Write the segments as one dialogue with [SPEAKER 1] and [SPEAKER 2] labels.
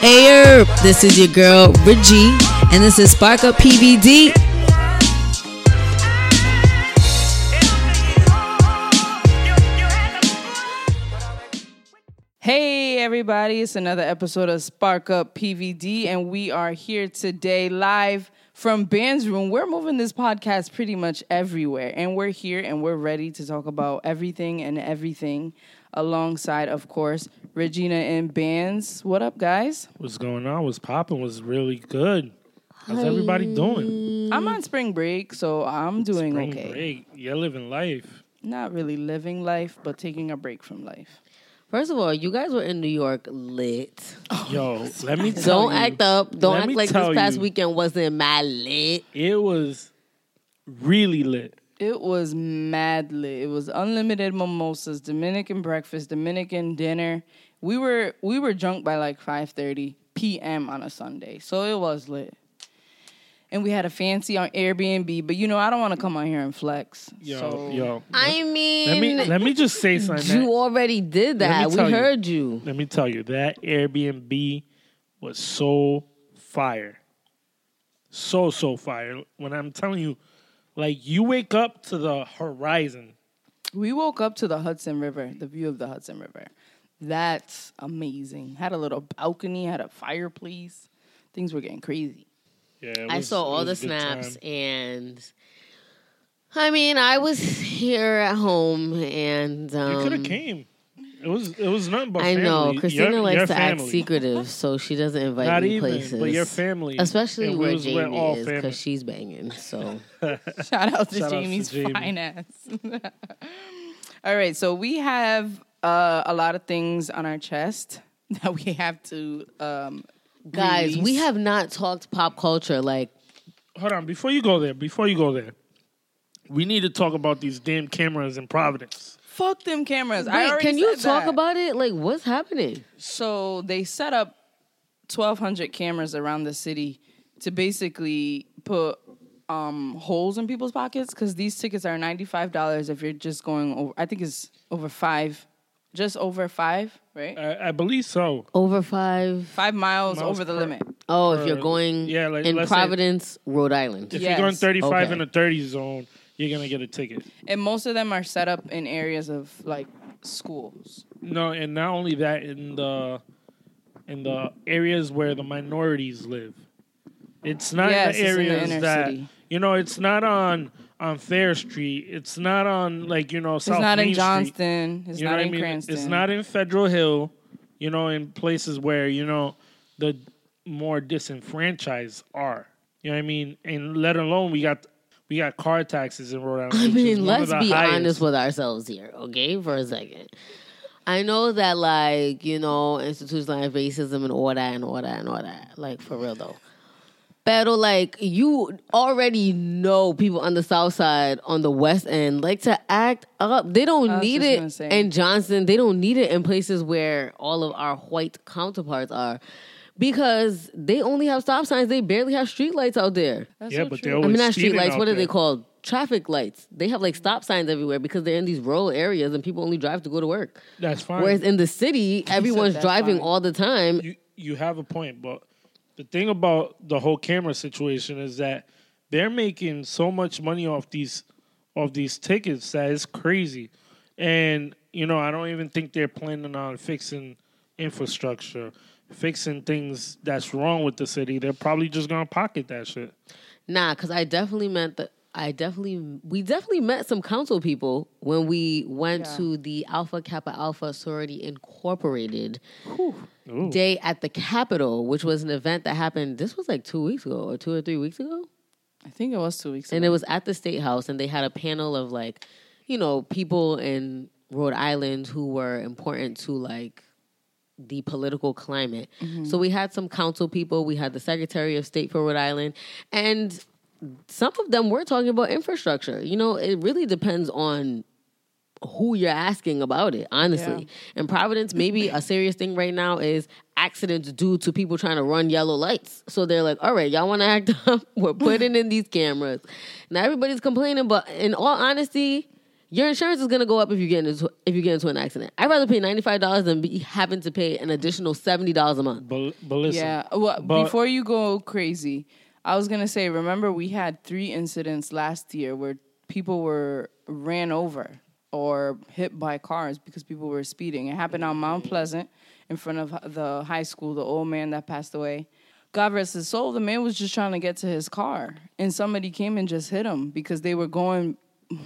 [SPEAKER 1] Hey, this is your girl Reggie, and this is Spark Up PVD.
[SPEAKER 2] Hey, everybody, it's another episode of Spark Up PVD, and we are here today live from Band's Room. We're moving this podcast pretty much everywhere, and we're here and we're ready to talk about everything and everything alongside, of course, Regina and Bands. What up, guys?
[SPEAKER 3] What's going on? What's popping? What's really good? How's everybody doing?
[SPEAKER 2] I'm on spring break, so I'm doing
[SPEAKER 3] Mm. Spring
[SPEAKER 2] okay.
[SPEAKER 3] break. You're living life.
[SPEAKER 2] Not really living life, but taking a break from life.
[SPEAKER 4] First of all, you guys were in New York lit.
[SPEAKER 3] Yo, let me tell
[SPEAKER 4] Don't
[SPEAKER 3] you,
[SPEAKER 4] act up. Don't
[SPEAKER 3] let
[SPEAKER 4] act
[SPEAKER 3] me
[SPEAKER 4] like
[SPEAKER 3] tell
[SPEAKER 4] this past
[SPEAKER 3] you,
[SPEAKER 4] weekend wasn't my lit.
[SPEAKER 3] It was really lit.
[SPEAKER 2] It was madly. It was unlimited mimosas, Dominican breakfast, Dominican dinner. We were we were drunk by like 5:30 p.m. on a Sunday. So it was lit. And we had a fancy on Airbnb, but you know, I don't want to come on here and flex.
[SPEAKER 3] Yo,
[SPEAKER 2] so
[SPEAKER 3] yo.
[SPEAKER 4] I
[SPEAKER 3] Let
[SPEAKER 4] mean,
[SPEAKER 3] me let me just say something. that-
[SPEAKER 4] you already did
[SPEAKER 3] Let me
[SPEAKER 4] that. We
[SPEAKER 3] tell you.
[SPEAKER 4] heard you.
[SPEAKER 3] Let me tell you, that Airbnb was so fire. So, so fire. When I'm telling you, like, you wake up to the horizon.
[SPEAKER 2] we woke up to the Hudson River, the view of the Hudson River. That's amazing. Had a little balcony, had a fireplace. Things were getting crazy.
[SPEAKER 3] Yeah, it
[SPEAKER 4] I
[SPEAKER 3] was-
[SPEAKER 4] saw
[SPEAKER 3] it
[SPEAKER 4] all the
[SPEAKER 3] was a good
[SPEAKER 4] snaps,
[SPEAKER 3] time.
[SPEAKER 4] and I mean, I was here at home, and um,
[SPEAKER 3] you could have came. It was it was nothing but
[SPEAKER 4] I know
[SPEAKER 3] family.
[SPEAKER 4] Christina
[SPEAKER 3] Your-
[SPEAKER 4] likes
[SPEAKER 3] your
[SPEAKER 4] to act
[SPEAKER 3] family.
[SPEAKER 4] secretive, so she doesn't invite
[SPEAKER 3] Not
[SPEAKER 4] me
[SPEAKER 3] even,
[SPEAKER 4] places.
[SPEAKER 3] but your family,
[SPEAKER 4] especially
[SPEAKER 3] and we
[SPEAKER 4] where
[SPEAKER 3] was with all
[SPEAKER 4] Jamie is,
[SPEAKER 3] family.
[SPEAKER 4] because she's banging. So
[SPEAKER 2] Shout out to
[SPEAKER 3] Shout out to
[SPEAKER 2] Jamie's
[SPEAKER 3] Jamie.
[SPEAKER 2] fine ass. All right, so we have uh, a lot of things on our chest that we have to. Um,
[SPEAKER 4] guys, we
[SPEAKER 2] release.
[SPEAKER 4] have not talked pop culture like.
[SPEAKER 3] Hold on, before you go there, before you go there, we need to talk about these damn cameras in Providence.
[SPEAKER 2] fuck them cameras. I
[SPEAKER 4] Wait,
[SPEAKER 2] already
[SPEAKER 4] can you
[SPEAKER 2] said
[SPEAKER 4] talk
[SPEAKER 2] that.
[SPEAKER 4] about it? Like, what's happening?
[SPEAKER 2] So they set up 1,200 cameras around the city to basically put um, holes in people's pockets because these tickets are $95 if you're just going over. I think it's over five, just over five, right?
[SPEAKER 3] I, I believe so.
[SPEAKER 4] Over five.
[SPEAKER 2] five miles,
[SPEAKER 3] Uh, miles
[SPEAKER 2] over the
[SPEAKER 3] per-
[SPEAKER 2] limit.
[SPEAKER 4] Oh, if you're
[SPEAKER 3] Or-
[SPEAKER 4] going
[SPEAKER 3] yeah, like,
[SPEAKER 4] in
[SPEAKER 3] let's say-
[SPEAKER 4] Providence, Rhode Island.
[SPEAKER 3] If
[SPEAKER 2] Yes.
[SPEAKER 3] you're going 35
[SPEAKER 4] Okay.
[SPEAKER 3] in a 30 zone, you're gonna get a ticket.
[SPEAKER 2] and most of them are set up in areas of like schools.
[SPEAKER 3] No, and not only that, in the in the areas where the minorities live, it's not
[SPEAKER 2] Yes,
[SPEAKER 3] in
[SPEAKER 2] it's
[SPEAKER 3] the
[SPEAKER 2] in the
[SPEAKER 3] areas
[SPEAKER 2] inner
[SPEAKER 3] that
[SPEAKER 2] city.
[SPEAKER 3] you know. It's not on on Fair Street. It's not on like you know
[SPEAKER 2] It's
[SPEAKER 3] South
[SPEAKER 2] not
[SPEAKER 3] Main
[SPEAKER 2] in
[SPEAKER 3] Street.
[SPEAKER 2] Johnston. It's
[SPEAKER 3] You know
[SPEAKER 2] not
[SPEAKER 3] what
[SPEAKER 2] in
[SPEAKER 3] I mean?
[SPEAKER 2] Cranston.
[SPEAKER 3] It's not in Federal Hill, you know, in places where, you know, the more disenfranchised are. You know what I mean? And let alone we got we got car taxes in Rhode Island.
[SPEAKER 4] I
[SPEAKER 3] which is
[SPEAKER 4] mean,
[SPEAKER 3] one
[SPEAKER 4] let's
[SPEAKER 3] of the
[SPEAKER 4] be
[SPEAKER 3] highest.
[SPEAKER 4] honest with ourselves here, okay, for a second. I know that, like, you know, institutionalized racism and all that and all that and all that. Like, for real, though. Battle, like, you already know people on the South Side, on the West End, like to act up. They
[SPEAKER 2] I
[SPEAKER 4] don't
[SPEAKER 2] was
[SPEAKER 4] need
[SPEAKER 2] just gonna
[SPEAKER 4] it
[SPEAKER 2] say.
[SPEAKER 4] in Johnson. They don't need it in places where all of our white counterparts are because they only have stop signs. They barely have streetlights out there.
[SPEAKER 2] That's
[SPEAKER 3] Yeah,
[SPEAKER 2] so
[SPEAKER 3] but
[SPEAKER 2] true.
[SPEAKER 3] they're
[SPEAKER 4] I
[SPEAKER 3] always
[SPEAKER 4] mean, not street
[SPEAKER 3] speeding
[SPEAKER 4] lights.
[SPEAKER 3] Oh, out
[SPEAKER 4] What are
[SPEAKER 3] there.
[SPEAKER 4] they called? Traffic lights. They have like stop signs everywhere because they're in these rural areas and people only drive to go to work.
[SPEAKER 3] That's fine.
[SPEAKER 4] Whereas in the city, everyone's
[SPEAKER 2] that's
[SPEAKER 4] driving
[SPEAKER 2] fine.
[SPEAKER 4] all the time.
[SPEAKER 3] you you have a point, but the thing about the whole camera situation is that they're making so much money off these off these tickets that it's crazy. And you know, I don't even think they're planning on fixing infrastructure, fixing things that's wrong with the city. They're probably just gonna pocket that shit.
[SPEAKER 4] Nah, because I definitely met the. I definitely, we definitely met some council people when we went
[SPEAKER 2] Yeah.
[SPEAKER 4] to the Alpha Kappa Alpha Sorority Incorporated
[SPEAKER 3] Ooh.
[SPEAKER 4] day at the Capitol, which was an event that happened. This was like two weeks ago, or two or three weeks ago.
[SPEAKER 2] I think it was two weeks ago.
[SPEAKER 4] and it was at the state house and they had a panel of like you know people in rhode island who were important to like the political climate so we had some council people we had the secretary of state for rhode island and some of them were talking about infrastructure you know it really depends on who you're asking about it honestly in providence maybe a serious thing right now is accidents due to people trying to run yellow lights so they're like all right y'all want to act up we're putting in these cameras now everybody's complaining but in all honesty Your insurance is gonna go up if you get into if you get into an accident. I'd rather pay ninety five dollars than be having to pay an additional seventy dollars a month.
[SPEAKER 3] But, but listen,
[SPEAKER 2] yeah. Well,
[SPEAKER 3] but-
[SPEAKER 2] before you go crazy, I was gonna say. Remember, we had three incidents last year where people were ran over or hit by cars because people were speeding. It happened on Mount Pleasant in front of the high school. The old man that passed away. God rest his soul. The man was just trying to get to his car, and somebody came and just hit him because they were going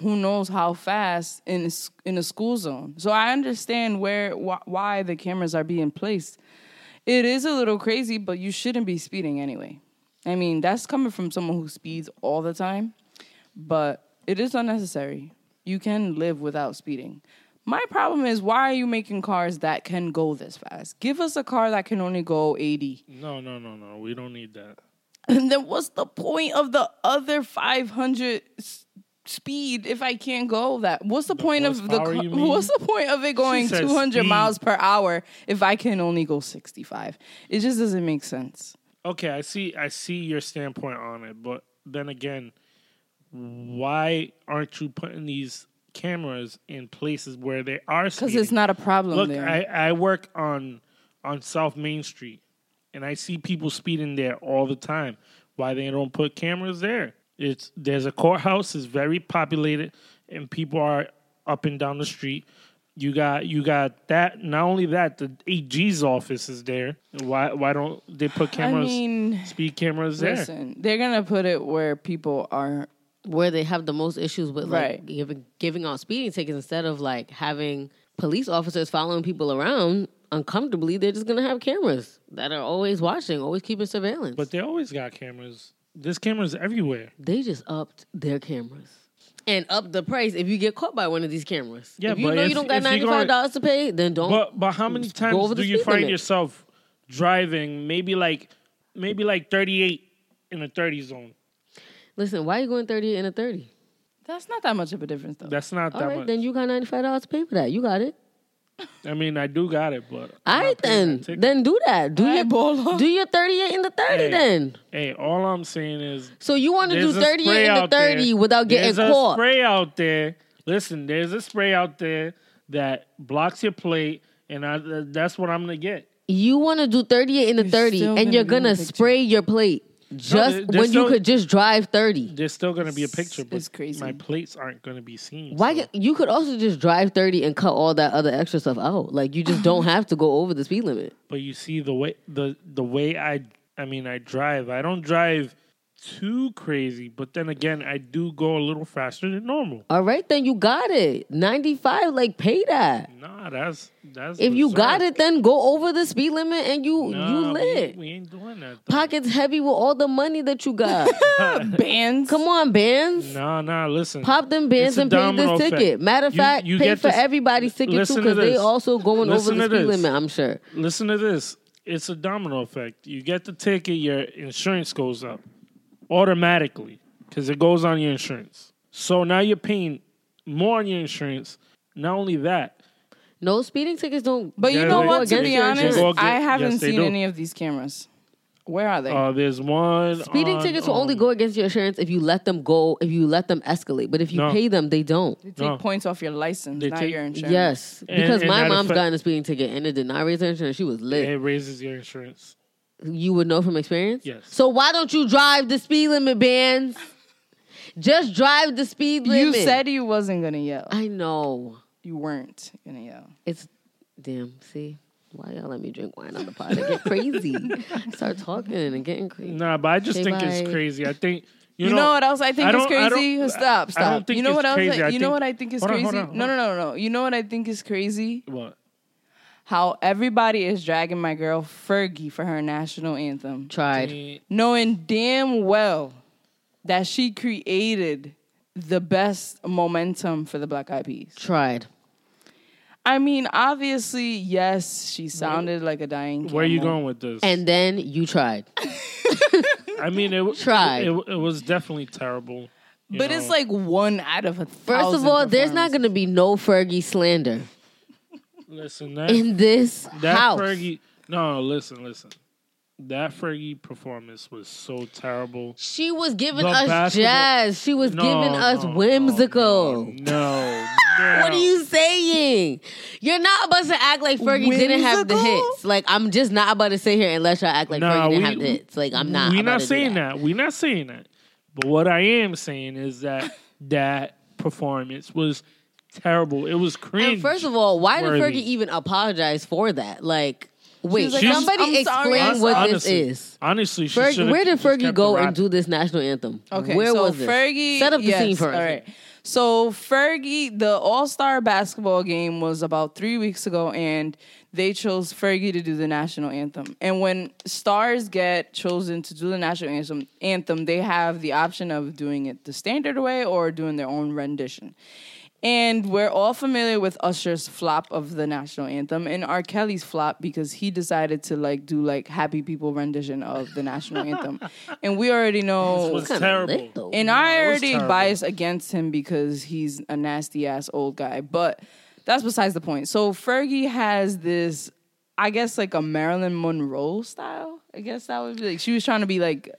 [SPEAKER 2] who knows how fast in a s- in a school zone. So I understand where wh- why the cameras are being placed. It is a little crazy, but you shouldn't be speeding anyway. I mean, that's coming from someone who speeds all the time, but it is unnecessary. You can live without speeding. My problem is why are you making cars that can go this fast? Give us a car that can only go 80.
[SPEAKER 3] no, no, no, no. We don't need that.
[SPEAKER 2] And then what's the point of the other 500 s- speed if I can't go that? What's the, point of the
[SPEAKER 3] horsepower,
[SPEAKER 2] car,
[SPEAKER 3] you mean?
[SPEAKER 2] what's the point of it going
[SPEAKER 3] said
[SPEAKER 2] 200
[SPEAKER 3] speed.
[SPEAKER 2] miles per hour if I can only go 65? It just doesn't make sense.
[SPEAKER 3] Okay, I see. I see your standpoint on it, but then again, why aren't you putting these cameras in places where they are?
[SPEAKER 2] Because it's not a problem
[SPEAKER 3] Look,
[SPEAKER 2] there.
[SPEAKER 3] I, I work on on South Main Street, and I see people speeding there all the time. Why they don't put cameras there? It's there's a courthouse is very populated, and people are up and down the street. You got you got that. Not only that, the AG's office is there. Why why don't they put cameras?
[SPEAKER 2] mean,
[SPEAKER 3] speed cameras there.
[SPEAKER 2] Listen, they're gonna put it where people are.
[SPEAKER 4] where they have the most issues with like
[SPEAKER 2] Right.
[SPEAKER 4] giving giving out speeding tickets instead of like having police officers following people around uncomfortably they're just gonna have cameras that are always watching always keeping surveillance
[SPEAKER 3] But they always got cameras. There's cameras everywhere.
[SPEAKER 4] they just upped their cameras and up the price if you get caught by one of these cameras
[SPEAKER 3] Yeah,
[SPEAKER 4] if you
[SPEAKER 3] but
[SPEAKER 4] know
[SPEAKER 3] if-
[SPEAKER 4] you don't got
[SPEAKER 3] if you're going-
[SPEAKER 4] $95 to pay then don't
[SPEAKER 3] But but how many times
[SPEAKER 4] Oh, over the
[SPEAKER 3] do you
[SPEAKER 4] speed
[SPEAKER 3] find
[SPEAKER 4] limit.
[SPEAKER 3] yourself driving maybe like maybe like 38 in a 30 zone?
[SPEAKER 4] listen why are you going 30 and a 30
[SPEAKER 2] That's not that much of a difference, though.
[SPEAKER 3] That's not
[SPEAKER 4] all
[SPEAKER 3] that
[SPEAKER 4] right
[SPEAKER 3] much.
[SPEAKER 4] then you got $95 to pay for that you got it
[SPEAKER 3] I mean, I do got it, but
[SPEAKER 4] all right then
[SPEAKER 3] ticket.
[SPEAKER 4] then do that do
[SPEAKER 2] All right,
[SPEAKER 4] your
[SPEAKER 2] Bolo.
[SPEAKER 4] do your 38 and the 30
[SPEAKER 3] Hey.
[SPEAKER 4] then
[SPEAKER 3] hey, all I'm saying is
[SPEAKER 4] So you want to do
[SPEAKER 3] there's a
[SPEAKER 4] 38
[SPEAKER 3] spray
[SPEAKER 4] and
[SPEAKER 3] out
[SPEAKER 4] the 30
[SPEAKER 3] there.
[SPEAKER 4] without getting
[SPEAKER 3] there's A
[SPEAKER 4] caught.
[SPEAKER 3] spray out there. Listen, there's a spray out there that blocks your plate, and I, that's what I'm gonna get.
[SPEAKER 4] You want to do 38 and the
[SPEAKER 2] You're
[SPEAKER 4] 30
[SPEAKER 2] still
[SPEAKER 4] and
[SPEAKER 2] gonna
[SPEAKER 4] you're
[SPEAKER 2] be
[SPEAKER 4] going to
[SPEAKER 2] in the picture.
[SPEAKER 4] spray your plate just
[SPEAKER 3] there- there's
[SPEAKER 4] when you
[SPEAKER 3] no-
[SPEAKER 4] could just drive 30.
[SPEAKER 3] There's still gonna be a picture, but
[SPEAKER 2] It's crazy.
[SPEAKER 3] my plates aren't gonna be seen.
[SPEAKER 4] Why
[SPEAKER 3] so-
[SPEAKER 4] get- you could also just drive 30 and cut all that other extra stuff out. Like you just don't have to go over the speed limit.
[SPEAKER 3] but you see the way the the way I I mean I drive. I don't drive too crazy, but then again, I do go a little faster than normal.
[SPEAKER 4] All right, then you got it. 95 like pay that.
[SPEAKER 3] Nah, that's that's
[SPEAKER 4] If you
[SPEAKER 3] bizarre.
[SPEAKER 4] got it then go over the speed limit and you
[SPEAKER 3] Nah,
[SPEAKER 4] you
[SPEAKER 3] we-
[SPEAKER 4] lit.
[SPEAKER 3] We, ain't doing that. Though.
[SPEAKER 4] Pockets heavy with all the money that you got.
[SPEAKER 2] Bands.
[SPEAKER 4] Come on, bands.
[SPEAKER 3] Nah, nah. Listen,
[SPEAKER 4] Pop them bands
[SPEAKER 3] It's a
[SPEAKER 4] and pay
[SPEAKER 3] domino
[SPEAKER 4] this
[SPEAKER 3] effect.
[SPEAKER 4] ticket. Matter of
[SPEAKER 3] You-
[SPEAKER 4] fact,
[SPEAKER 3] you
[SPEAKER 4] pay
[SPEAKER 3] get
[SPEAKER 4] for
[SPEAKER 3] this-
[SPEAKER 4] everybody's ticket too
[SPEAKER 3] listen to
[SPEAKER 4] because they
[SPEAKER 3] this.
[SPEAKER 4] also going
[SPEAKER 3] Listen
[SPEAKER 4] over
[SPEAKER 3] to
[SPEAKER 4] the speed
[SPEAKER 3] this.
[SPEAKER 4] limit. I'm sure.
[SPEAKER 3] listen to this. It's a domino effect. You get the ticket, your insurance goes up automatically because it goes on your insurance. So now you're paying more on your insurance. Not only that,
[SPEAKER 4] No speeding tickets don't.
[SPEAKER 2] But you
[SPEAKER 3] Yeah,
[SPEAKER 2] know
[SPEAKER 3] they-
[SPEAKER 2] what? To
[SPEAKER 3] they-
[SPEAKER 2] be
[SPEAKER 3] they
[SPEAKER 2] honest,
[SPEAKER 3] go get-
[SPEAKER 2] I haven't
[SPEAKER 3] yes, they
[SPEAKER 2] seen
[SPEAKER 3] do.
[SPEAKER 2] any of these cameras. Where are they?
[SPEAKER 3] uh, there's one
[SPEAKER 4] speeding
[SPEAKER 3] on,
[SPEAKER 4] tickets will only
[SPEAKER 3] um,
[SPEAKER 4] go against your insurance if you let them go. If you let them escalate, but if you
[SPEAKER 3] No.
[SPEAKER 4] pay them, they don't.
[SPEAKER 2] they take
[SPEAKER 3] no.
[SPEAKER 2] points off your license,
[SPEAKER 3] They
[SPEAKER 2] not
[SPEAKER 3] take-
[SPEAKER 2] your insurance.
[SPEAKER 4] Yes,
[SPEAKER 3] And-
[SPEAKER 4] because
[SPEAKER 3] and
[SPEAKER 4] my
[SPEAKER 3] that
[SPEAKER 4] mom's
[SPEAKER 3] affect-
[SPEAKER 4] gotten a speeding ticket and it did not raise her insurance. She was lit.
[SPEAKER 3] It raises your insurance.
[SPEAKER 4] You would know from experience.
[SPEAKER 3] Yes.
[SPEAKER 4] So why don't you drive the speed limit, bands? Just drive the speed
[SPEAKER 2] You
[SPEAKER 4] limit.
[SPEAKER 2] said you wasn't gonna yell.
[SPEAKER 4] I know.
[SPEAKER 2] You weren't gonna yell.
[SPEAKER 4] It's damn. See why y'all let me drink wine on the pod? I get crazy. Start talking and getting crazy.
[SPEAKER 3] Nah, but I just
[SPEAKER 4] Say
[SPEAKER 3] think
[SPEAKER 4] bye.
[SPEAKER 3] it's crazy. I think you,
[SPEAKER 2] You, know, what else I think is
[SPEAKER 3] don't- I
[SPEAKER 2] crazy?
[SPEAKER 3] don't-
[SPEAKER 2] stop,
[SPEAKER 3] I
[SPEAKER 2] stop.
[SPEAKER 3] don't think
[SPEAKER 2] you know
[SPEAKER 3] it's
[SPEAKER 2] what else?
[SPEAKER 3] crazy.
[SPEAKER 2] I,
[SPEAKER 3] I
[SPEAKER 2] you know
[SPEAKER 3] think-
[SPEAKER 2] what I think is
[SPEAKER 3] Hold on,
[SPEAKER 2] crazy?
[SPEAKER 3] hold on, hold
[SPEAKER 2] no, no,
[SPEAKER 3] on.
[SPEAKER 2] no, no, no. You know what I think is crazy?
[SPEAKER 3] What?
[SPEAKER 2] How everybody is dragging my girl Fergie for her national anthem,
[SPEAKER 4] Tried.
[SPEAKER 2] knowing damn well that she created the best momentum for the Black Eyed Peas.
[SPEAKER 4] Tried.
[SPEAKER 2] I mean, obviously, yes, she sounded like a dying.
[SPEAKER 3] Where are you
[SPEAKER 2] camel.
[SPEAKER 3] going with this?
[SPEAKER 4] And then you tried.
[SPEAKER 3] I mean, it w-
[SPEAKER 4] Try.
[SPEAKER 3] It, it was definitely terrible. you
[SPEAKER 2] But it's
[SPEAKER 3] know.
[SPEAKER 2] like one out of a
[SPEAKER 4] First
[SPEAKER 2] thousand.
[SPEAKER 4] of all, there's not
[SPEAKER 2] performances.
[SPEAKER 4] going to be no Fergie slander
[SPEAKER 3] listen that
[SPEAKER 4] in this
[SPEAKER 3] that
[SPEAKER 4] house.
[SPEAKER 3] Fergie. No, listen, listen. that Fergie performance was so terrible.
[SPEAKER 4] She was giving
[SPEAKER 3] The
[SPEAKER 4] us
[SPEAKER 3] basketball-
[SPEAKER 4] jazz. She was
[SPEAKER 3] No,
[SPEAKER 4] giving us
[SPEAKER 3] no, no,
[SPEAKER 4] whimsical.
[SPEAKER 3] No, no,
[SPEAKER 4] What are you saying? You're not about to act like Fergie didn't have the
[SPEAKER 2] Whimsical?
[SPEAKER 4] hits. Like I'm just not about to sit here and let y'all act like
[SPEAKER 3] Nah,
[SPEAKER 4] Fergie didn't
[SPEAKER 3] we-
[SPEAKER 4] have the hits. Like I'm not.
[SPEAKER 3] We're
[SPEAKER 4] about
[SPEAKER 3] not
[SPEAKER 4] to do
[SPEAKER 3] saying that. We're not saying that. But what I am saying is that that performance was terrible. It was cringe.
[SPEAKER 4] And first of all, why did
[SPEAKER 3] worthy.
[SPEAKER 4] Fergie even apologize for that? Like, wait,
[SPEAKER 2] like,
[SPEAKER 3] "I'm-
[SPEAKER 4] somebody
[SPEAKER 2] I'm sorry,
[SPEAKER 4] explain
[SPEAKER 2] I'm
[SPEAKER 4] what
[SPEAKER 2] sorry."
[SPEAKER 4] this is.
[SPEAKER 3] honestly, she
[SPEAKER 4] Ferg,
[SPEAKER 3] should've
[SPEAKER 4] where did
[SPEAKER 3] just
[SPEAKER 4] Fergie
[SPEAKER 3] kept
[SPEAKER 4] go
[SPEAKER 3] it
[SPEAKER 4] and do this national anthem?
[SPEAKER 2] Okay,
[SPEAKER 4] where
[SPEAKER 2] so
[SPEAKER 4] was this?
[SPEAKER 2] Fergie?
[SPEAKER 4] Set up the
[SPEAKER 2] yes,
[SPEAKER 4] scene for us.
[SPEAKER 2] All right. So Fergie, the All Star basketball game was about three weeks ago, and they chose Fergie to do the national anthem. And when stars get chosen to do the national anthem, anthem, they have the option of doing it the standard way or doing their own rendition. And we're all familiar with Usher's flop of the national anthem and R. Kelly's flop because he decided to like do like happy people rendition of the national anthem. And we already know
[SPEAKER 3] was
[SPEAKER 4] Kinda
[SPEAKER 3] terrible.
[SPEAKER 4] lit, though.
[SPEAKER 2] and I
[SPEAKER 3] it was
[SPEAKER 2] already
[SPEAKER 3] terrible.
[SPEAKER 2] biased against him because he's a nasty ass old guy. But that's besides the point. So Fergie has this, I guess, like a Marilyn Monroe style. I guess that would be like she was trying to be like.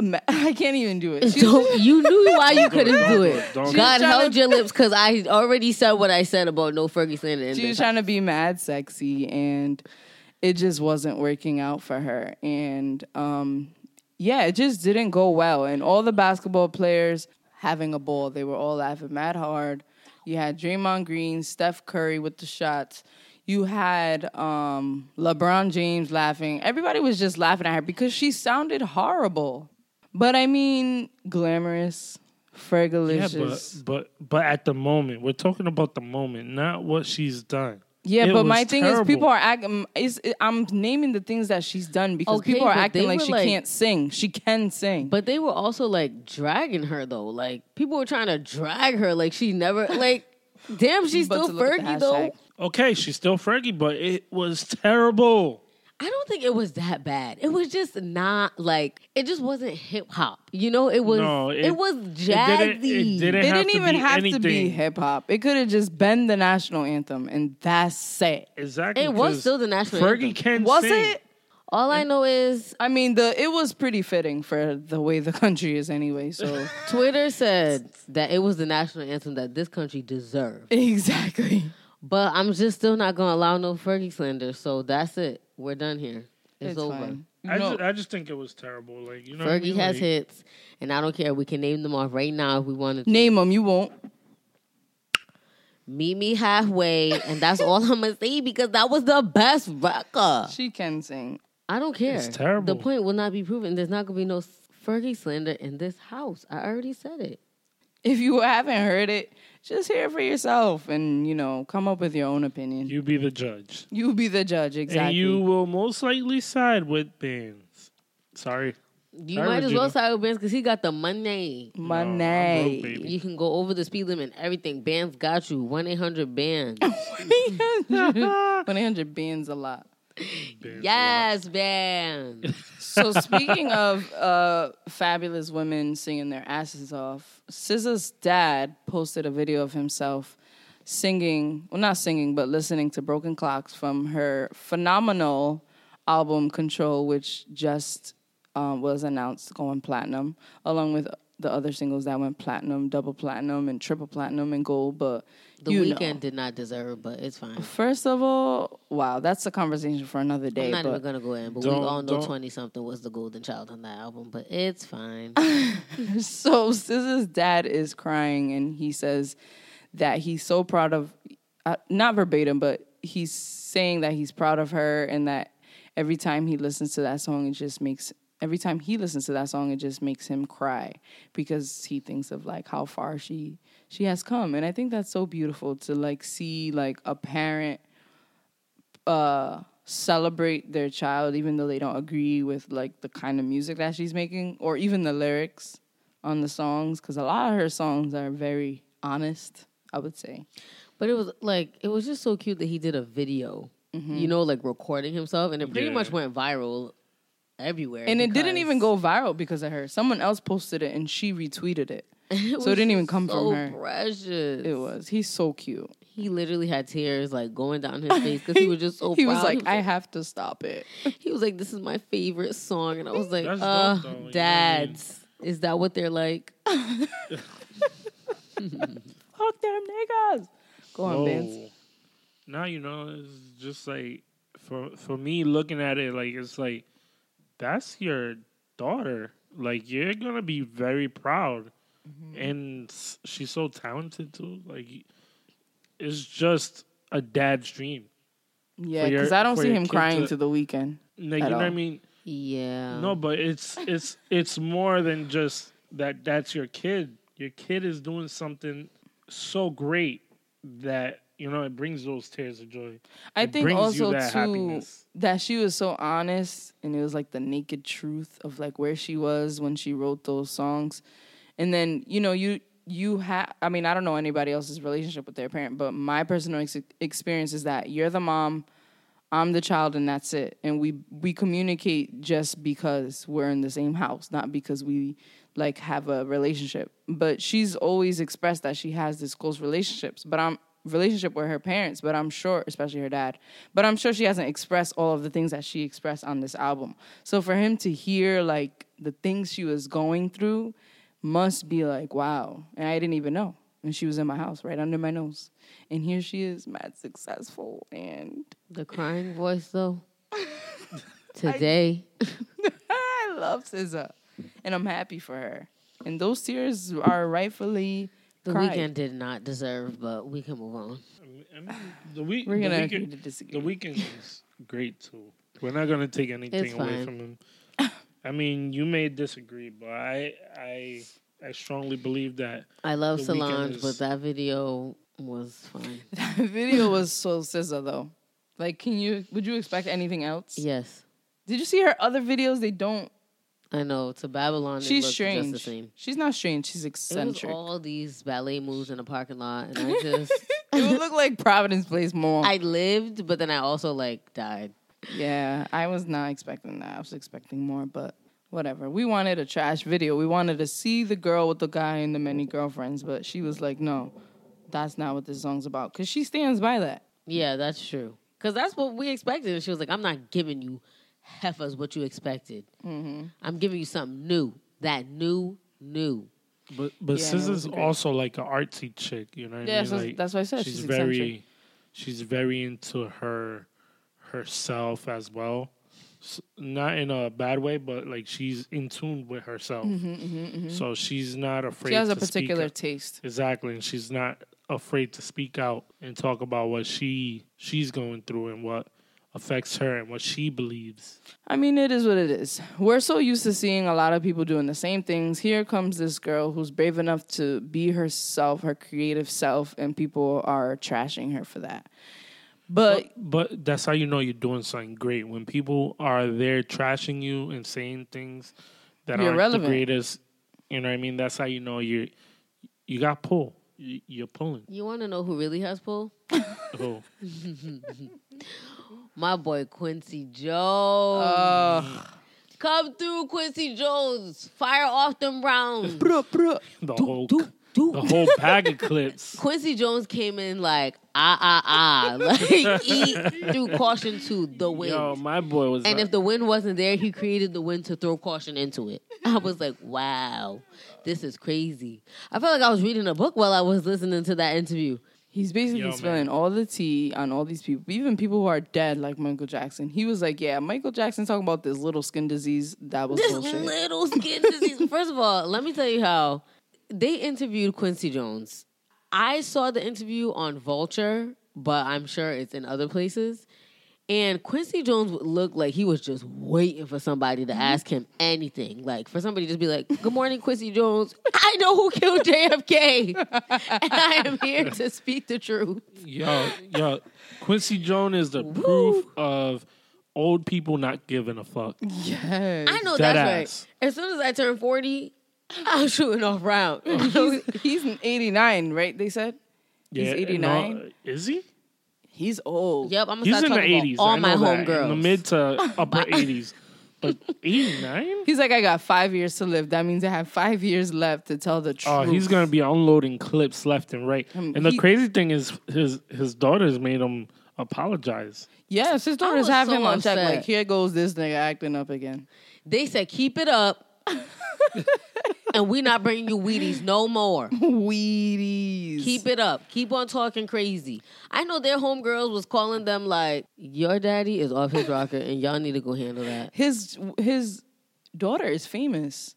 [SPEAKER 2] Ma- I can't even do it. She was-
[SPEAKER 4] Don't, you knew why you couldn't do it.
[SPEAKER 3] Don't do
[SPEAKER 4] God
[SPEAKER 2] She's
[SPEAKER 3] it.
[SPEAKER 2] trying
[SPEAKER 4] held
[SPEAKER 2] to-
[SPEAKER 4] your lips because I already said what I said about no Fergie saying it.
[SPEAKER 2] she was trying to be mad sexy and it just wasn't working out for her and um yeah it just didn't go well and all the basketball players having a ball they were all laughing mad hard you had Draymond Green Steph Curry with the shots you had um LeBron James laughing everybody was just laughing at her because she sounded horrible but i mean glamorous
[SPEAKER 3] Yeah,
[SPEAKER 2] fergalicious
[SPEAKER 3] but, but but at the moment, we're talking about the moment, not what she's done.
[SPEAKER 2] Yeah,
[SPEAKER 3] It
[SPEAKER 2] but
[SPEAKER 3] was
[SPEAKER 2] my thing
[SPEAKER 3] terrible.
[SPEAKER 2] is, people are acting. mm, Is I'm naming the things that she's done because
[SPEAKER 4] Okay,
[SPEAKER 2] people are
[SPEAKER 4] but they
[SPEAKER 2] acting like
[SPEAKER 4] were
[SPEAKER 2] she
[SPEAKER 4] like-
[SPEAKER 2] can't sing. She can sing.
[SPEAKER 4] But they were also like dragging her though. Like people were trying to drag her. Like she never like damn she's
[SPEAKER 2] But
[SPEAKER 4] still
[SPEAKER 2] to look at the
[SPEAKER 4] Fergie
[SPEAKER 2] hashtag.
[SPEAKER 4] though.
[SPEAKER 3] okay. She's still Fergie, but it was terrible.
[SPEAKER 4] I don't think it was that bad. It was just not like it just wasn't hip hop. You know, it was
[SPEAKER 3] No,
[SPEAKER 4] it,
[SPEAKER 3] it-
[SPEAKER 4] was
[SPEAKER 3] it
[SPEAKER 4] jazzy.
[SPEAKER 3] didn't- it didn't-
[SPEAKER 2] it
[SPEAKER 3] have
[SPEAKER 2] didn't
[SPEAKER 3] to
[SPEAKER 2] even
[SPEAKER 3] be
[SPEAKER 2] have to be
[SPEAKER 3] anything.
[SPEAKER 2] hip hop. It could have just been the national anthem, and that's it.
[SPEAKER 3] Exactly.
[SPEAKER 4] It was
[SPEAKER 3] 'cause
[SPEAKER 4] still the national
[SPEAKER 3] Fergie
[SPEAKER 4] anthem.
[SPEAKER 3] can
[SPEAKER 2] Was
[SPEAKER 3] sing.
[SPEAKER 2] it?
[SPEAKER 4] All I know is
[SPEAKER 2] I mean, the it was pretty fitting for the way the country is anyway. So
[SPEAKER 4] Twitter said that it was the national anthem that this country deserved.
[SPEAKER 2] exactly,
[SPEAKER 4] But I'm just still not gonna allow no Fergie slander. So that's it. We're done here. It's,
[SPEAKER 2] it's
[SPEAKER 4] over.
[SPEAKER 2] fine.
[SPEAKER 3] I,
[SPEAKER 2] No.
[SPEAKER 3] just, I just think it was terrible. Like you know, what I
[SPEAKER 4] Fergie
[SPEAKER 3] mean?
[SPEAKER 4] has
[SPEAKER 3] Like,
[SPEAKER 4] hits, and I don't care. We can name them off right now if we wanted to.
[SPEAKER 2] Name them. You won't.
[SPEAKER 4] Meet me halfway, and that's all I'm gonna say because that was the best record.
[SPEAKER 2] She can sing.
[SPEAKER 4] I don't care.
[SPEAKER 3] It's terrible.
[SPEAKER 4] The point will not be proven. There's not gonna be no Fergie slander in this house. I already said it.
[SPEAKER 2] If you haven't heard it, just hear it for yourself, and you know, come up with your own opinion. You,
[SPEAKER 3] You be the judge,
[SPEAKER 2] be the judge. Exactly.
[SPEAKER 3] and you will most likely side with bands. Sorry,
[SPEAKER 4] You
[SPEAKER 3] I
[SPEAKER 4] might as
[SPEAKER 3] already
[SPEAKER 4] well
[SPEAKER 3] know.
[SPEAKER 4] side with Benz because he got the money.
[SPEAKER 2] Money.
[SPEAKER 3] I'm broke, baby.
[SPEAKER 4] You can go over the speed limit, everything. Bands got you. One eight hundred bands.
[SPEAKER 2] 100 beans a lot.
[SPEAKER 3] Bands.
[SPEAKER 4] yes, bands.
[SPEAKER 2] So speaking of uh, fabulous women singing their asses off, SZA's dad posted a video of himself singing, well not singing, but listening to Broken Clocks from her phenomenal album Control, which just um, was announced going platinum, along with the other singles that went platinum, double platinum, and triple platinum and gold. But
[SPEAKER 4] The
[SPEAKER 2] you know.
[SPEAKER 4] weekend did not deserve, but it's fine.
[SPEAKER 2] First of all, wow, that's a conversation for another day.
[SPEAKER 4] I'm not
[SPEAKER 2] but
[SPEAKER 4] even gonna go in, but we
[SPEAKER 3] Don't-
[SPEAKER 4] all know
[SPEAKER 3] don't-
[SPEAKER 4] twenty something was the golden child on that album, but it's fine.
[SPEAKER 2] so SZA's dad is crying and he says that he's so proud of uh, not verbatim but he's saying that he's proud of her and that every time he listens to that song it just makes every time he listens to that song it just makes him cry because he thinks of like how far she she has come and i think that's so beautiful to like see like a parent uh celebrate their child even though they don't agree with like the kind of music that she's making or even the lyrics on the songs cuz a lot of her songs are very honest i would say
[SPEAKER 4] But it was like it was just so cute that he did a video,
[SPEAKER 2] Mm-hmm.
[SPEAKER 4] you know, like recording himself, and it pretty
[SPEAKER 3] Yeah.
[SPEAKER 4] much went viral everywhere.
[SPEAKER 2] and it didn't
[SPEAKER 4] because
[SPEAKER 2] even go viral because of her someone else posted it and she retweeted it,
[SPEAKER 4] It
[SPEAKER 2] so it didn't even
[SPEAKER 4] was
[SPEAKER 2] come
[SPEAKER 4] so
[SPEAKER 2] from her
[SPEAKER 4] Precious.
[SPEAKER 2] it was he's so cute
[SPEAKER 4] He literally had tears like going down his face because he was just so
[SPEAKER 2] he
[SPEAKER 4] proud.
[SPEAKER 2] was like, I have to stop it.
[SPEAKER 4] he was like, this is my favorite song, and I was like,
[SPEAKER 3] That's dope,
[SPEAKER 4] uh,
[SPEAKER 3] though, you know what I
[SPEAKER 4] dads, is that what they're like?
[SPEAKER 2] Fuck them niggas. Go on, Vince.
[SPEAKER 3] Whoa. Now you know it's just like for for me looking at it like it's like that's your daughter. Like you're gonna be very proud,
[SPEAKER 2] Mm-hmm.
[SPEAKER 3] and s- she's so talented too. Like it's just a dad's dream.
[SPEAKER 2] Yeah,
[SPEAKER 3] For your-
[SPEAKER 2] because I don't
[SPEAKER 3] for
[SPEAKER 2] see
[SPEAKER 3] your
[SPEAKER 2] him
[SPEAKER 3] kid
[SPEAKER 2] crying
[SPEAKER 3] to-
[SPEAKER 2] to the weekend.
[SPEAKER 3] Like
[SPEAKER 2] At
[SPEAKER 3] you know what I
[SPEAKER 2] all.
[SPEAKER 3] mean?
[SPEAKER 2] Um,
[SPEAKER 4] Yeah.
[SPEAKER 3] No, but it's it's it's more than just that. That's your kid. Your kid is doing something so great that you know it brings those tears of joy.
[SPEAKER 2] I
[SPEAKER 3] It
[SPEAKER 2] think
[SPEAKER 3] brings you
[SPEAKER 2] also
[SPEAKER 3] that
[SPEAKER 2] too
[SPEAKER 3] happiness.
[SPEAKER 2] that she was so honest and it was like the naked truth of like where she was when she wrote those songs. And then, you know, you you have I mean, I don't know anybody else's relationship with their parent, but my personal ex- experience is that you're the mom, I'm the child and that's it. And we we communicate just because we're in the same house, not because we like have a relationship. But she's always expressed that she has this close relationships, but I'm relationship with her parents, but I'm sure, especially her dad, but I'm sure she hasn't expressed all of the things that she expressed on this album. So for him to hear like the things she was going through must be like, wow. And I didn't even know. And she was in my house right under my nose. And here she is, mad successful and
[SPEAKER 4] The crying voice though. Today.
[SPEAKER 2] I love SZA, and I'm happy for her. And those tears are rightfully
[SPEAKER 4] The
[SPEAKER 2] cried.
[SPEAKER 4] weekend did not deserve, but we can move on.
[SPEAKER 3] I mean, the week,
[SPEAKER 2] We're gonna
[SPEAKER 3] the
[SPEAKER 2] agree
[SPEAKER 3] weekend,
[SPEAKER 2] to disagree.
[SPEAKER 3] the weekend is great too. We're not gonna take anything
[SPEAKER 4] It's
[SPEAKER 3] away
[SPEAKER 4] fine.
[SPEAKER 3] from him. I mean, you may disagree, but I, I, I strongly believe that
[SPEAKER 4] I love
[SPEAKER 3] The Weeknd
[SPEAKER 4] Solange,
[SPEAKER 3] is-
[SPEAKER 4] but that video was fine.
[SPEAKER 2] that video was so SZA though. Like, can you? Would you expect anything else?
[SPEAKER 4] Yes.
[SPEAKER 2] Did you see her other videos? They don't.
[SPEAKER 4] I know. To Babylon, it
[SPEAKER 2] She's
[SPEAKER 4] looked just
[SPEAKER 2] strange.
[SPEAKER 4] the same.
[SPEAKER 2] She's not strange. She's
[SPEAKER 4] It
[SPEAKER 2] eccentric.
[SPEAKER 4] was all these ballet moves in the parking lot, and I just,
[SPEAKER 2] it would look like Providence Place Mall.
[SPEAKER 4] I lived, but then I also like died.
[SPEAKER 2] yeah, I was not expecting that. I was expecting more, but whatever. We wanted a trash video. We wanted to see the girl with the guy and the many girlfriends, but she was like, no, that's not what this song's about. Because she stands by that.
[SPEAKER 4] Yeah, that's true. Cause that's what we expected. And she was like, "I'm not giving you heifers what you expected.
[SPEAKER 2] Mm-hmm.
[SPEAKER 4] I'm giving you something new. That new, new.
[SPEAKER 3] But but
[SPEAKER 2] Yeah, it
[SPEAKER 3] SZA's
[SPEAKER 2] wasn't great.
[SPEAKER 3] also like an artsy chick, you know what
[SPEAKER 2] Yeah,
[SPEAKER 3] I mean?
[SPEAKER 2] so
[SPEAKER 3] Like,
[SPEAKER 2] that's what I said, she's eccentric.
[SPEAKER 3] very she's very into her herself as well. S not in a bad way, but like she's in tune with herself. So she's not
[SPEAKER 2] Mm-hmm,
[SPEAKER 3] afraid.
[SPEAKER 2] She has a
[SPEAKER 3] to speak
[SPEAKER 2] particular
[SPEAKER 3] up.
[SPEAKER 2] taste.
[SPEAKER 3] exactly, and she's not afraid to speak out and talk about what she she's going through and what affects her and what she believes.
[SPEAKER 2] I mean, it is what it is. We're so used to seeing a lot of people doing the same things. Here comes this girl who's brave enough to be herself, her creative self, and people are trashing her for that. But
[SPEAKER 3] But that's how you know you're doing something great when people are there trashing you and saying things that
[SPEAKER 2] You're
[SPEAKER 3] aren't
[SPEAKER 2] relevant.
[SPEAKER 3] the greatest. You know what I mean? That's how you know you you got pull. You, you're pulling.
[SPEAKER 4] You want to know who really has pull?
[SPEAKER 3] Oh,
[SPEAKER 4] My boy Quincy Jones.
[SPEAKER 2] Uh.
[SPEAKER 4] Come through, Quincy Jones. Fire off them rounds.
[SPEAKER 3] the whole
[SPEAKER 4] do, do.
[SPEAKER 3] the whole bag of clips.
[SPEAKER 4] Quincy Jones came in like ah ah ah, like eat through caution to the wind.
[SPEAKER 3] Yo, my boy was.
[SPEAKER 4] and
[SPEAKER 3] like-
[SPEAKER 4] if the wind wasn't there, he created the wind to throw caution into it. I was like, wow, this is crazy. I felt like I was reading a book while I was listening to that interview.
[SPEAKER 2] He's basically
[SPEAKER 3] Yo, man.
[SPEAKER 2] spilling all the tea on all these people, even people who are dead, like Michael Jackson. He was like, "Yeah, Michael Jackson talking about this little skin disease that was
[SPEAKER 4] This
[SPEAKER 2] bullshit."
[SPEAKER 4] little skin disease. First of all, let me tell you how they interviewed Quincy Jones. I saw the interview on Vulture, but I'm sure it's in other places. And Quincy Jones would look like he was just waiting for somebody
[SPEAKER 2] Mm-hmm.
[SPEAKER 4] to ask him anything. Like for somebody to just be like, Good morning, Quincy Jones. I know who killed JFK. and I am here to speak the truth.
[SPEAKER 3] yo yo, Quincy Jones is the proof of old people not giving a fuck.
[SPEAKER 2] Yes.
[SPEAKER 4] I know
[SPEAKER 3] Dead
[SPEAKER 4] that's
[SPEAKER 3] ass.
[SPEAKER 4] right. As soon as I turn 40, I'm shooting off round.
[SPEAKER 2] Oh, he's, he's an 89, right? They said he's
[SPEAKER 3] Yeah, no,
[SPEAKER 2] 89.
[SPEAKER 3] is he?
[SPEAKER 2] He's old.
[SPEAKER 4] Yep, I'm gonna
[SPEAKER 3] He's
[SPEAKER 4] start
[SPEAKER 3] in the
[SPEAKER 4] talking about
[SPEAKER 3] eighties.
[SPEAKER 4] all
[SPEAKER 3] I
[SPEAKER 4] my
[SPEAKER 3] know that, in
[SPEAKER 4] homegirls.
[SPEAKER 3] the mid to upper eighties. But 89?
[SPEAKER 2] He's like, I got five years to live. That means I have five years left to tell the truth.
[SPEAKER 3] Oh, he's gonna be unloading clips left and right.
[SPEAKER 2] Um,
[SPEAKER 3] and the
[SPEAKER 2] he-
[SPEAKER 3] crazy thing is, his his daughters made him apologize.
[SPEAKER 2] Yes, his daughters
[SPEAKER 4] was
[SPEAKER 2] have
[SPEAKER 4] so
[SPEAKER 2] him on check.
[SPEAKER 4] upset.
[SPEAKER 2] Like, here goes this nigga acting up again.
[SPEAKER 4] They said, keep it up. and we not bringing you Wheaties no more.
[SPEAKER 2] Wheaties.
[SPEAKER 4] Keep it up. Keep on talking crazy. I know their homegirls was calling them like, your daddy is off his rocker and y'all need to go handle that.
[SPEAKER 2] his his daughter is famous.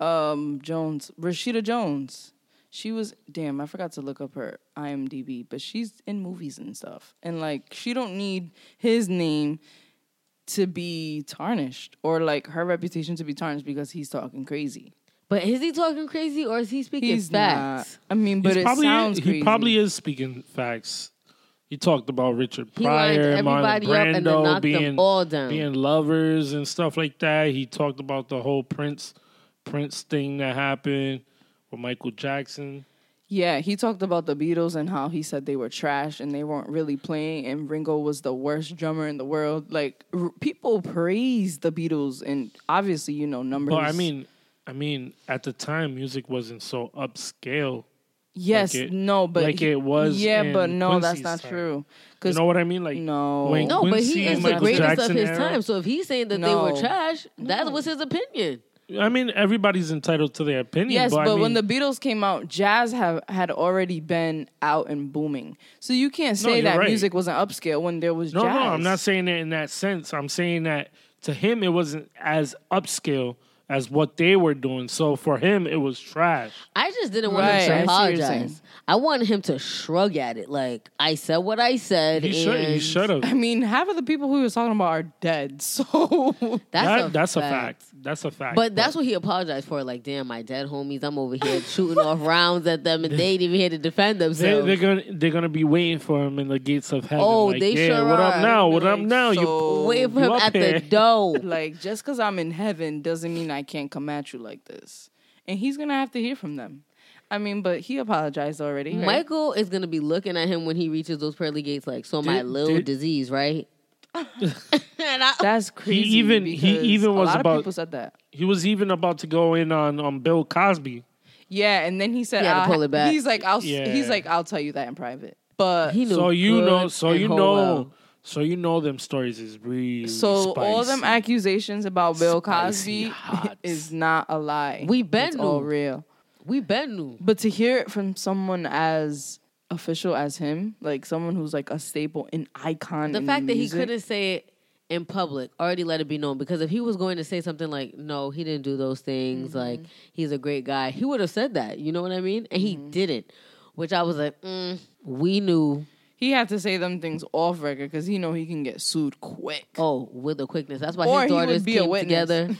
[SPEAKER 2] Um, Jones, Rashida Jones. She was damn. I forgot to look up her IMDb, but she's in movies and stuff. And like, she don't need his name to be tarnished or like her reputation to be tarnished because he's talking crazy.
[SPEAKER 4] But is he talking crazy or is he speaking
[SPEAKER 2] He's
[SPEAKER 4] facts?
[SPEAKER 2] not. I mean, but
[SPEAKER 3] He's
[SPEAKER 2] it
[SPEAKER 3] probably,
[SPEAKER 2] sounds
[SPEAKER 3] he
[SPEAKER 2] crazy.
[SPEAKER 3] probably is speaking facts. He talked about Richard
[SPEAKER 4] He lined
[SPEAKER 3] Pryor, Marlon
[SPEAKER 4] everybody up and then knocked
[SPEAKER 3] Brando
[SPEAKER 4] them
[SPEAKER 3] being
[SPEAKER 4] all down.
[SPEAKER 3] being lovers and stuff like that. He talked about the whole Prince Prince thing that happened with Michael Jackson.
[SPEAKER 2] Yeah, he talked about the Beatles and how he said they were trash and they weren't really playing, and Ringo was the worst drummer in the world. Like r- people praise the Beatles, and obviously, you know numbers.
[SPEAKER 3] But I mean, I mean, at the time, music wasn't so upscale.
[SPEAKER 2] yes,
[SPEAKER 3] like it-
[SPEAKER 2] no, but
[SPEAKER 3] like it was
[SPEAKER 2] Yeah,
[SPEAKER 3] in
[SPEAKER 2] but no, that's
[SPEAKER 3] Quincy's
[SPEAKER 2] not
[SPEAKER 3] time.
[SPEAKER 2] true.
[SPEAKER 3] You
[SPEAKER 2] Because
[SPEAKER 3] know what I mean? Like
[SPEAKER 2] No.
[SPEAKER 3] when
[SPEAKER 4] No, but
[SPEAKER 3] Quincy
[SPEAKER 4] he
[SPEAKER 3] and
[SPEAKER 4] is the
[SPEAKER 3] Michael
[SPEAKER 4] greatest
[SPEAKER 3] Jackson
[SPEAKER 4] of his
[SPEAKER 3] era-
[SPEAKER 4] time. So if he's saying that they
[SPEAKER 2] No.
[SPEAKER 4] were trash, that was his opinion.
[SPEAKER 3] I mean, everybody's entitled to their opinion.
[SPEAKER 2] yes,
[SPEAKER 3] but,
[SPEAKER 2] but,
[SPEAKER 3] I mean,
[SPEAKER 2] when the Beatles came out, jazz have had already been out and booming, so you can't say
[SPEAKER 3] you're
[SPEAKER 2] that
[SPEAKER 3] right.
[SPEAKER 2] music wasn't upscale when there was
[SPEAKER 3] no,
[SPEAKER 2] jazz.
[SPEAKER 3] no, I'm not saying that in that sense. I'm saying that to him, it wasn't as upscale as what they were doing. So for him, it was trash.
[SPEAKER 4] I just didn't want
[SPEAKER 2] Right,
[SPEAKER 4] him
[SPEAKER 2] I
[SPEAKER 4] to
[SPEAKER 2] see what you're saying.
[SPEAKER 4] apologize. I wanted him to shrug at it. Like, I said what I said.
[SPEAKER 3] He should, he
[SPEAKER 4] and
[SPEAKER 3] should have.
[SPEAKER 2] I mean, half of the people who he was talking about are dead, so
[SPEAKER 4] That's,
[SPEAKER 3] That-
[SPEAKER 4] a,
[SPEAKER 3] that's
[SPEAKER 4] fact.
[SPEAKER 3] a fact. That's a fact.
[SPEAKER 4] But that's what he apologized for. Like, damn, my dead homies, I'm over here shooting off rounds at them and they ain't even here to defend
[SPEAKER 3] they,
[SPEAKER 4] themselves.
[SPEAKER 3] they're gonna they're gonna be waiting for him in the gates of heaven.
[SPEAKER 4] Oh,
[SPEAKER 3] like,
[SPEAKER 4] they
[SPEAKER 3] yeah,
[SPEAKER 4] sure
[SPEAKER 3] What up
[SPEAKER 4] are.
[SPEAKER 2] They'll
[SPEAKER 3] now?
[SPEAKER 2] be
[SPEAKER 3] What up
[SPEAKER 2] like,
[SPEAKER 3] now?
[SPEAKER 2] "So-
[SPEAKER 3] You
[SPEAKER 4] Waiting for
[SPEAKER 3] you
[SPEAKER 4] him
[SPEAKER 3] up
[SPEAKER 4] at the
[SPEAKER 3] here."
[SPEAKER 4] door.
[SPEAKER 2] like just because I'm in heaven doesn't mean I can't come at you like this. And he's gonna have to hear from them. I mean, but he apologized already. right?
[SPEAKER 4] Michael is gonna be looking at him when he reaches those pearly gates, like, so my
[SPEAKER 3] Did-
[SPEAKER 4] little
[SPEAKER 3] did-
[SPEAKER 4] disease, right? and I,
[SPEAKER 2] that's crazy.
[SPEAKER 3] even- he
[SPEAKER 2] because
[SPEAKER 3] even was
[SPEAKER 2] a lot
[SPEAKER 3] about-
[SPEAKER 2] of people said that.
[SPEAKER 3] he was even about to go in on on Bill Cosby.
[SPEAKER 2] Yeah, and then he said,
[SPEAKER 4] He had to
[SPEAKER 2] I'll
[SPEAKER 4] pull it back.
[SPEAKER 2] He's like, I'll. s-
[SPEAKER 3] Yeah.
[SPEAKER 2] He's like, I'll tell you that in private. But
[SPEAKER 4] he knew
[SPEAKER 3] So you
[SPEAKER 4] good
[SPEAKER 3] know, so
[SPEAKER 4] and
[SPEAKER 3] you know,
[SPEAKER 4] whole well.
[SPEAKER 3] so you know them stories is really
[SPEAKER 2] so all them
[SPEAKER 3] spicy.
[SPEAKER 2] accusations about Bill
[SPEAKER 3] Spicy
[SPEAKER 2] Cosby
[SPEAKER 3] hot.
[SPEAKER 2] is not a lie.
[SPEAKER 4] We been
[SPEAKER 2] it's all
[SPEAKER 4] knew.
[SPEAKER 2] real.
[SPEAKER 4] we been knew.
[SPEAKER 2] But to hear it from someone as official as him, like someone who's like a staple, an icon.
[SPEAKER 4] The
[SPEAKER 2] in
[SPEAKER 4] fact that he
[SPEAKER 2] music,
[SPEAKER 4] couldn't say it in public already let it be known because if he was going to say something like, no, he didn't do those things,
[SPEAKER 2] Mm-hmm.
[SPEAKER 4] like, he's a great guy, he would have said that. You know what I mean? And he
[SPEAKER 2] Mm-hmm.
[SPEAKER 4] didn't, which I was like, mm, we knew.
[SPEAKER 2] He had to say them things off record because he know he can get sued quick.
[SPEAKER 4] Oh, with a quickness. That's why
[SPEAKER 2] Or
[SPEAKER 4] his
[SPEAKER 2] he would
[SPEAKER 4] daughters
[SPEAKER 2] be a
[SPEAKER 4] came
[SPEAKER 2] witness.
[SPEAKER 4] together.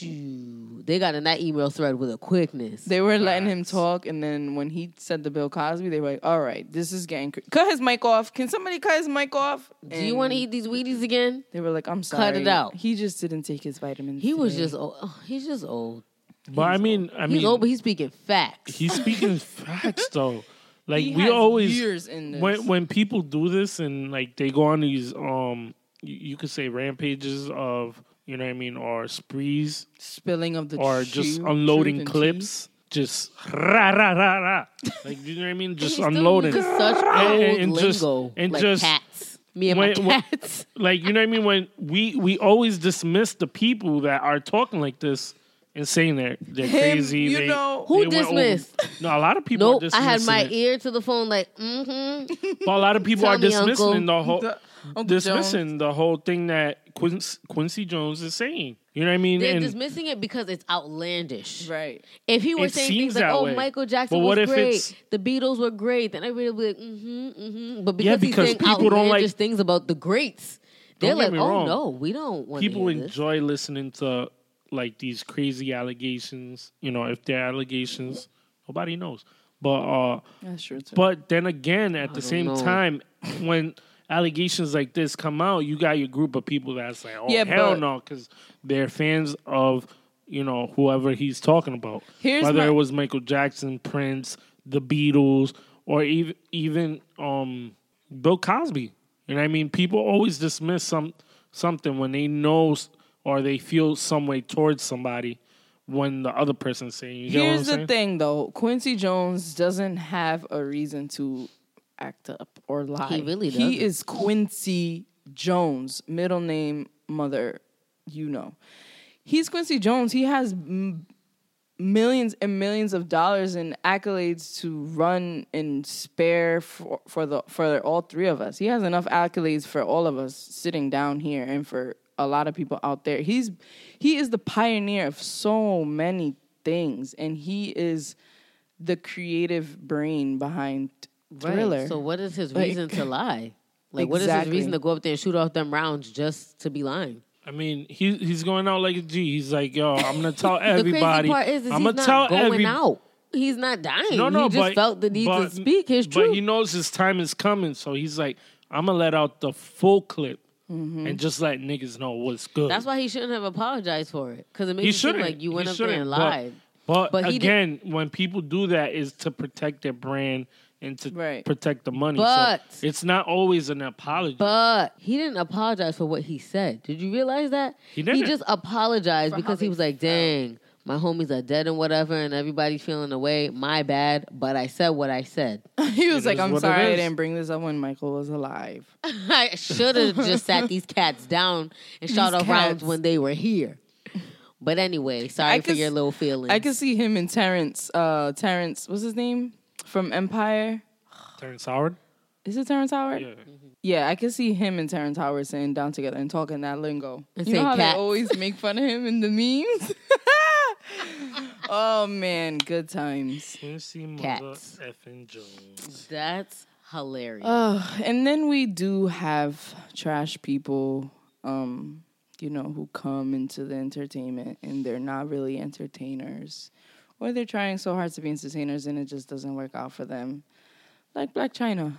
[SPEAKER 4] Chew. They got in that email thread with a quickness.
[SPEAKER 2] They were letting him talk, and then when he said the Bill Cosby, they were like, "All right, this is getting cr- cut his mic off. Can somebody cut his mic off?"
[SPEAKER 4] Do you want to eat these Wheaties again?
[SPEAKER 2] They were like, "I'm sorry,
[SPEAKER 4] Cut it out.
[SPEAKER 2] He just didn't take his vitamins.
[SPEAKER 4] He was
[SPEAKER 2] today.
[SPEAKER 4] just old. Oh, he's just old.
[SPEAKER 3] But I mean, I
[SPEAKER 4] He's
[SPEAKER 3] mean,
[SPEAKER 4] old, but he's speaking facts.
[SPEAKER 3] he's speaking facts though. Like
[SPEAKER 2] He
[SPEAKER 3] we
[SPEAKER 2] has
[SPEAKER 3] always
[SPEAKER 2] years in this.
[SPEAKER 3] when when people do this and like they go on these um you, you could say rampages of you know what I mean or sprees
[SPEAKER 2] spilling of the
[SPEAKER 3] or
[SPEAKER 2] tru-
[SPEAKER 3] just
[SPEAKER 2] truth
[SPEAKER 3] unloading
[SPEAKER 2] and
[SPEAKER 3] clips just rah rah rah rah like you know what I mean just
[SPEAKER 4] He still
[SPEAKER 3] unloading
[SPEAKER 4] uses Such old
[SPEAKER 3] And- and- and just-
[SPEAKER 4] lingo.
[SPEAKER 3] and
[SPEAKER 4] like
[SPEAKER 3] just-
[SPEAKER 4] cats. Me and
[SPEAKER 3] When-
[SPEAKER 4] my
[SPEAKER 3] when-
[SPEAKER 4] cats.
[SPEAKER 3] like you know what I mean when we we always dismiss the people that are talking like this and saying they're they're
[SPEAKER 2] Him,
[SPEAKER 3] crazy.
[SPEAKER 2] you
[SPEAKER 3] they-
[SPEAKER 2] know.
[SPEAKER 3] they
[SPEAKER 4] Who
[SPEAKER 3] went over-
[SPEAKER 4] dismissed?
[SPEAKER 3] No, a lot of people.
[SPEAKER 4] Nope.
[SPEAKER 3] are
[SPEAKER 4] I had my
[SPEAKER 3] dismissing it.
[SPEAKER 4] ear to the phone, like, mm hmm.
[SPEAKER 3] But a lot of people
[SPEAKER 4] Tell
[SPEAKER 3] are
[SPEAKER 4] me,
[SPEAKER 3] dismissing
[SPEAKER 4] Uncle.
[SPEAKER 3] the whole
[SPEAKER 2] The- Uncle
[SPEAKER 3] dismissing the whole thing that Quincy, Quincy Jones is saying. You know what I mean?
[SPEAKER 4] They're
[SPEAKER 3] And
[SPEAKER 4] dismissing it because it's outlandish.
[SPEAKER 2] Right.
[SPEAKER 4] If he were
[SPEAKER 3] It
[SPEAKER 4] saying
[SPEAKER 3] seems
[SPEAKER 4] things like,
[SPEAKER 3] that
[SPEAKER 4] "Oh,
[SPEAKER 3] way.
[SPEAKER 4] Michael Jackson
[SPEAKER 3] But what
[SPEAKER 4] was
[SPEAKER 3] if
[SPEAKER 4] great,
[SPEAKER 3] it's-
[SPEAKER 4] the Beatles were great," then everybody would be like, "Mm-hmm, mm-hmm." But because,
[SPEAKER 3] Yeah,
[SPEAKER 4] he's
[SPEAKER 3] because
[SPEAKER 4] saying
[SPEAKER 3] people don't like-
[SPEAKER 4] outlandish things about the greats, they're
[SPEAKER 3] Don't get
[SPEAKER 4] like,
[SPEAKER 3] me
[SPEAKER 4] "Oh
[SPEAKER 3] wrong.
[SPEAKER 4] no, we don't want
[SPEAKER 3] people
[SPEAKER 4] to hear this."
[SPEAKER 3] enjoy listening to like these crazy allegations. You know, if they're allegations, nobody knows. But uh,
[SPEAKER 2] That's true. Too.
[SPEAKER 3] But then again, at the same
[SPEAKER 4] know.
[SPEAKER 3] time, when allegations like this come out, you got your group of people that's like, oh,
[SPEAKER 2] Yeah,
[SPEAKER 3] hell
[SPEAKER 2] but-
[SPEAKER 3] no, because they're fans of, you know, whoever he's talking about.
[SPEAKER 2] Here's
[SPEAKER 3] Whether
[SPEAKER 2] my-
[SPEAKER 3] it was Michael Jackson, Prince, the Beatles, or even, even um, Bill Cosby. You know what I mean? People always dismiss some something when they know s- or they feel some way towards somebody when the other person's saying. You get what I'm
[SPEAKER 2] Here's the
[SPEAKER 3] saying?
[SPEAKER 2] thing, though. Quincy Jones doesn't have a reason to act up or lie.
[SPEAKER 4] He really
[SPEAKER 2] He
[SPEAKER 4] doesn't.
[SPEAKER 2] is Quincy Jones, middle name, mother, you know. He's Quincy Jones. He has m- millions and millions of dollars in accolades to run and spare for, for the for all three of us. He has enough accolades for all of us sitting down here and for a lot of people out there. He's he is the pioneer of so many things and he is the creative brain behind Thriller.
[SPEAKER 4] So what is his
[SPEAKER 2] Like-
[SPEAKER 4] reason to lie? Like what is his
[SPEAKER 2] Exactly.
[SPEAKER 4] reason to go up there and shoot off them rounds just to be lying?
[SPEAKER 3] I mean, he he's going out like a G. He's like, yo, I'm gonna tell
[SPEAKER 4] the crazy
[SPEAKER 3] everybody.
[SPEAKER 4] part is, is
[SPEAKER 3] I'm
[SPEAKER 4] he's
[SPEAKER 3] gonna
[SPEAKER 4] not
[SPEAKER 3] tell
[SPEAKER 4] going
[SPEAKER 3] every-
[SPEAKER 4] out. He's not dying.
[SPEAKER 3] No, no,
[SPEAKER 4] he just
[SPEAKER 3] but
[SPEAKER 4] felt the need
[SPEAKER 3] but-
[SPEAKER 4] to speak his
[SPEAKER 3] But
[SPEAKER 4] truth.
[SPEAKER 3] he knows his time is coming, so he's like, I'm gonna let out the full clip and just let niggas know what's good.
[SPEAKER 4] Mm-hmm. That's why he shouldn't have apologized for it because it
[SPEAKER 3] he
[SPEAKER 4] makes you
[SPEAKER 3] shouldn't.
[SPEAKER 4] seem like you went
[SPEAKER 3] He
[SPEAKER 4] up there and
[SPEAKER 3] shouldn't, but-
[SPEAKER 4] lied.
[SPEAKER 3] But,
[SPEAKER 4] But he did-
[SPEAKER 3] again, when people do that, is to protect their brand and to
[SPEAKER 2] Right.
[SPEAKER 3] protect the money. So
[SPEAKER 4] But-
[SPEAKER 3] it's not always an apology.
[SPEAKER 4] But he didn't apologize for what he said. Did you realize that?
[SPEAKER 3] He didn't.
[SPEAKER 4] He just apologized
[SPEAKER 2] For how
[SPEAKER 4] because
[SPEAKER 2] they
[SPEAKER 4] he was like,
[SPEAKER 2] felt.
[SPEAKER 4] dang, my homies are dead and whatever, and everybody's feeling away. My bad, but I said what I said.
[SPEAKER 2] he was
[SPEAKER 3] It
[SPEAKER 2] like,
[SPEAKER 3] is
[SPEAKER 2] I'm
[SPEAKER 3] what it
[SPEAKER 2] sorry I
[SPEAKER 3] is.
[SPEAKER 2] didn't bring this up when Michael was alive.
[SPEAKER 4] I should have just sat these cats down and shot
[SPEAKER 2] These
[SPEAKER 4] off rounds
[SPEAKER 2] cats.
[SPEAKER 4] when they were here. But anyway, sorry
[SPEAKER 2] I
[SPEAKER 4] for
[SPEAKER 2] could
[SPEAKER 4] your
[SPEAKER 2] s-
[SPEAKER 4] little feelings.
[SPEAKER 2] I could see him and Terrence, uh Terrence, what's his name? From Empire.
[SPEAKER 3] Terrence Howard.
[SPEAKER 2] Is it Terrence Howard?
[SPEAKER 3] Yeah.
[SPEAKER 2] Yeah, I can see him and Terrence Howard sitting down together and talking that lingo.
[SPEAKER 4] And
[SPEAKER 2] you know
[SPEAKER 4] saying
[SPEAKER 2] how
[SPEAKER 4] cats.
[SPEAKER 2] they always make fun of him in the memes? oh man, good times.
[SPEAKER 3] Quincy Mother
[SPEAKER 4] Cats.
[SPEAKER 3] effing Jones.
[SPEAKER 4] That's hilarious.
[SPEAKER 2] Ugh, and then we do have trash people, um, you know, who come into the entertainment and they're not really entertainers. Or they're trying so hard to be entertainers and it just doesn't work out for them. Like Black China,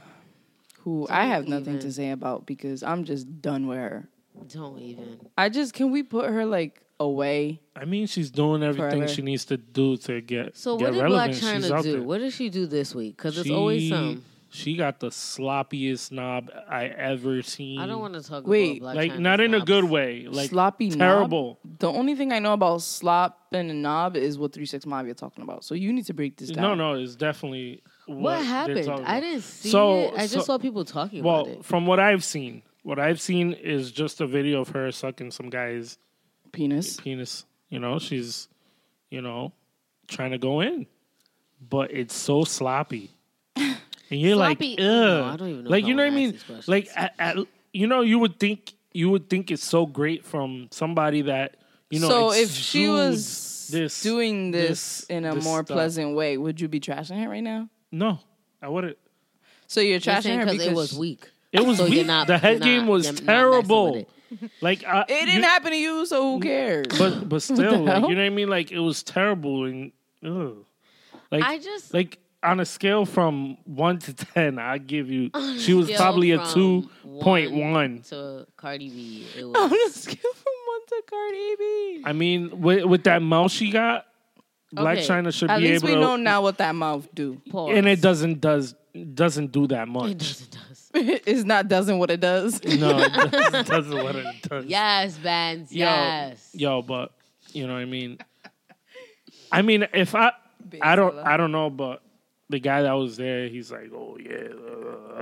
[SPEAKER 2] who I
[SPEAKER 4] Don't
[SPEAKER 2] have nothing
[SPEAKER 4] even.
[SPEAKER 2] to say about because I'm just done with her.
[SPEAKER 4] Don't even.
[SPEAKER 2] I just can we put her like away?
[SPEAKER 3] I mean, she's doing everything
[SPEAKER 2] Forever.
[SPEAKER 3] she needs to do to get
[SPEAKER 4] So
[SPEAKER 3] get
[SPEAKER 4] what did
[SPEAKER 3] relevant.
[SPEAKER 4] Black China
[SPEAKER 3] she's out
[SPEAKER 4] do?
[SPEAKER 3] There.
[SPEAKER 4] What did she do this week? Because it's always some.
[SPEAKER 3] She got the sloppiest knob I ever seen.
[SPEAKER 4] I don't want to talk
[SPEAKER 2] Wait.
[SPEAKER 4] about Black
[SPEAKER 3] like
[SPEAKER 4] China
[SPEAKER 3] not in a
[SPEAKER 4] snobs.
[SPEAKER 3] good way. Like
[SPEAKER 2] Sloppy knob?
[SPEAKER 3] terrible.
[SPEAKER 2] The only thing I know about slop and a knob is what three six mafia talking about. So you need to break this down.
[SPEAKER 3] No, no, it's definitely what,
[SPEAKER 4] What
[SPEAKER 3] they're
[SPEAKER 4] happened?
[SPEAKER 3] talking
[SPEAKER 4] I
[SPEAKER 3] about.
[SPEAKER 4] didn't see
[SPEAKER 3] So-
[SPEAKER 4] it. I just
[SPEAKER 3] so-
[SPEAKER 4] saw people talking
[SPEAKER 3] Well,
[SPEAKER 4] about it.
[SPEAKER 3] from what I've seen, what I've seen is just a video of her sucking some guy's
[SPEAKER 2] penis.
[SPEAKER 3] penis. You know, she's, you know, trying to go in, but it's so sloppy. And you're
[SPEAKER 4] Sloppy-
[SPEAKER 3] like, ugh.
[SPEAKER 4] No, I don't even know
[SPEAKER 3] like
[SPEAKER 4] if I
[SPEAKER 3] you know what
[SPEAKER 4] wanna
[SPEAKER 3] I
[SPEAKER 4] ask
[SPEAKER 3] mean?
[SPEAKER 4] these questions.
[SPEAKER 3] Like, at, at, you know, you would think you would think it's so great from somebody that you know.
[SPEAKER 2] so if she was
[SPEAKER 3] exudes this,
[SPEAKER 2] doing this, in a
[SPEAKER 3] this
[SPEAKER 2] more
[SPEAKER 3] stuff.
[SPEAKER 2] pleasant way, would you be trashing her right now?
[SPEAKER 3] no, I wouldn't.
[SPEAKER 2] So you're
[SPEAKER 4] You're
[SPEAKER 2] trashing
[SPEAKER 4] saying
[SPEAKER 2] her
[SPEAKER 4] because
[SPEAKER 2] because
[SPEAKER 4] it was weak.
[SPEAKER 3] It was
[SPEAKER 4] So you're
[SPEAKER 3] weak.
[SPEAKER 4] not-
[SPEAKER 3] the head
[SPEAKER 4] you're
[SPEAKER 3] game
[SPEAKER 4] not-
[SPEAKER 3] was
[SPEAKER 4] you're not messing
[SPEAKER 3] terrible.
[SPEAKER 4] with it.
[SPEAKER 3] Like I,
[SPEAKER 2] It didn't
[SPEAKER 3] you-
[SPEAKER 2] happen to you, so who cares?
[SPEAKER 3] But but still, like,
[SPEAKER 2] hell?
[SPEAKER 3] you know what I mean? Like it was terrible and ugh. like
[SPEAKER 4] I just-
[SPEAKER 3] like on a scale from one to ten, I give you she was
[SPEAKER 4] Scale
[SPEAKER 3] probably a
[SPEAKER 4] from
[SPEAKER 3] two point one.
[SPEAKER 4] to Cardi B. It
[SPEAKER 2] I'm
[SPEAKER 4] was
[SPEAKER 2] just give from one to Cardi B.
[SPEAKER 3] I mean, with, with that mouth she got, Black
[SPEAKER 4] Okay.
[SPEAKER 3] China should
[SPEAKER 2] At
[SPEAKER 3] be
[SPEAKER 2] least we
[SPEAKER 3] able to.
[SPEAKER 2] know now what that mouth do.
[SPEAKER 4] pause.
[SPEAKER 3] and it doesn't does doesn't do that
[SPEAKER 4] It
[SPEAKER 3] much.
[SPEAKER 4] does. It does.
[SPEAKER 2] it's not doesn't what it does.
[SPEAKER 3] no, it doesn't, doesn't what it does.
[SPEAKER 4] Yes, Vans.
[SPEAKER 3] Yo,
[SPEAKER 4] Yes.
[SPEAKER 3] yo, but you know what I mean. I mean, if I, I don't, I don't know, but the guy that was there, he's like, oh yeah.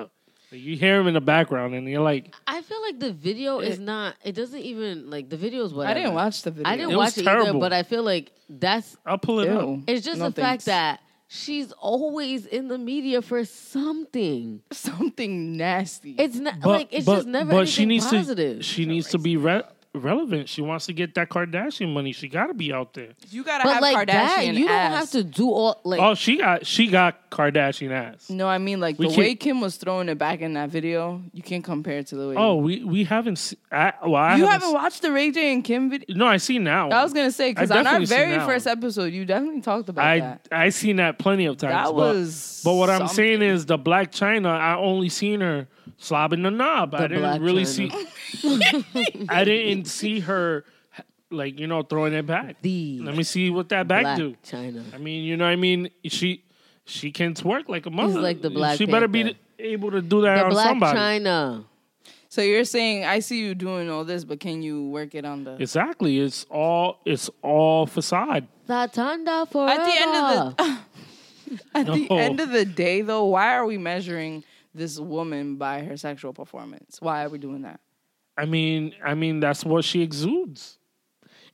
[SPEAKER 3] uh." Like, you hear him in the background, and you're like,
[SPEAKER 4] I feel like the video is not. It doesn't even like the video is what
[SPEAKER 2] I didn't watch the video.
[SPEAKER 4] I didn't
[SPEAKER 3] It was
[SPEAKER 4] watch it either.
[SPEAKER 3] terrible.
[SPEAKER 4] But I feel like that's.
[SPEAKER 3] I'll pull it
[SPEAKER 2] Ew.
[SPEAKER 3] up.
[SPEAKER 4] It's just
[SPEAKER 2] No
[SPEAKER 4] the fact
[SPEAKER 2] thanks.
[SPEAKER 4] that she's always in the media for something.
[SPEAKER 2] something nasty.
[SPEAKER 4] It's not
[SPEAKER 3] But
[SPEAKER 4] like it's
[SPEAKER 3] but,
[SPEAKER 4] just never
[SPEAKER 3] but she
[SPEAKER 4] anything
[SPEAKER 3] needs
[SPEAKER 4] positive.
[SPEAKER 3] to, she needs to be re- relevant. She wants to get that Kardashian money. She got to be out there.
[SPEAKER 2] you gotta
[SPEAKER 4] but
[SPEAKER 2] have
[SPEAKER 4] like
[SPEAKER 2] Kardashian
[SPEAKER 4] that, you don't
[SPEAKER 2] ass.
[SPEAKER 4] have to do all like. Mm.
[SPEAKER 3] Oh, she got, she got Kardashian ass.
[SPEAKER 2] No, I mean like
[SPEAKER 3] We
[SPEAKER 2] the
[SPEAKER 3] can't-
[SPEAKER 2] way Kim was throwing it back in that video, you can't compare it to the way.
[SPEAKER 3] Oh, we we haven't. Se- I, well, I
[SPEAKER 2] you
[SPEAKER 3] haven't
[SPEAKER 2] haven't watched the Ray J and Kim video.
[SPEAKER 3] se- no, I see now.
[SPEAKER 2] I was gonna say because
[SPEAKER 3] I
[SPEAKER 2] on our
[SPEAKER 3] definitely seen
[SPEAKER 2] very
[SPEAKER 3] that
[SPEAKER 2] first
[SPEAKER 3] one.
[SPEAKER 2] episode, you definitely talked about
[SPEAKER 3] I
[SPEAKER 2] that.
[SPEAKER 3] I seen that plenty of times.
[SPEAKER 2] That
[SPEAKER 3] but-
[SPEAKER 2] was
[SPEAKER 3] But what I'm
[SPEAKER 2] something.
[SPEAKER 3] saying is the Black China, I only seen her slobbing the knob. I
[SPEAKER 4] The
[SPEAKER 3] didn't
[SPEAKER 4] Blac
[SPEAKER 3] really
[SPEAKER 4] Chyna.
[SPEAKER 3] see I didn't see her like, you know, throwing it back.
[SPEAKER 4] The
[SPEAKER 3] Let me see what that back
[SPEAKER 4] Blac
[SPEAKER 3] do.
[SPEAKER 4] Chyna.
[SPEAKER 3] I mean, you know what I mean? She she can twerk like a mother.
[SPEAKER 4] like the Black
[SPEAKER 3] She better be
[SPEAKER 4] Panther.
[SPEAKER 3] able to do that
[SPEAKER 4] the
[SPEAKER 3] on
[SPEAKER 4] Black
[SPEAKER 3] somebody.
[SPEAKER 4] China.
[SPEAKER 2] So you're saying I see you doing all this, but can you work it on the?
[SPEAKER 3] Exactly. It's all it's all facade.
[SPEAKER 4] La Tanda forever.
[SPEAKER 2] at the end of the at the
[SPEAKER 3] No.
[SPEAKER 2] end of the day, though, why are we measuring this woman by her sexual performance? Why are we doing that?
[SPEAKER 3] I mean, I mean that's what she exudes.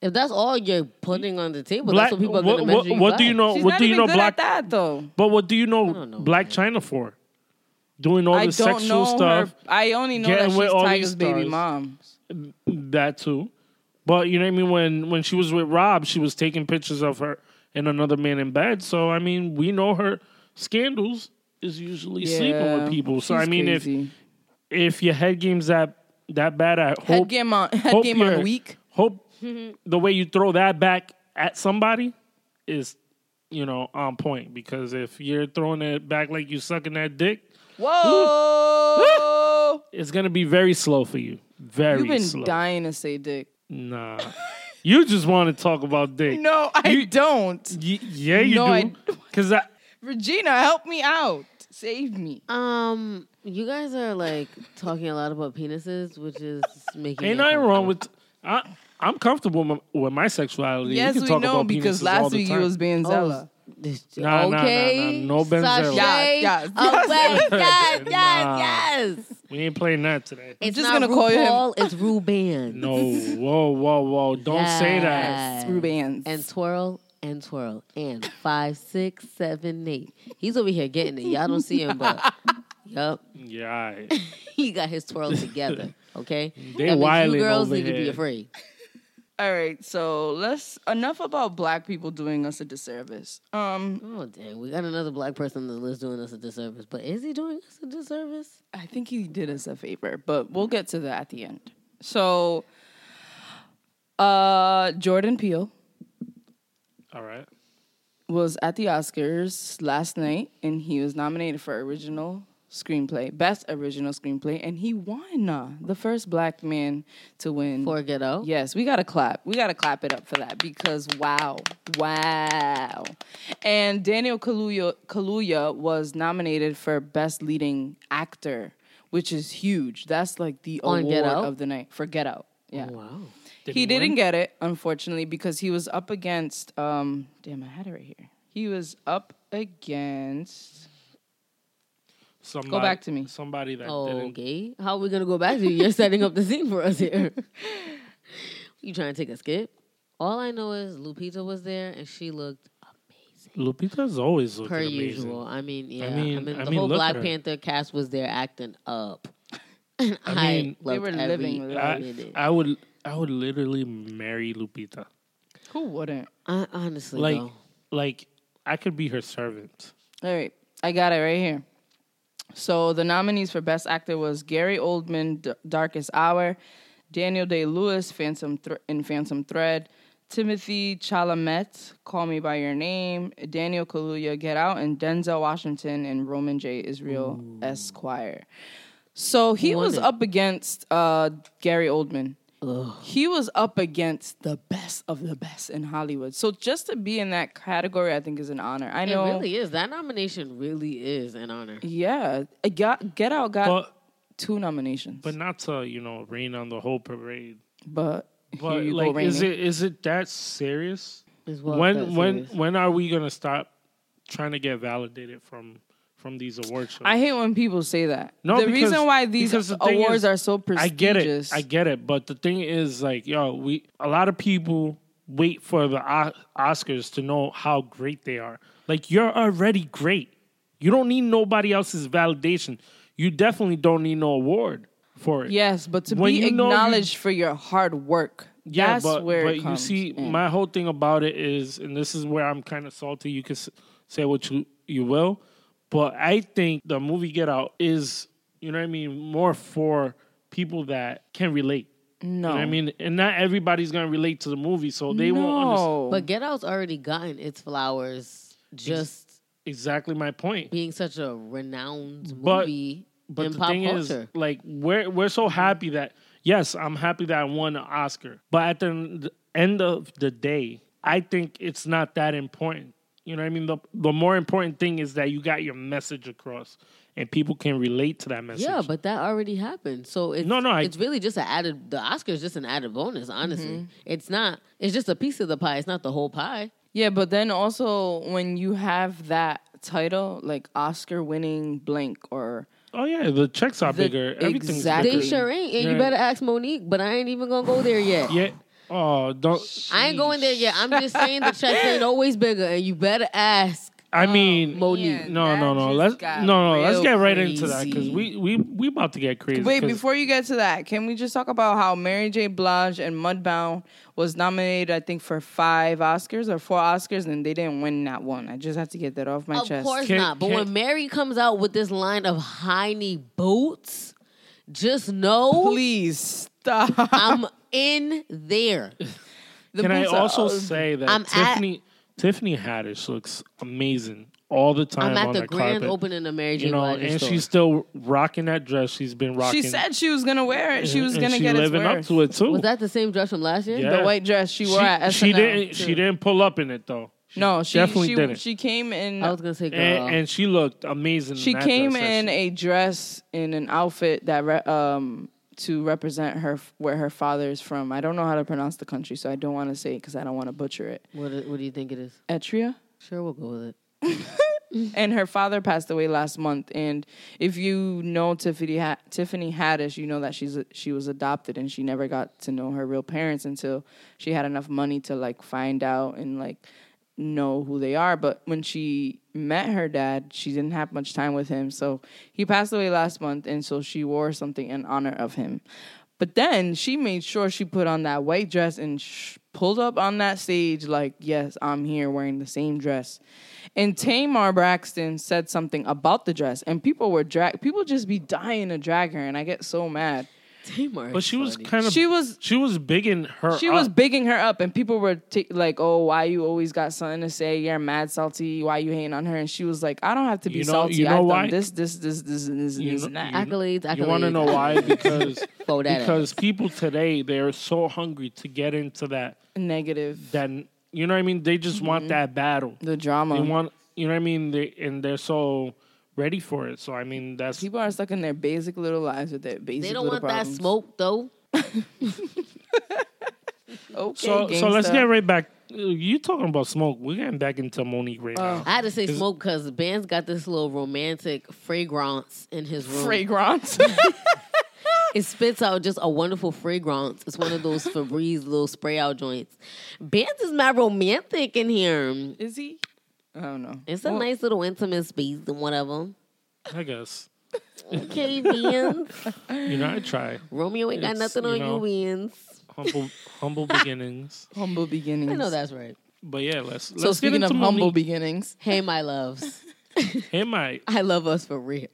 [SPEAKER 4] if that's all you're putting on the table,
[SPEAKER 3] Black-
[SPEAKER 4] that's what people are
[SPEAKER 3] what-
[SPEAKER 4] gonna measure
[SPEAKER 3] what-
[SPEAKER 4] you
[SPEAKER 3] what do
[SPEAKER 4] by.
[SPEAKER 3] you know-
[SPEAKER 2] She's
[SPEAKER 3] what
[SPEAKER 2] not
[SPEAKER 3] do you
[SPEAKER 2] even
[SPEAKER 3] know
[SPEAKER 2] good
[SPEAKER 3] black-
[SPEAKER 2] at that though.
[SPEAKER 3] But what do you know,
[SPEAKER 4] don't know,
[SPEAKER 3] Black China for? Doing all
[SPEAKER 2] I
[SPEAKER 3] the
[SPEAKER 2] don't know
[SPEAKER 3] sexual stuff,
[SPEAKER 2] her. I only know
[SPEAKER 3] getting
[SPEAKER 2] that
[SPEAKER 3] with
[SPEAKER 2] she's
[SPEAKER 3] all these
[SPEAKER 2] Tiger's baby
[SPEAKER 3] stars.
[SPEAKER 2] mom.
[SPEAKER 3] that too. But you know what I mean. When when she was with Rob, she was taking pictures of her and another man in bed. So I mean, we know her scandals is usually sleeping
[SPEAKER 2] Yeah,
[SPEAKER 3] with people. So I
[SPEAKER 2] she's
[SPEAKER 3] mean, if
[SPEAKER 2] crazy.
[SPEAKER 3] if your head game's that that bad, I hope
[SPEAKER 2] head game on head
[SPEAKER 3] hope
[SPEAKER 2] game on
[SPEAKER 3] your-
[SPEAKER 2] week, Mm-hmm.
[SPEAKER 3] Hope the way you throw that back at somebody is, you know, on point. Because if you're throwing it back like you sucking that dick,
[SPEAKER 2] whoa,
[SPEAKER 3] it's gonna be very slow for you. Very
[SPEAKER 2] you've been
[SPEAKER 3] slow.
[SPEAKER 2] dying to say dick.
[SPEAKER 3] Nah, you just want to talk about dick.
[SPEAKER 2] No, I
[SPEAKER 3] You-
[SPEAKER 2] don't.
[SPEAKER 3] Y- yeah, you
[SPEAKER 2] No, I-
[SPEAKER 3] do. Because I,
[SPEAKER 2] Regina, help me out. Save me.
[SPEAKER 4] Um, you guys are like talking a lot about penises, which is making.
[SPEAKER 3] ain't
[SPEAKER 4] me
[SPEAKER 3] nothing wrong
[SPEAKER 4] uncomfortable.
[SPEAKER 3] with. I, I'm comfortable with my, with my sexuality.
[SPEAKER 2] Yes,
[SPEAKER 3] we can
[SPEAKER 2] we
[SPEAKER 3] talk
[SPEAKER 2] know
[SPEAKER 3] about
[SPEAKER 2] because
[SPEAKER 3] penises all
[SPEAKER 2] last
[SPEAKER 3] the
[SPEAKER 2] week you
[SPEAKER 3] time.
[SPEAKER 2] was being
[SPEAKER 4] Oh,
[SPEAKER 2] Zella.
[SPEAKER 4] This-
[SPEAKER 3] Nah, nah, nah,
[SPEAKER 4] okay,
[SPEAKER 3] nah, no Benzella.
[SPEAKER 4] Sashay,
[SPEAKER 2] Yes, yes,
[SPEAKER 4] away, yes, yes,
[SPEAKER 3] Nah.
[SPEAKER 4] yes.
[SPEAKER 3] We ain't playing that today.
[SPEAKER 4] It's
[SPEAKER 2] just
[SPEAKER 4] not
[SPEAKER 2] gonna call you him.
[SPEAKER 4] RuPaul, It's Ruben.
[SPEAKER 3] No, whoa, whoa, whoa! Don't say that.
[SPEAKER 4] Yes.
[SPEAKER 2] Ruben.
[SPEAKER 4] and twirl and twirl and five, six, seven, eight. He's over here getting it. Y'all don't see him, but yup,
[SPEAKER 3] Yeah, all right.
[SPEAKER 4] he got his twirl together. Okay,
[SPEAKER 3] They
[SPEAKER 4] that means you
[SPEAKER 3] wildin'
[SPEAKER 4] girls
[SPEAKER 3] over
[SPEAKER 4] need to be
[SPEAKER 3] here.
[SPEAKER 4] afraid.
[SPEAKER 2] All right, so let's enough about black people doing us a disservice. Um,
[SPEAKER 4] Oh dang, we got another black person on the list doing us a disservice. But is he doing us a disservice?
[SPEAKER 2] I think he did us a favor, but we'll get to that at the end. So, uh, Jordan Peele
[SPEAKER 3] all right.
[SPEAKER 2] was at the Oscars last night, and he was nominated for original screenplay, best original screenplay, and he won uh, the first black man to win
[SPEAKER 4] For ghetto.
[SPEAKER 2] Yes, we gotta clap. We gotta clap it up for that because wow, wow. And Daniel Kaluuya, Kaluuya was nominated for Best Leading Actor, which is huge. That's like the
[SPEAKER 4] On
[SPEAKER 2] award
[SPEAKER 4] Get Out?
[SPEAKER 2] of the night for Get Out. Yeah,
[SPEAKER 4] Wow.
[SPEAKER 2] he, didn't get it unfortunately because he was up against. Um, damn, I had it right here. He was up against.
[SPEAKER 3] Somebody,
[SPEAKER 2] back to me. Oh,
[SPEAKER 3] Somebody that didn't.
[SPEAKER 4] Okay. How are we gonna go back to you? You're setting up the scene for us here. you trying to take a skip? All I know is Lupita was there and she looked amazing.
[SPEAKER 3] Lupita's always looking
[SPEAKER 4] Per
[SPEAKER 3] amazing.
[SPEAKER 4] usual. I mean, yeah. I mean,
[SPEAKER 3] mean- I
[SPEAKER 4] the
[SPEAKER 3] mean,
[SPEAKER 4] whole
[SPEAKER 3] look
[SPEAKER 4] Black
[SPEAKER 3] at her.
[SPEAKER 4] Panther cast was there acting up. And I,
[SPEAKER 3] mean-
[SPEAKER 4] loved
[SPEAKER 2] They were
[SPEAKER 4] every
[SPEAKER 2] living life.
[SPEAKER 4] minute. I,
[SPEAKER 3] I would, I would literally marry Lupita.
[SPEAKER 2] Who wouldn't?
[SPEAKER 4] honestly
[SPEAKER 3] Like,
[SPEAKER 4] though,
[SPEAKER 3] like I could be her servant.
[SPEAKER 2] All right, I got it right here. So the nominees for Best Actor was Gary Oldman, D- Darkest Hour, Daniel Day Lewis, Phantom Thr in Phantom Thread, Timothy Chalamet, Call Me by Your Name, Daniel Kaluuya, Get Out, and Denzel Washington and Roman J. Israel Esquire. So he
[SPEAKER 4] won
[SPEAKER 2] was
[SPEAKER 4] it?
[SPEAKER 2] up against uh, Gary Oldman. He was up against the best of the best in Hollywood. So just to be in that category, I think is an honor. I
[SPEAKER 4] it
[SPEAKER 2] know
[SPEAKER 4] really is. That nomination really is an honor.
[SPEAKER 2] yeah, it got Get Out got
[SPEAKER 3] But,
[SPEAKER 2] two nominations,
[SPEAKER 3] but not to you know rain on the whole parade.
[SPEAKER 2] but
[SPEAKER 3] But
[SPEAKER 2] here you
[SPEAKER 3] like,
[SPEAKER 2] go,
[SPEAKER 3] is
[SPEAKER 2] Rainey.
[SPEAKER 3] it is it that serious?
[SPEAKER 4] It's well
[SPEAKER 3] when
[SPEAKER 4] done,
[SPEAKER 3] when
[SPEAKER 4] serious.
[SPEAKER 3] when are we gonna stop trying to get validated from from these award shows?
[SPEAKER 2] I hate when people say that.
[SPEAKER 3] No,
[SPEAKER 2] the
[SPEAKER 3] because-
[SPEAKER 2] reason why these
[SPEAKER 3] because the thing
[SPEAKER 2] awards
[SPEAKER 3] is-
[SPEAKER 2] are so
[SPEAKER 3] I
[SPEAKER 2] prestigious.
[SPEAKER 3] get it. I get it. But the thing is, like, yo, we a lot of people wait for the O- Oscars to know how great they are. Like, you're already great. You don't need nobody else's validation. You definitely don't need no award for it.
[SPEAKER 2] yes, but to
[SPEAKER 3] When
[SPEAKER 2] be
[SPEAKER 3] you know you-
[SPEAKER 2] acknowledged for your hard work,
[SPEAKER 3] Yeah,
[SPEAKER 2] that's
[SPEAKER 3] but,
[SPEAKER 2] where
[SPEAKER 3] but
[SPEAKER 2] it comes
[SPEAKER 3] you see,
[SPEAKER 2] in.
[SPEAKER 3] my whole thing about it is, and this is where I'm kind of salty. You can s- say what you you will, but I think the movie Get Out is, you know, what I mean, more for people that can relate.
[SPEAKER 2] no,
[SPEAKER 3] You know what I mean, and not everybody's gonna relate to the movie, so they won't understand.
[SPEAKER 2] no.
[SPEAKER 4] But Get Out's already gotten its flowers just
[SPEAKER 3] Exactly my point.
[SPEAKER 4] being such a renowned
[SPEAKER 3] But-
[SPEAKER 4] movie
[SPEAKER 3] But
[SPEAKER 4] in
[SPEAKER 3] the
[SPEAKER 4] pop
[SPEAKER 3] thing
[SPEAKER 4] culture.
[SPEAKER 3] is, like, we're we're so happy that yes, I'm happy that I won an Oscar. But at the n- end of the day, I think it's not that important. You know what I mean? The the more important thing is that you got your message across, and people can relate to that message.
[SPEAKER 4] Yeah, but that already happened. So it's
[SPEAKER 3] No, no, I-
[SPEAKER 4] it's really just an added. The Oscar is just an added bonus. Honestly,
[SPEAKER 2] Mm-hmm.
[SPEAKER 4] it's not. It's just a piece of the pie. It's not the whole pie.
[SPEAKER 2] Yeah, but then also when you have that title, like Oscar winning blank or
[SPEAKER 3] oh yeah, the checks are
[SPEAKER 2] The-
[SPEAKER 3] bigger. Everything's
[SPEAKER 2] exactly.
[SPEAKER 4] They sure ain't. And
[SPEAKER 3] Yeah.
[SPEAKER 4] you better ask Monique. But I ain't even gonna go there yet.
[SPEAKER 3] bigger. Yeah. Oh, don't.
[SPEAKER 4] I ain't going there yet. I'm just saying the checks ain't always bigger, and you better ask.
[SPEAKER 3] I mean,
[SPEAKER 4] Um, Monique.
[SPEAKER 3] no,
[SPEAKER 2] that
[SPEAKER 3] no, no.
[SPEAKER 2] just
[SPEAKER 3] Let's
[SPEAKER 2] got
[SPEAKER 3] no, no. Let's
[SPEAKER 2] real
[SPEAKER 3] get right into that because
[SPEAKER 2] crazy.
[SPEAKER 3] we we we about to get crazy.
[SPEAKER 2] Wait,
[SPEAKER 3] 'cause-
[SPEAKER 2] before you get to that, can we just talk about how Mary J. Blige and Mudbound was nominated, I think, for five Oscars or four Oscars, and they didn't win not one. I just have to get that off my
[SPEAKER 4] Of
[SPEAKER 2] chest.
[SPEAKER 4] course
[SPEAKER 3] Can-
[SPEAKER 4] not. But
[SPEAKER 3] can-
[SPEAKER 4] when Mary comes out with this line of high knee boots, just know
[SPEAKER 2] Please stop.
[SPEAKER 4] I'm in there.
[SPEAKER 2] The
[SPEAKER 3] can I
[SPEAKER 2] boots are
[SPEAKER 3] also
[SPEAKER 2] ugly.
[SPEAKER 3] say that
[SPEAKER 4] I'm at-
[SPEAKER 3] Tiffany Tiffany Haddish looks amazing all the time
[SPEAKER 4] I'm
[SPEAKER 3] on
[SPEAKER 4] at the grand
[SPEAKER 3] carpet.
[SPEAKER 4] opening of Mary J.
[SPEAKER 3] you know,
[SPEAKER 4] Blige's
[SPEAKER 3] and
[SPEAKER 4] store.
[SPEAKER 3] she's still rocking that dress. She's been rocking.
[SPEAKER 2] She said she was gonna wear it. She was
[SPEAKER 3] and
[SPEAKER 2] gonna
[SPEAKER 3] she
[SPEAKER 2] get it.
[SPEAKER 3] living up to it too.
[SPEAKER 4] Was that the same dress from last year?
[SPEAKER 3] Yeah.
[SPEAKER 2] The white dress she wore at SNL.
[SPEAKER 3] she didn't.
[SPEAKER 2] too.
[SPEAKER 3] She didn't pull up in it though.
[SPEAKER 2] No, she
[SPEAKER 3] definitely
[SPEAKER 2] she,
[SPEAKER 3] didn't.
[SPEAKER 2] She came in.
[SPEAKER 4] I was gonna say girl.
[SPEAKER 3] and, and she looked amazing.
[SPEAKER 2] she
[SPEAKER 3] in that
[SPEAKER 2] came
[SPEAKER 3] dress,
[SPEAKER 2] in
[SPEAKER 3] actually.
[SPEAKER 2] a dress in an outfit that re- um to represent her f- where her father's from. I don't know how to pronounce the country, so I don't want to say it because I don't want to butcher it.
[SPEAKER 4] what, what do you think it is?
[SPEAKER 2] Etria.
[SPEAKER 4] Sure, we'll go with it.
[SPEAKER 2] And her father passed away last month. And if you know Tiffany ha- Tiffany Haddish, you know that she's she was adopted and she never got to know her real parents until she had enough money to like find out and like know who they are. But when she met her dad, she didn't have much time with him, so he passed away last month. And so she wore something in honor of him. But then she made sure she put on that white dress and sh- pulled up on that stage like, yes, I'm here wearing the same dress. And Tamar Braxton said something about the dress, and people were drag. People just be dying to drag her, and I get so mad.
[SPEAKER 4] Tamar.
[SPEAKER 3] but she was kind of.
[SPEAKER 2] She was
[SPEAKER 3] She was bigging her.
[SPEAKER 2] she
[SPEAKER 3] up.
[SPEAKER 2] was bigging her up, and people were t- like, "Oh, why you always got something to say? You're mad salty. Why you hating on her?" And she was like, "I don't have to be
[SPEAKER 3] You know-
[SPEAKER 2] salty.
[SPEAKER 3] you know
[SPEAKER 2] I've
[SPEAKER 3] why?
[SPEAKER 2] done this, this, this, this, and this, and
[SPEAKER 3] You
[SPEAKER 2] this,
[SPEAKER 3] know-
[SPEAKER 2] and that."
[SPEAKER 4] accolades. Accolades.
[SPEAKER 3] You want to know why? Because
[SPEAKER 4] Throw that
[SPEAKER 3] because people today they are so hungry to get into that
[SPEAKER 2] Negative.
[SPEAKER 3] that you know what I mean. They just want that battle.
[SPEAKER 2] Mm-hmm. The drama.
[SPEAKER 3] They want you know what I mean. They and they're so ready for it. So I mean that's
[SPEAKER 2] people are stuck in their basic little lives with their basic.
[SPEAKER 4] They don't
[SPEAKER 2] little
[SPEAKER 4] want
[SPEAKER 2] problems.
[SPEAKER 4] that smoke though.
[SPEAKER 2] Okay,
[SPEAKER 3] so so. Let's
[SPEAKER 2] gangsta.
[SPEAKER 3] get right back. Uh, You talking about smoke? We're getting back into Monique right
[SPEAKER 2] Oh.
[SPEAKER 3] now.
[SPEAKER 4] I had to say smoke because Ben's got this little romantic fragrance in his room.
[SPEAKER 2] fragrance.
[SPEAKER 4] it spits out just a wonderful fragrance. It's one of those Febreze little spray out joints. Ben's is my romantic in here.
[SPEAKER 2] Is he? I don't know.
[SPEAKER 4] It's a nice little intimate space and whatever.
[SPEAKER 3] I guess
[SPEAKER 4] Okay, Ben's.
[SPEAKER 3] you know I try
[SPEAKER 4] Romeo ain't got
[SPEAKER 3] It's,
[SPEAKER 4] nothing
[SPEAKER 3] you
[SPEAKER 4] on
[SPEAKER 3] know.
[SPEAKER 4] you, Ben's.
[SPEAKER 3] humble humble beginnings.
[SPEAKER 2] humble beginnings.
[SPEAKER 4] I know that's right.
[SPEAKER 3] But yeah, let's
[SPEAKER 2] So
[SPEAKER 3] let's get
[SPEAKER 2] speaking
[SPEAKER 3] into
[SPEAKER 2] of humble
[SPEAKER 3] Monique.
[SPEAKER 2] beginnings,
[SPEAKER 4] Hey, my loves.
[SPEAKER 3] Hey, Mike.
[SPEAKER 4] I love us for real.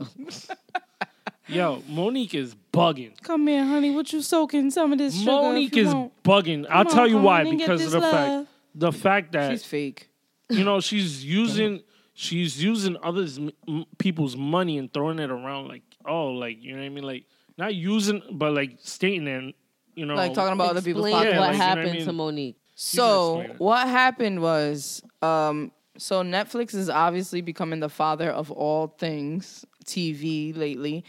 [SPEAKER 3] Yo, Monique is bugging.
[SPEAKER 2] come here, honey. What you soaking? Some of this sugar. if
[SPEAKER 3] Monique
[SPEAKER 2] you
[SPEAKER 3] is
[SPEAKER 2] want.
[SPEAKER 3] bugging. I'll
[SPEAKER 2] Come
[SPEAKER 3] tell
[SPEAKER 2] on,
[SPEAKER 3] you
[SPEAKER 2] come
[SPEAKER 3] why.
[SPEAKER 2] on and get
[SPEAKER 3] Because of
[SPEAKER 2] this
[SPEAKER 3] the
[SPEAKER 2] love.
[SPEAKER 3] fact, the fact
[SPEAKER 2] She's
[SPEAKER 3] that
[SPEAKER 2] fake.
[SPEAKER 3] you know she's using, she's using others m- m- people's money and throwing it around like, oh, like you know what I mean, like not using, but like stating and you know,
[SPEAKER 2] Like talking about other people's
[SPEAKER 4] Explain
[SPEAKER 2] pockets.
[SPEAKER 3] Yeah,
[SPEAKER 4] what
[SPEAKER 3] like, you know what I
[SPEAKER 4] happened
[SPEAKER 3] mean?
[SPEAKER 4] to Monique.
[SPEAKER 2] So
[SPEAKER 3] explain it.
[SPEAKER 2] what happened was, um, so Netflix is obviously becoming the father of all things TV lately,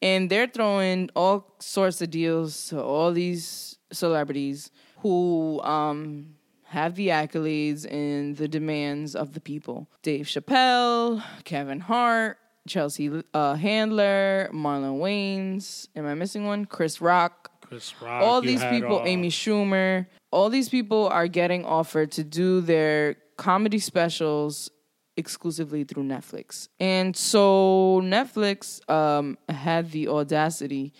[SPEAKER 2] and they're throwing all sorts of deals to all these celebrities who um, have the accolades and the demands of the people. Dave Chappelle, Kevin Hart. Chelsea uh, Handler, Marlon Wayans. Am I missing one? Chris Rock
[SPEAKER 3] Chris Rock,
[SPEAKER 2] all
[SPEAKER 3] you
[SPEAKER 2] these
[SPEAKER 3] had,
[SPEAKER 2] people,
[SPEAKER 3] uh,
[SPEAKER 2] Amy Schumer, all these people are getting offered to do their comedy specials exclusively through Netflix. And so Netflix um, had the audacity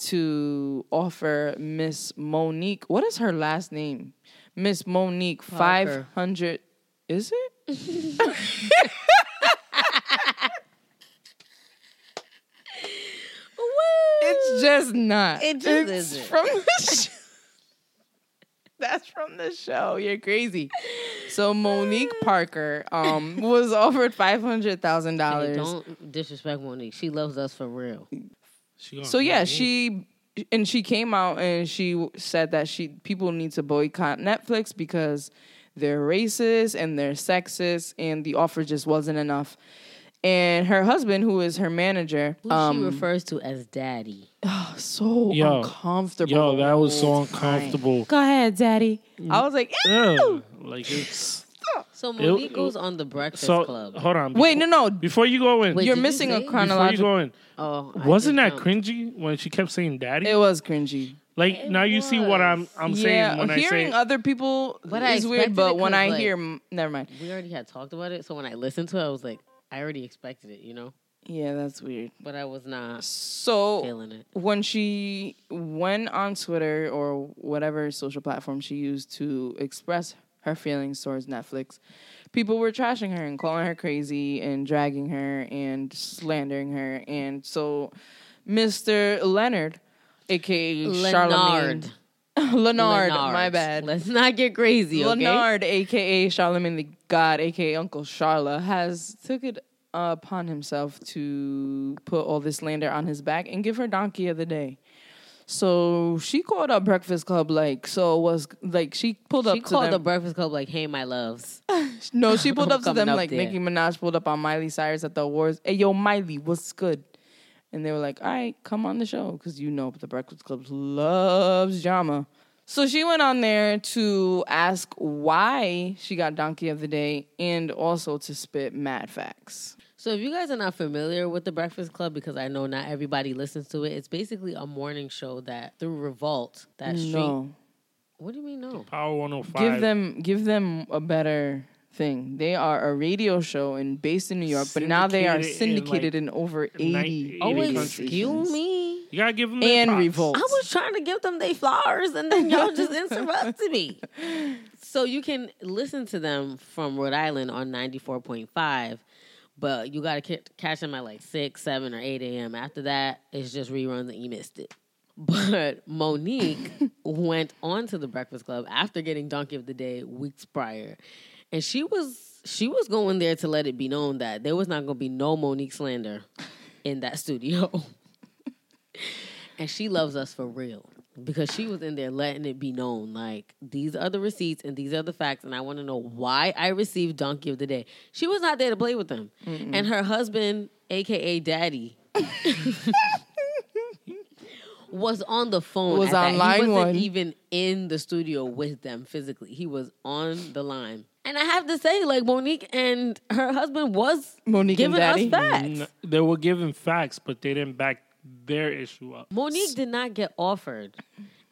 [SPEAKER 2] to offer Miss Monique, what is her last name? Miss Monique,
[SPEAKER 4] Parker.
[SPEAKER 2] 500, is it? It's just not.
[SPEAKER 4] It just
[SPEAKER 2] it's
[SPEAKER 4] isn't.
[SPEAKER 2] From the show. That's from the show. You're crazy. So Monique Parker um, was offered five hundred thousand
[SPEAKER 4] Hey,
[SPEAKER 2] dollars.
[SPEAKER 4] don't disrespect Monique. She loves us for real.
[SPEAKER 3] she gonna
[SPEAKER 2] So yeah,
[SPEAKER 3] Monique.
[SPEAKER 2] she and she came out and she w- said that she people need to boycott Netflix because they're racist and they're sexist and the offer just wasn't enough. and her husband, who is her manager,
[SPEAKER 4] Who she
[SPEAKER 2] um,
[SPEAKER 4] refers to as daddy.
[SPEAKER 2] so
[SPEAKER 3] Yo.
[SPEAKER 2] uncomfortable.
[SPEAKER 3] Yo, that was so
[SPEAKER 2] Time.
[SPEAKER 3] uncomfortable.
[SPEAKER 2] Go ahead, daddy. I was like,
[SPEAKER 3] Yeah, like it's
[SPEAKER 4] So Monique goes on the Breakfast
[SPEAKER 3] so.
[SPEAKER 4] Club.
[SPEAKER 3] Hold on.
[SPEAKER 2] wait, no, no,
[SPEAKER 3] Before you go in,
[SPEAKER 4] Wait,
[SPEAKER 2] you're
[SPEAKER 4] did you
[SPEAKER 2] missing a
[SPEAKER 4] say?
[SPEAKER 3] before you
[SPEAKER 2] chronological.
[SPEAKER 3] go in,
[SPEAKER 4] oh, I
[SPEAKER 3] wasn't
[SPEAKER 4] just
[SPEAKER 3] that
[SPEAKER 4] don't.
[SPEAKER 3] cringy when she kept saying "daddy"?
[SPEAKER 2] It was cringy.
[SPEAKER 3] like now you see
[SPEAKER 4] was.
[SPEAKER 3] what I'm I'm
[SPEAKER 2] yeah,
[SPEAKER 3] saying when I
[SPEAKER 2] hearing
[SPEAKER 3] say
[SPEAKER 2] other people
[SPEAKER 4] But I
[SPEAKER 2] is weird,
[SPEAKER 4] expected
[SPEAKER 2] but
[SPEAKER 4] it
[SPEAKER 2] when
[SPEAKER 4] 'cause,
[SPEAKER 2] I
[SPEAKER 4] like-
[SPEAKER 2] hear, mm, never mind.
[SPEAKER 4] We already had talked about it, so when I listened to it, I was like, I already expected it, you know,
[SPEAKER 2] Yeah, that's weird.
[SPEAKER 4] but I was not
[SPEAKER 2] So
[SPEAKER 4] feeling it.
[SPEAKER 2] when she went on Twitter or whatever social platform she used to express her feelings towards Netflix, people were trashing her and calling her crazy and dragging her and slandering her. And so Mr. Leonard, aka Charlemagne,
[SPEAKER 4] Leonard,
[SPEAKER 2] Leonard, my
[SPEAKER 4] Leonard.
[SPEAKER 2] bad.
[SPEAKER 4] Let's not get crazy, okay?
[SPEAKER 2] Leonard, aka Charlemagne the God, aka Uncle Charla, has took it upon himself to put all this slander on his back and give her donkey of the day. So she called up Breakfast Club, like so was like she pulled up
[SPEAKER 4] She
[SPEAKER 2] to
[SPEAKER 4] called the
[SPEAKER 2] them.
[SPEAKER 4] Breakfast Club like, "Hey, my loves."
[SPEAKER 2] no, she pulled up to
[SPEAKER 4] coming
[SPEAKER 2] them
[SPEAKER 4] up
[SPEAKER 2] like
[SPEAKER 4] there.
[SPEAKER 2] Nicki Minaj pulled up on Miley Cyrus at the awards. Hey yo, Miley, what's good? And they were like, all right, come on the show because you know the Breakfast Club loves drama. So she went on there to ask why she got Donkey of the Day and also to spit mad facts.
[SPEAKER 4] So if you guys are not familiar with the Breakfast Club, because I know not everybody listens to it, it's basically a morning show that through Revolt, that street.
[SPEAKER 2] No,
[SPEAKER 4] What do you mean no?
[SPEAKER 3] Power 105.
[SPEAKER 2] give them give them a better thing. They are a radio show and based in New York, but now they are
[SPEAKER 3] Syndicated
[SPEAKER 2] syndicated
[SPEAKER 3] in,
[SPEAKER 2] in, over
[SPEAKER 3] in nine-
[SPEAKER 2] eighty
[SPEAKER 4] Oh,
[SPEAKER 3] 80
[SPEAKER 2] countries.
[SPEAKER 4] excuse me.
[SPEAKER 3] you gotta give them their
[SPEAKER 2] and
[SPEAKER 3] props.
[SPEAKER 2] revolt.
[SPEAKER 4] I was trying to give them they flowers and then y'all just interrupted me. So you can listen to them from Rhode Island on 94.5, but you got to catch them at like 6, 7, or 8 a.m. After that, it's just reruns and you missed it. But Monique went on to the Breakfast Club after getting Donkey of the Day weeks prior. And she was she was going there to let it be known that there was not gonna be no Monique slander in that studio. And she loves us for real because she was in there letting it be known like these are the receipts and these are the facts and I want to know why I received donkey of the day. She was not there to play with them. And her husband, aka daddy, was on the phone.
[SPEAKER 2] Was
[SPEAKER 4] at that.
[SPEAKER 2] on
[SPEAKER 4] He
[SPEAKER 2] line
[SPEAKER 4] wasn't
[SPEAKER 2] one.
[SPEAKER 4] even in the studio with them physically. He was on the line. And I have to say, like Monique and her husband was
[SPEAKER 2] Monique and
[SPEAKER 4] giving us
[SPEAKER 2] daddy?
[SPEAKER 4] facts.
[SPEAKER 3] N- They were giving facts, but they didn't back their issue up.
[SPEAKER 4] Monique did not get offered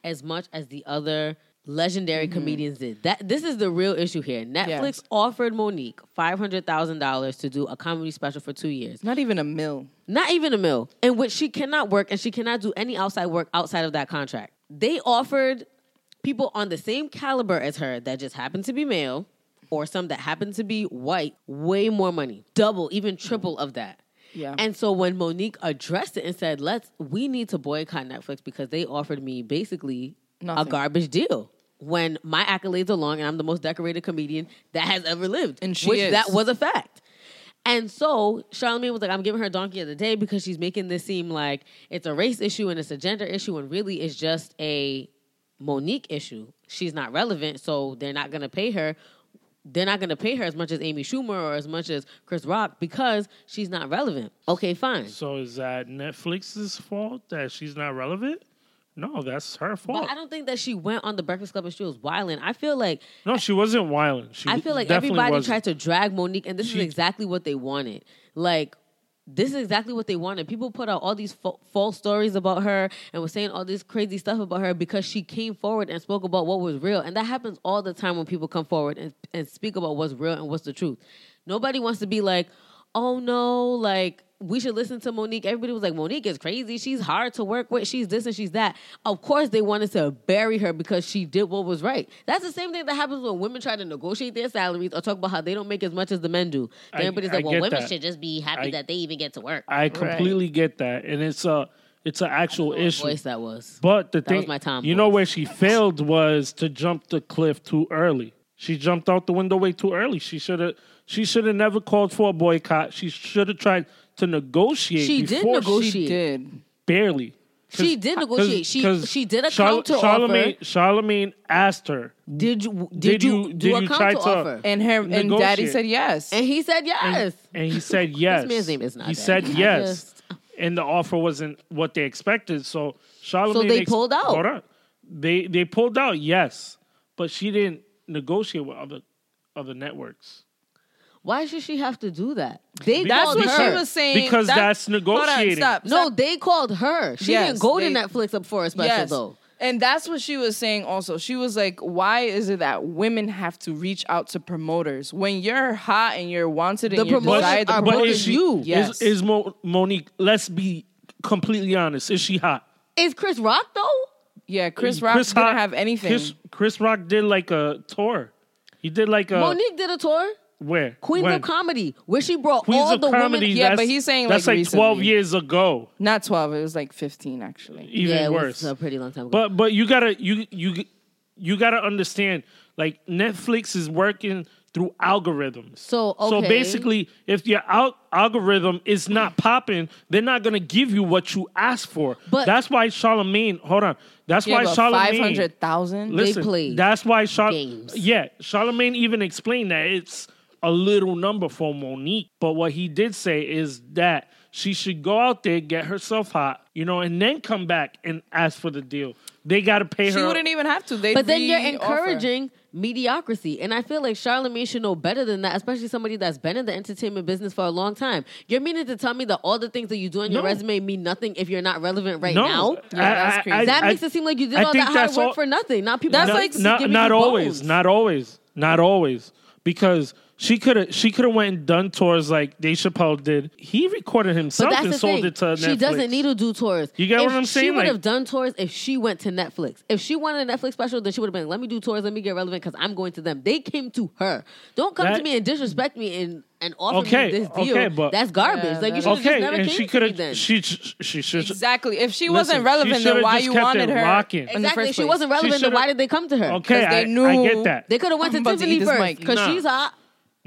[SPEAKER 4] as much as the other legendary comedians did. That this is the real issue here. Netflix
[SPEAKER 2] Yes.
[SPEAKER 4] offered Monique five hundred thousand dollars to do a comedy special for two years,
[SPEAKER 2] Not even a mill.
[SPEAKER 4] not even a mill, in which she cannot work and she cannot do any outside work outside of that contract. They offered people on the same caliber as her that just happened to be male or some that happened to be white way more money, double, even triple of that.
[SPEAKER 2] Yeah.
[SPEAKER 4] And so when Monique addressed it and said, "Let's we need to boycott Netflix because they offered me basically
[SPEAKER 2] Nothing.
[SPEAKER 4] a garbage deal." When my accolades are long and I'm the most decorated comedian that has ever lived,
[SPEAKER 2] And she
[SPEAKER 4] which
[SPEAKER 2] is.
[SPEAKER 4] that was a fact. And so Charlamagne was like, "I'm giving her donkey of the day because she's making this seem like it's a race issue and it's a gender issue, and really it's just a Monique issue. She's not relevant, so they're not going to pay her. They're not going to pay her as much as Amy Schumer or as much as Chris Rock because she's not relevant. Okay, fine.
[SPEAKER 3] So is that Netflix's fault that she's not relevant? No, that's her fault.
[SPEAKER 4] But I don't think that she went on the Breakfast Club and she was wilding. I feel like
[SPEAKER 3] No, she wasn't wilding. She
[SPEAKER 4] I feel like
[SPEAKER 3] definitely
[SPEAKER 4] everybody
[SPEAKER 3] wasn't.
[SPEAKER 4] tried to drag Monique, and this
[SPEAKER 3] She-
[SPEAKER 4] is exactly what they wanted. Like, this is exactly what they wanted. People put out all these fa- false stories about her and were saying all this crazy stuff about her because she came forward and spoke about what was real. And that happens all the time when people come forward and, and speak about what's real and what's the truth. Nobody wants to be like, oh no, like, we should listen to Monique. Everybody was like, Monique is crazy. She's hard to work with. She's this and she's that. Of course, they wanted to bury her because she did what was right. That's the same thing that happens when women try to negotiate their salaries or talk about how they don't make as much as the men do.
[SPEAKER 3] I-
[SPEAKER 4] Everybody's
[SPEAKER 3] I
[SPEAKER 4] like, well,
[SPEAKER 3] get
[SPEAKER 4] women
[SPEAKER 3] that.
[SPEAKER 4] should just be happy
[SPEAKER 3] I-
[SPEAKER 4] that they even get to work.
[SPEAKER 3] I completely get that, and it's a it's an actual
[SPEAKER 4] What
[SPEAKER 3] issue.
[SPEAKER 4] voice that was.
[SPEAKER 3] But the thing,
[SPEAKER 4] was my Tom
[SPEAKER 3] you know,
[SPEAKER 4] voice.
[SPEAKER 3] where she failed was to jump the cliff too early. She jumped out the window way too early. She should have. She should have never called for a boycott. She should have tried to negotiate.
[SPEAKER 4] She did
[SPEAKER 3] before
[SPEAKER 4] negotiate.
[SPEAKER 2] She did.
[SPEAKER 3] barely.
[SPEAKER 4] She did negotiate. She she did a counter
[SPEAKER 3] Charlemagne,
[SPEAKER 4] offer.
[SPEAKER 3] Charlemagne asked her,
[SPEAKER 4] Did you did,
[SPEAKER 3] Did
[SPEAKER 4] you, do
[SPEAKER 3] you- did
[SPEAKER 4] a
[SPEAKER 3] you
[SPEAKER 4] counter
[SPEAKER 3] try to-
[SPEAKER 4] offer?
[SPEAKER 2] And her and daddy
[SPEAKER 3] Negotiate.
[SPEAKER 2] said yes.
[SPEAKER 4] And he said yes.
[SPEAKER 3] and he said yes.
[SPEAKER 4] man's name is not
[SPEAKER 3] He
[SPEAKER 4] that.
[SPEAKER 3] said
[SPEAKER 4] I
[SPEAKER 3] yes,
[SPEAKER 4] just-
[SPEAKER 3] and the offer wasn't what they expected. So Charlemagne,
[SPEAKER 4] they
[SPEAKER 3] ex-
[SPEAKER 4] pulled out.
[SPEAKER 3] Hold on. They they pulled out. Yes, but she didn't negotiate with other other networks.
[SPEAKER 4] Why should she have to do that? They
[SPEAKER 2] that's
[SPEAKER 4] called
[SPEAKER 2] what
[SPEAKER 4] her.
[SPEAKER 2] she was saying.
[SPEAKER 3] Because that's
[SPEAKER 2] Hold on,
[SPEAKER 3] negotiating.
[SPEAKER 2] stop,
[SPEAKER 4] No,
[SPEAKER 2] stop.
[SPEAKER 4] they called her. She
[SPEAKER 2] Yes,
[SPEAKER 4] didn't go
[SPEAKER 2] they-
[SPEAKER 4] to Netflix up for a special though.
[SPEAKER 2] And that's what she was saying also. She was like, why is it that women have to reach out to promoters? When you're hot and you're wanted and
[SPEAKER 4] The
[SPEAKER 2] you're
[SPEAKER 4] promoters
[SPEAKER 2] desired, the
[SPEAKER 4] are
[SPEAKER 2] promoters-
[SPEAKER 4] both
[SPEAKER 3] is she,
[SPEAKER 4] you.
[SPEAKER 3] Is,
[SPEAKER 2] Yes.
[SPEAKER 3] is Mo, Monique? Let's be completely honest. Is she hot?
[SPEAKER 4] Is Chris Rock though?
[SPEAKER 2] Yeah, Chris Rock didn't
[SPEAKER 3] Rock-
[SPEAKER 2] have anything.
[SPEAKER 3] Chris, Chris Rock did like a tour. He did like a
[SPEAKER 4] Monique did a tour.
[SPEAKER 3] where
[SPEAKER 4] Queens
[SPEAKER 3] Uh, When?
[SPEAKER 4] of Comedy, where she brought
[SPEAKER 3] Queens
[SPEAKER 4] all
[SPEAKER 3] of
[SPEAKER 4] the
[SPEAKER 3] Comedy.
[SPEAKER 4] women.
[SPEAKER 2] Yeah,
[SPEAKER 3] that's-
[SPEAKER 2] but he's saying,
[SPEAKER 3] that's
[SPEAKER 2] like,
[SPEAKER 3] like twelve
[SPEAKER 2] recently.
[SPEAKER 3] years ago.
[SPEAKER 2] Not 12, it was like 15 actually.
[SPEAKER 3] Even
[SPEAKER 4] yeah, it
[SPEAKER 3] worse.
[SPEAKER 4] was a pretty long time ago.
[SPEAKER 3] But but you gotta you you you gotta understand like Netflix is working through algorithms.
[SPEAKER 4] So,
[SPEAKER 3] so
[SPEAKER 4] okay.
[SPEAKER 3] basically, if your al- algorithm is not popping, they're not gonna give you what you asked for.
[SPEAKER 4] But-
[SPEAKER 3] that's why Charlemagne. Hold on. That's
[SPEAKER 2] Yeah,
[SPEAKER 3] why
[SPEAKER 2] but
[SPEAKER 3] Charlemagne.
[SPEAKER 2] 500,000?
[SPEAKER 3] Listen,
[SPEAKER 4] played
[SPEAKER 3] that's why Char-
[SPEAKER 4] games.
[SPEAKER 3] Yeah, Charlemagne even explained that it's a little number for Monique. But what he did say is that she should go out there, get herself hot, you know, and then come back and ask for the deal. They got to pay
[SPEAKER 2] She
[SPEAKER 3] her.
[SPEAKER 2] wouldn't even have to. They'd
[SPEAKER 4] But then you're
[SPEAKER 2] re-offer.
[SPEAKER 4] encouraging mediocrity. And I feel like Charlamagne should know better than that, especially somebody that's been in the entertainment business for a long time. You're meaning to tell me that all the things that you do on your
[SPEAKER 3] No.
[SPEAKER 4] resume mean nothing if you're not relevant right
[SPEAKER 3] no,
[SPEAKER 4] now?
[SPEAKER 3] I-
[SPEAKER 2] that's
[SPEAKER 3] I-
[SPEAKER 2] crazy.
[SPEAKER 3] I-
[SPEAKER 4] that
[SPEAKER 3] I-
[SPEAKER 4] makes it seem like you did
[SPEAKER 3] I
[SPEAKER 4] all
[SPEAKER 3] think
[SPEAKER 4] that hard
[SPEAKER 3] that's
[SPEAKER 4] work
[SPEAKER 3] all-
[SPEAKER 4] for nothing. Not people. That's
[SPEAKER 3] No,
[SPEAKER 4] like
[SPEAKER 3] not
[SPEAKER 4] giving
[SPEAKER 3] not
[SPEAKER 4] you
[SPEAKER 3] always,
[SPEAKER 4] bones.
[SPEAKER 3] not always, not always, because she could have she could have went and done tours like Dave Chappelle did. He recorded
[SPEAKER 4] But
[SPEAKER 3] himself
[SPEAKER 4] that's
[SPEAKER 3] and
[SPEAKER 4] the
[SPEAKER 3] sold
[SPEAKER 4] thing.
[SPEAKER 3] it to Netflix.
[SPEAKER 4] She doesn't need to do tours.
[SPEAKER 3] You get
[SPEAKER 4] If
[SPEAKER 3] what I'm
[SPEAKER 4] She
[SPEAKER 3] saying?
[SPEAKER 4] would
[SPEAKER 3] Like-
[SPEAKER 4] have done tours if she went to Netflix. If she wanted a Netflix special, then she would have been, let me do tours, let me get relevant because I'm going to them. They came to her. Don't come to
[SPEAKER 3] That-
[SPEAKER 4] me and disrespect me and, and offer
[SPEAKER 3] Okay,
[SPEAKER 4] me this deal.
[SPEAKER 3] okay, but-
[SPEAKER 4] That's garbage.
[SPEAKER 2] Yeah,
[SPEAKER 4] like, you
[SPEAKER 2] that
[SPEAKER 4] should have
[SPEAKER 3] Okay,
[SPEAKER 4] just never
[SPEAKER 3] and
[SPEAKER 4] came
[SPEAKER 3] she
[SPEAKER 4] to
[SPEAKER 3] could
[SPEAKER 4] me then.
[SPEAKER 3] have she she should
[SPEAKER 2] Exactly. If she
[SPEAKER 3] Listen,
[SPEAKER 2] wasn't
[SPEAKER 3] she
[SPEAKER 2] relevant, then
[SPEAKER 3] should've
[SPEAKER 2] why
[SPEAKER 3] just
[SPEAKER 2] you
[SPEAKER 3] kept it
[SPEAKER 2] wanted her?
[SPEAKER 3] rocking.
[SPEAKER 2] in the
[SPEAKER 4] Exactly.
[SPEAKER 2] first
[SPEAKER 4] If she
[SPEAKER 2] place?
[SPEAKER 4] wasn't relevant, then
[SPEAKER 3] should've-
[SPEAKER 4] why did they come to her?
[SPEAKER 3] Okay,
[SPEAKER 2] 'Cause they
[SPEAKER 3] I, I
[SPEAKER 2] knew
[SPEAKER 3] get that.
[SPEAKER 4] They could have went
[SPEAKER 2] I'm
[SPEAKER 4] to
[SPEAKER 2] about to
[SPEAKER 4] Tiffany
[SPEAKER 2] eat this
[SPEAKER 4] first
[SPEAKER 2] mic.
[SPEAKER 4] because
[SPEAKER 3] Nah.
[SPEAKER 4] she's hot.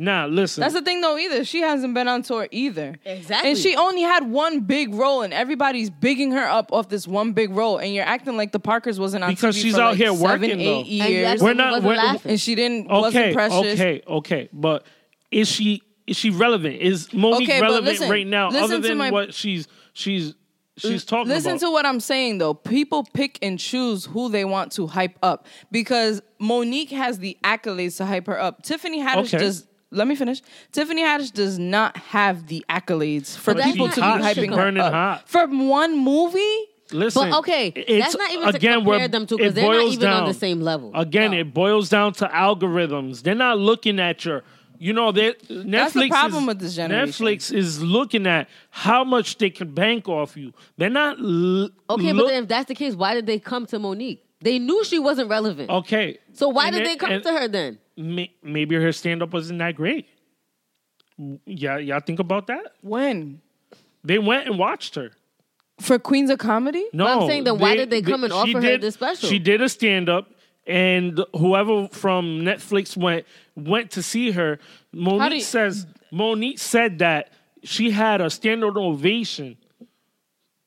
[SPEAKER 3] nah, listen.
[SPEAKER 2] That's the thing, though. Either she hasn't been on tour either.
[SPEAKER 4] Exactly.
[SPEAKER 2] And she only had one big role, and everybody's bigging her up off this one big role. And you're acting like the Parkers wasn't on
[SPEAKER 3] Because
[SPEAKER 2] TV
[SPEAKER 3] she's
[SPEAKER 2] for,
[SPEAKER 3] out
[SPEAKER 2] like,
[SPEAKER 3] here
[SPEAKER 2] seven,
[SPEAKER 3] working,
[SPEAKER 2] eight
[SPEAKER 3] though.
[SPEAKER 4] And
[SPEAKER 2] years,
[SPEAKER 4] yes,
[SPEAKER 3] We're
[SPEAKER 4] she
[SPEAKER 3] not-
[SPEAKER 4] wasn't
[SPEAKER 3] we're-
[SPEAKER 4] laughing.
[SPEAKER 2] and she didn't
[SPEAKER 3] okay,
[SPEAKER 2] wasn't precious.
[SPEAKER 3] okay, okay. But is she is she relevant? Is Monique
[SPEAKER 2] Okay, but
[SPEAKER 3] relevant
[SPEAKER 2] listen-
[SPEAKER 3] right now?
[SPEAKER 2] listen
[SPEAKER 3] Other
[SPEAKER 2] to
[SPEAKER 3] than
[SPEAKER 2] my-
[SPEAKER 3] what she's she's she's talking
[SPEAKER 2] Listen
[SPEAKER 3] about.
[SPEAKER 2] to what I'm saying though. People pick and choose who they want to hype up because Monique has the accolades to hype her up. Tiffany Haddish
[SPEAKER 3] Okay.
[SPEAKER 2] does. Let me finish. Tiffany Haddish does not have the accolades for
[SPEAKER 4] But
[SPEAKER 2] people
[SPEAKER 4] she's
[SPEAKER 2] to
[SPEAKER 4] hot.
[SPEAKER 2] be
[SPEAKER 4] She's
[SPEAKER 2] hyping her
[SPEAKER 3] burning
[SPEAKER 2] up.
[SPEAKER 3] hot.
[SPEAKER 2] From one movie,
[SPEAKER 3] Listen,
[SPEAKER 4] But okay, that's
[SPEAKER 3] it's-
[SPEAKER 4] not even to
[SPEAKER 3] again, we're-
[SPEAKER 4] compare them to 'cause
[SPEAKER 3] it
[SPEAKER 4] they're not
[SPEAKER 3] boils
[SPEAKER 4] even on
[SPEAKER 3] down-
[SPEAKER 4] the same level.
[SPEAKER 3] Again, it boils down to algorithms. They're not looking at your, you know, they Netflix.
[SPEAKER 2] the problem
[SPEAKER 3] is,
[SPEAKER 2] with this generation.
[SPEAKER 3] Netflix is looking at how much they can bank off you. They're not. L-
[SPEAKER 4] Okay, but
[SPEAKER 3] look-
[SPEAKER 4] then if that's the case, why did they come to Monique? They knew she wasn't relevant.
[SPEAKER 3] okay.
[SPEAKER 4] So why
[SPEAKER 3] And
[SPEAKER 4] did
[SPEAKER 3] it-
[SPEAKER 4] they come
[SPEAKER 3] and
[SPEAKER 4] to her then?
[SPEAKER 3] may- maybe her stand up wasn't that great. Yeah, y'all think about that.
[SPEAKER 2] when
[SPEAKER 3] They went and watched her.
[SPEAKER 2] for Queens of Comedy,
[SPEAKER 3] No,
[SPEAKER 4] I'm saying then why did they come and
[SPEAKER 3] she
[SPEAKER 4] offer her this special?
[SPEAKER 3] She did a stand up, and whoever from Netflix went went to see her. Monique
[SPEAKER 2] you-
[SPEAKER 3] says Monique said that she had a standard ovation.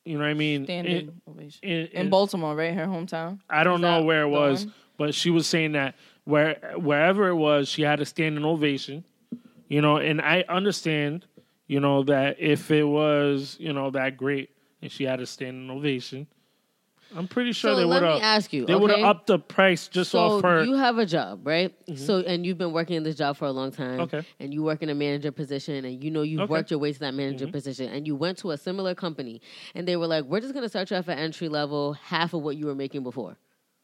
[SPEAKER 3] You know what I mean?
[SPEAKER 2] standing
[SPEAKER 3] And-
[SPEAKER 2] ovation
[SPEAKER 3] and-
[SPEAKER 2] in
[SPEAKER 3] and-
[SPEAKER 2] Baltimore, right, her hometown.
[SPEAKER 3] I don't
[SPEAKER 2] Is
[SPEAKER 3] know
[SPEAKER 2] that
[SPEAKER 3] where it
[SPEAKER 2] the
[SPEAKER 3] was,
[SPEAKER 2] one?
[SPEAKER 3] but she was saying that where wherever it was, she had a standing ovation. You know, and I understand, you know, that if it was, you know, that great and she had a standing ovation, I'm pretty sure
[SPEAKER 4] So
[SPEAKER 3] they
[SPEAKER 4] let
[SPEAKER 3] would
[SPEAKER 4] me
[SPEAKER 3] have
[SPEAKER 4] ask you,
[SPEAKER 3] They would have
[SPEAKER 4] okay?
[SPEAKER 3] upped the price just
[SPEAKER 4] So
[SPEAKER 3] off her. Mm-hmm.
[SPEAKER 4] you have a job, right? So and you've been working in this job for a long time.
[SPEAKER 3] Okay.
[SPEAKER 4] And you work in a manager position and you know you've
[SPEAKER 3] Okay. Mm-hmm.
[SPEAKER 4] worked your way to that manager position and you went to a similar company and they were like, We're just gonna start you off at entry level, half of what you were making before.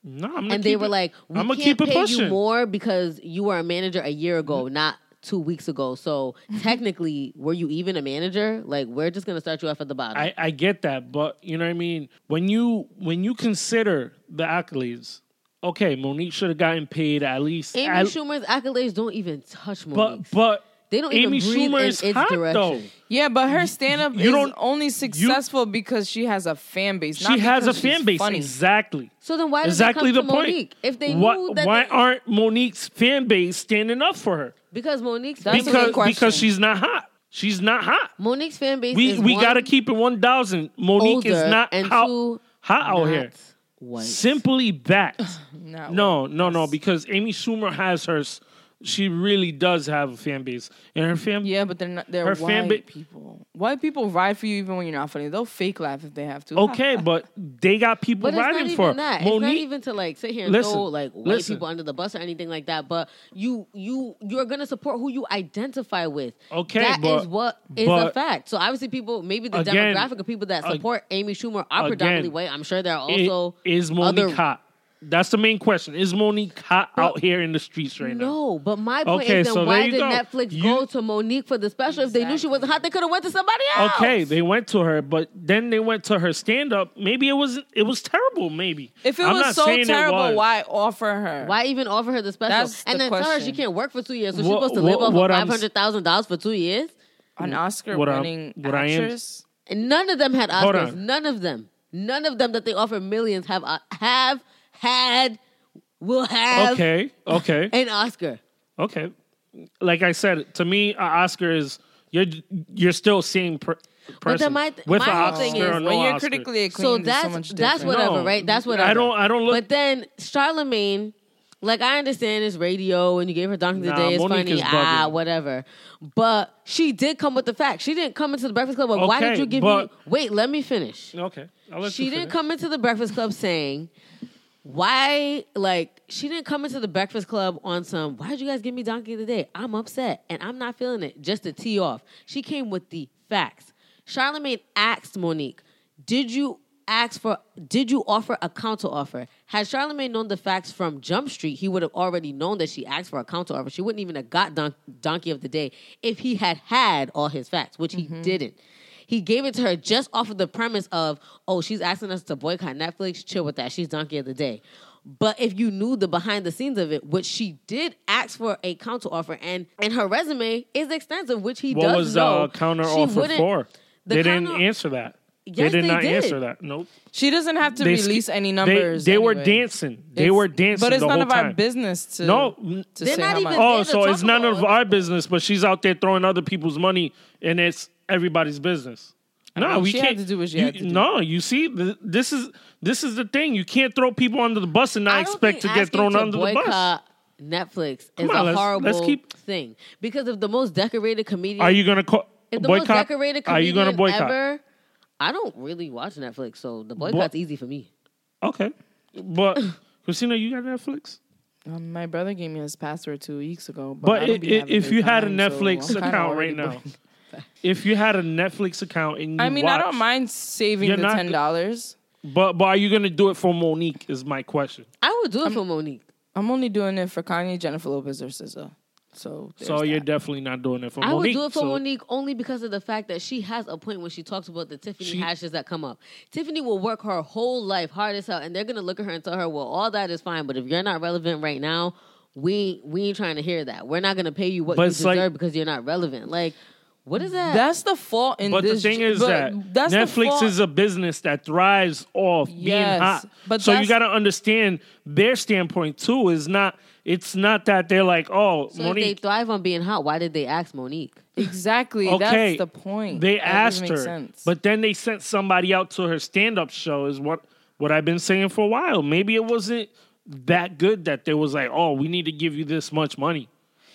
[SPEAKER 3] no, I'm gonna
[SPEAKER 4] And they
[SPEAKER 3] keep
[SPEAKER 4] were
[SPEAKER 3] it-
[SPEAKER 4] like, We
[SPEAKER 3] I'm
[SPEAKER 4] can't
[SPEAKER 3] gonna keep it
[SPEAKER 4] pay
[SPEAKER 3] pushing. Mm-hmm.
[SPEAKER 4] you more because you were a manager a year ago, not two weeks ago. So technically, were you even a manager? Like we're just gonna start you off at the bottom.
[SPEAKER 3] I, I get that, but you know what I mean. When you when you consider the accolades, okay, Monique should have gotten paid at least
[SPEAKER 4] Amy
[SPEAKER 3] at,
[SPEAKER 4] Schumer's accolades don't even touch Monique's.
[SPEAKER 3] But but
[SPEAKER 4] They don't even
[SPEAKER 3] Amy
[SPEAKER 4] breathe
[SPEAKER 3] Schumer
[SPEAKER 4] in
[SPEAKER 3] is
[SPEAKER 4] its
[SPEAKER 3] hot
[SPEAKER 4] direction.
[SPEAKER 3] though.
[SPEAKER 2] Yeah, but her stand up
[SPEAKER 3] you
[SPEAKER 2] is
[SPEAKER 3] don't-
[SPEAKER 2] only successful because she has a fan base.
[SPEAKER 3] She
[SPEAKER 2] not
[SPEAKER 3] has a
[SPEAKER 2] because she's
[SPEAKER 3] fan base.
[SPEAKER 2] funny.
[SPEAKER 3] Exactly.
[SPEAKER 4] So then why did
[SPEAKER 3] exactly
[SPEAKER 4] they come
[SPEAKER 3] the
[SPEAKER 4] to
[SPEAKER 3] point.
[SPEAKER 4] Monique if they
[SPEAKER 3] why,
[SPEAKER 4] knew that
[SPEAKER 3] why
[SPEAKER 4] they-
[SPEAKER 3] aren't Monique's fan base standing up for her?
[SPEAKER 4] because Monique's
[SPEAKER 2] That's a good
[SPEAKER 3] because
[SPEAKER 2] question.
[SPEAKER 3] because she's not hot. She's not hot.
[SPEAKER 4] Monique's fan base
[SPEAKER 3] We
[SPEAKER 4] is
[SPEAKER 3] we
[SPEAKER 4] one,
[SPEAKER 3] gotta keep it one thousand. Monique is
[SPEAKER 4] older
[SPEAKER 3] not
[SPEAKER 4] and
[SPEAKER 3] how
[SPEAKER 4] two,
[SPEAKER 3] hot out
[SPEAKER 4] Not
[SPEAKER 3] here.
[SPEAKER 4] White.
[SPEAKER 3] Simply that.
[SPEAKER 5] Not
[SPEAKER 3] No, no, no, because Amy Schumer has her. s- She really does have a fan base, and her fan.
[SPEAKER 5] Yeah, but they're not. They're
[SPEAKER 3] Her
[SPEAKER 5] white
[SPEAKER 3] fan ba-
[SPEAKER 5] people. White people ride for you even when you're not funny. They'll fake laugh if they have to.
[SPEAKER 3] Okay, but they got people
[SPEAKER 4] But it's not
[SPEAKER 3] riding
[SPEAKER 4] even
[SPEAKER 3] for her.
[SPEAKER 4] that. it's not
[SPEAKER 3] Monique.
[SPEAKER 4] even to like sit here and
[SPEAKER 3] Listen,
[SPEAKER 4] throw like white
[SPEAKER 3] listen.
[SPEAKER 4] people under the bus or anything like that. But you you you're gonna support who you identify with.
[SPEAKER 3] Okay,
[SPEAKER 4] that is
[SPEAKER 3] but-
[SPEAKER 4] what is a
[SPEAKER 3] but-
[SPEAKER 4] fact. So obviously, people maybe the
[SPEAKER 3] Again,
[SPEAKER 4] demographic of people that
[SPEAKER 3] ag-
[SPEAKER 4] support Amy Schumer are predominantly
[SPEAKER 3] again,
[SPEAKER 4] white. I'm sure there are
[SPEAKER 3] It-
[SPEAKER 4] also
[SPEAKER 3] is Monique
[SPEAKER 4] other,
[SPEAKER 3] hot? That's the main question. Is Monique hot out here in the streets right now?
[SPEAKER 4] No, but my point
[SPEAKER 3] Okay,
[SPEAKER 4] is then
[SPEAKER 3] so there
[SPEAKER 4] why
[SPEAKER 3] you
[SPEAKER 4] did
[SPEAKER 3] go.
[SPEAKER 4] Netflix
[SPEAKER 3] You-
[SPEAKER 4] go to Monique for the special? If they knew she wasn't hot, they could have went to somebody else.
[SPEAKER 3] Okay, they went to her, but then they went to her stand up. Maybe it was it was terrible. Maybe
[SPEAKER 5] If it
[SPEAKER 3] I'm
[SPEAKER 5] was
[SPEAKER 3] not
[SPEAKER 5] so
[SPEAKER 3] saying it
[SPEAKER 5] terrible,
[SPEAKER 3] was.
[SPEAKER 5] why offer her?
[SPEAKER 4] Why even offer her the special?
[SPEAKER 5] That's
[SPEAKER 4] and
[SPEAKER 5] the
[SPEAKER 4] then tell her
[SPEAKER 5] question.
[SPEAKER 4] she can't work for two years, so she's
[SPEAKER 3] What-
[SPEAKER 4] supposed to
[SPEAKER 3] what-
[SPEAKER 4] live off
[SPEAKER 3] what
[SPEAKER 4] of
[SPEAKER 3] I'm
[SPEAKER 4] five
[SPEAKER 3] s-
[SPEAKER 4] hundred thousand dollars for two years.
[SPEAKER 5] an Oscar
[SPEAKER 3] What I-
[SPEAKER 5] winning
[SPEAKER 3] what I am-
[SPEAKER 5] actress?
[SPEAKER 4] None of them had
[SPEAKER 3] Hold
[SPEAKER 4] Oscars.
[SPEAKER 3] on.
[SPEAKER 4] None of them. None of them that they offer millions have uh, have had will have
[SPEAKER 3] Okay, okay,
[SPEAKER 4] an Oscar.
[SPEAKER 3] okay. Like I said, to me, a Oscar is you're you're still seeing per, person
[SPEAKER 4] But then my th-
[SPEAKER 3] with
[SPEAKER 4] my
[SPEAKER 3] an
[SPEAKER 4] whole
[SPEAKER 3] Oscar
[SPEAKER 4] thing
[SPEAKER 3] or
[SPEAKER 4] is,
[SPEAKER 3] no
[SPEAKER 5] when you're
[SPEAKER 3] Oscar.
[SPEAKER 5] critically acclaimed,
[SPEAKER 4] So
[SPEAKER 5] it's
[SPEAKER 4] that's
[SPEAKER 5] so much
[SPEAKER 4] that's
[SPEAKER 5] different.
[SPEAKER 4] whatever,
[SPEAKER 3] No,
[SPEAKER 4] right? That's whatever.
[SPEAKER 3] I don't- I don't look-
[SPEAKER 4] But then Charlemagne, like I understand his radio, and you gave her donkey
[SPEAKER 3] Nah,
[SPEAKER 4] today. It's
[SPEAKER 3] Monique
[SPEAKER 4] funny,
[SPEAKER 3] is
[SPEAKER 4] ah,
[SPEAKER 3] bugging.
[SPEAKER 4] whatever. But she did come with the facts. She didn't come into the Breakfast Club. But why did
[SPEAKER 3] Okay,
[SPEAKER 4] you give
[SPEAKER 3] but-
[SPEAKER 4] me? Wait, let me finish.
[SPEAKER 3] Okay, I'll let
[SPEAKER 4] she
[SPEAKER 3] you
[SPEAKER 4] didn't
[SPEAKER 3] finish.
[SPEAKER 4] come into the Breakfast Club saying, "Why?" Like she didn't come into the Breakfast Club on some. Why did you guys give me donkey today? I'm upset and I'm not feeling it. Just to tee off, she came with the facts. Charlemagne asked Monique, "Did you ask for? Did you offer a counter offer?" Had Charlemagne known the facts from Jump Street, he would have already known that she asked for a counter offer. She wouldn't even have got don- donkey of the day if he had had all his facts, which he didn't. He gave it to her just off of the premise of, oh, she's asking us to boycott Netflix. Chill with that. She's donkey of the day. But if you knew the behind the scenes of it, which she did ask for a counter offer, and and her resume is extensive, which he
[SPEAKER 3] What
[SPEAKER 4] does
[SPEAKER 3] was
[SPEAKER 4] know.
[SPEAKER 3] uh, counter
[SPEAKER 4] She
[SPEAKER 3] offer
[SPEAKER 4] wouldn't-
[SPEAKER 3] for?
[SPEAKER 4] the
[SPEAKER 3] They didn't
[SPEAKER 4] counter-
[SPEAKER 3] answer that.
[SPEAKER 4] Yes,
[SPEAKER 3] they did
[SPEAKER 4] they
[SPEAKER 3] not
[SPEAKER 4] did.
[SPEAKER 3] answer that. Nope.
[SPEAKER 5] She doesn't have to
[SPEAKER 3] They sk-
[SPEAKER 5] release any
[SPEAKER 3] they-
[SPEAKER 5] numbers.
[SPEAKER 3] They, were
[SPEAKER 5] anyway.
[SPEAKER 3] dancing. They
[SPEAKER 5] It's-
[SPEAKER 3] were dancing.
[SPEAKER 5] But it's
[SPEAKER 3] the
[SPEAKER 5] none
[SPEAKER 3] whole
[SPEAKER 5] of our
[SPEAKER 3] time.
[SPEAKER 5] business to
[SPEAKER 3] No,
[SPEAKER 5] to
[SPEAKER 4] They're
[SPEAKER 5] say how
[SPEAKER 4] not even-
[SPEAKER 5] much-
[SPEAKER 4] there
[SPEAKER 3] Oh,
[SPEAKER 4] to
[SPEAKER 3] so
[SPEAKER 4] talk
[SPEAKER 3] it's none
[SPEAKER 4] about
[SPEAKER 3] of
[SPEAKER 4] other
[SPEAKER 3] our business, but she's out there throwing other people's money, and it's everybody's business. No,
[SPEAKER 5] know.
[SPEAKER 3] we
[SPEAKER 5] She had
[SPEAKER 3] can't
[SPEAKER 5] to do what she
[SPEAKER 3] you-
[SPEAKER 5] had to do.
[SPEAKER 3] No, you see, th- this is this is the thing. You can't throw people under the bus and
[SPEAKER 4] I
[SPEAKER 3] not
[SPEAKER 4] don't
[SPEAKER 3] expect to
[SPEAKER 4] think
[SPEAKER 3] get
[SPEAKER 4] asking
[SPEAKER 3] thrown
[SPEAKER 4] to
[SPEAKER 3] under the bus.
[SPEAKER 4] boycott Netflix is
[SPEAKER 3] Come on,
[SPEAKER 4] a
[SPEAKER 3] let's-
[SPEAKER 4] horrible
[SPEAKER 3] let's keep-
[SPEAKER 4] thing because if the most decorated comedian,
[SPEAKER 3] Are you gonna call
[SPEAKER 4] if the
[SPEAKER 3] boycott?
[SPEAKER 4] most decorated
[SPEAKER 3] Are you
[SPEAKER 4] comedian
[SPEAKER 3] gonna boycott?
[SPEAKER 4] ever, I don't really watch Netflix, so the boycott's easy for me.
[SPEAKER 3] Okay, but Christina, you got Netflix.
[SPEAKER 5] Um, my brother gave me his password two weeks ago. But, I
[SPEAKER 3] But
[SPEAKER 5] don't
[SPEAKER 3] it,
[SPEAKER 5] be
[SPEAKER 3] it,
[SPEAKER 5] having
[SPEAKER 3] if
[SPEAKER 5] good
[SPEAKER 3] you had a
[SPEAKER 5] time, so
[SPEAKER 3] Netflix
[SPEAKER 5] I'm kinda
[SPEAKER 3] account
[SPEAKER 5] already
[SPEAKER 3] right now,
[SPEAKER 5] booked.
[SPEAKER 3] if you had a Netflix account and you
[SPEAKER 5] I mean, I don't
[SPEAKER 3] watch-
[SPEAKER 5] mind saving
[SPEAKER 3] You're
[SPEAKER 5] the
[SPEAKER 3] not-
[SPEAKER 5] ten dollars.
[SPEAKER 3] But but are you gonna do it for Monique? Is my question.
[SPEAKER 4] I would do it for Monique.
[SPEAKER 5] I'm only doing it for Kanye, Jennifer Lopez, or SZA. So there's
[SPEAKER 3] so you're
[SPEAKER 5] that.
[SPEAKER 3] definitely not doing it for
[SPEAKER 4] I
[SPEAKER 3] Monique.
[SPEAKER 4] would do it for
[SPEAKER 3] so-
[SPEAKER 4] Monique only because of the fact that she has a point when she talks about the Tiffany
[SPEAKER 3] She-
[SPEAKER 4] hashes that come up. Tiffany will work her whole life hard as hell, and they're gonna look at her and tell her, "Well, all that is fine, but if you're not relevant right now, we we ain't trying to hear that. We're not gonna pay you what
[SPEAKER 3] But
[SPEAKER 4] you
[SPEAKER 3] it's like-
[SPEAKER 4] deserve because you're not relevant." Like, what is that?
[SPEAKER 5] That's the fault in
[SPEAKER 3] But the
[SPEAKER 5] this.
[SPEAKER 3] thing is
[SPEAKER 5] but
[SPEAKER 3] that
[SPEAKER 5] that's the
[SPEAKER 3] Netflix
[SPEAKER 5] fault-
[SPEAKER 3] is a business that thrives off being
[SPEAKER 5] Yes,
[SPEAKER 3] hot.
[SPEAKER 5] but
[SPEAKER 3] so you
[SPEAKER 5] that's-
[SPEAKER 3] got to understand their standpoint too. Is not it's not that they're like oh
[SPEAKER 4] so if they
[SPEAKER 3] Monique.
[SPEAKER 4] thrive on being hot. Why did they ask Monique?
[SPEAKER 5] exactly
[SPEAKER 3] okay,
[SPEAKER 5] that's the point.
[SPEAKER 3] They
[SPEAKER 5] That doesn't
[SPEAKER 3] asked
[SPEAKER 5] make
[SPEAKER 3] her,
[SPEAKER 5] sense.
[SPEAKER 3] but then they sent somebody out to her stand-up show. Is what what I've been saying for a while. Maybe it wasn't that good that they was like oh we need to give you this much money.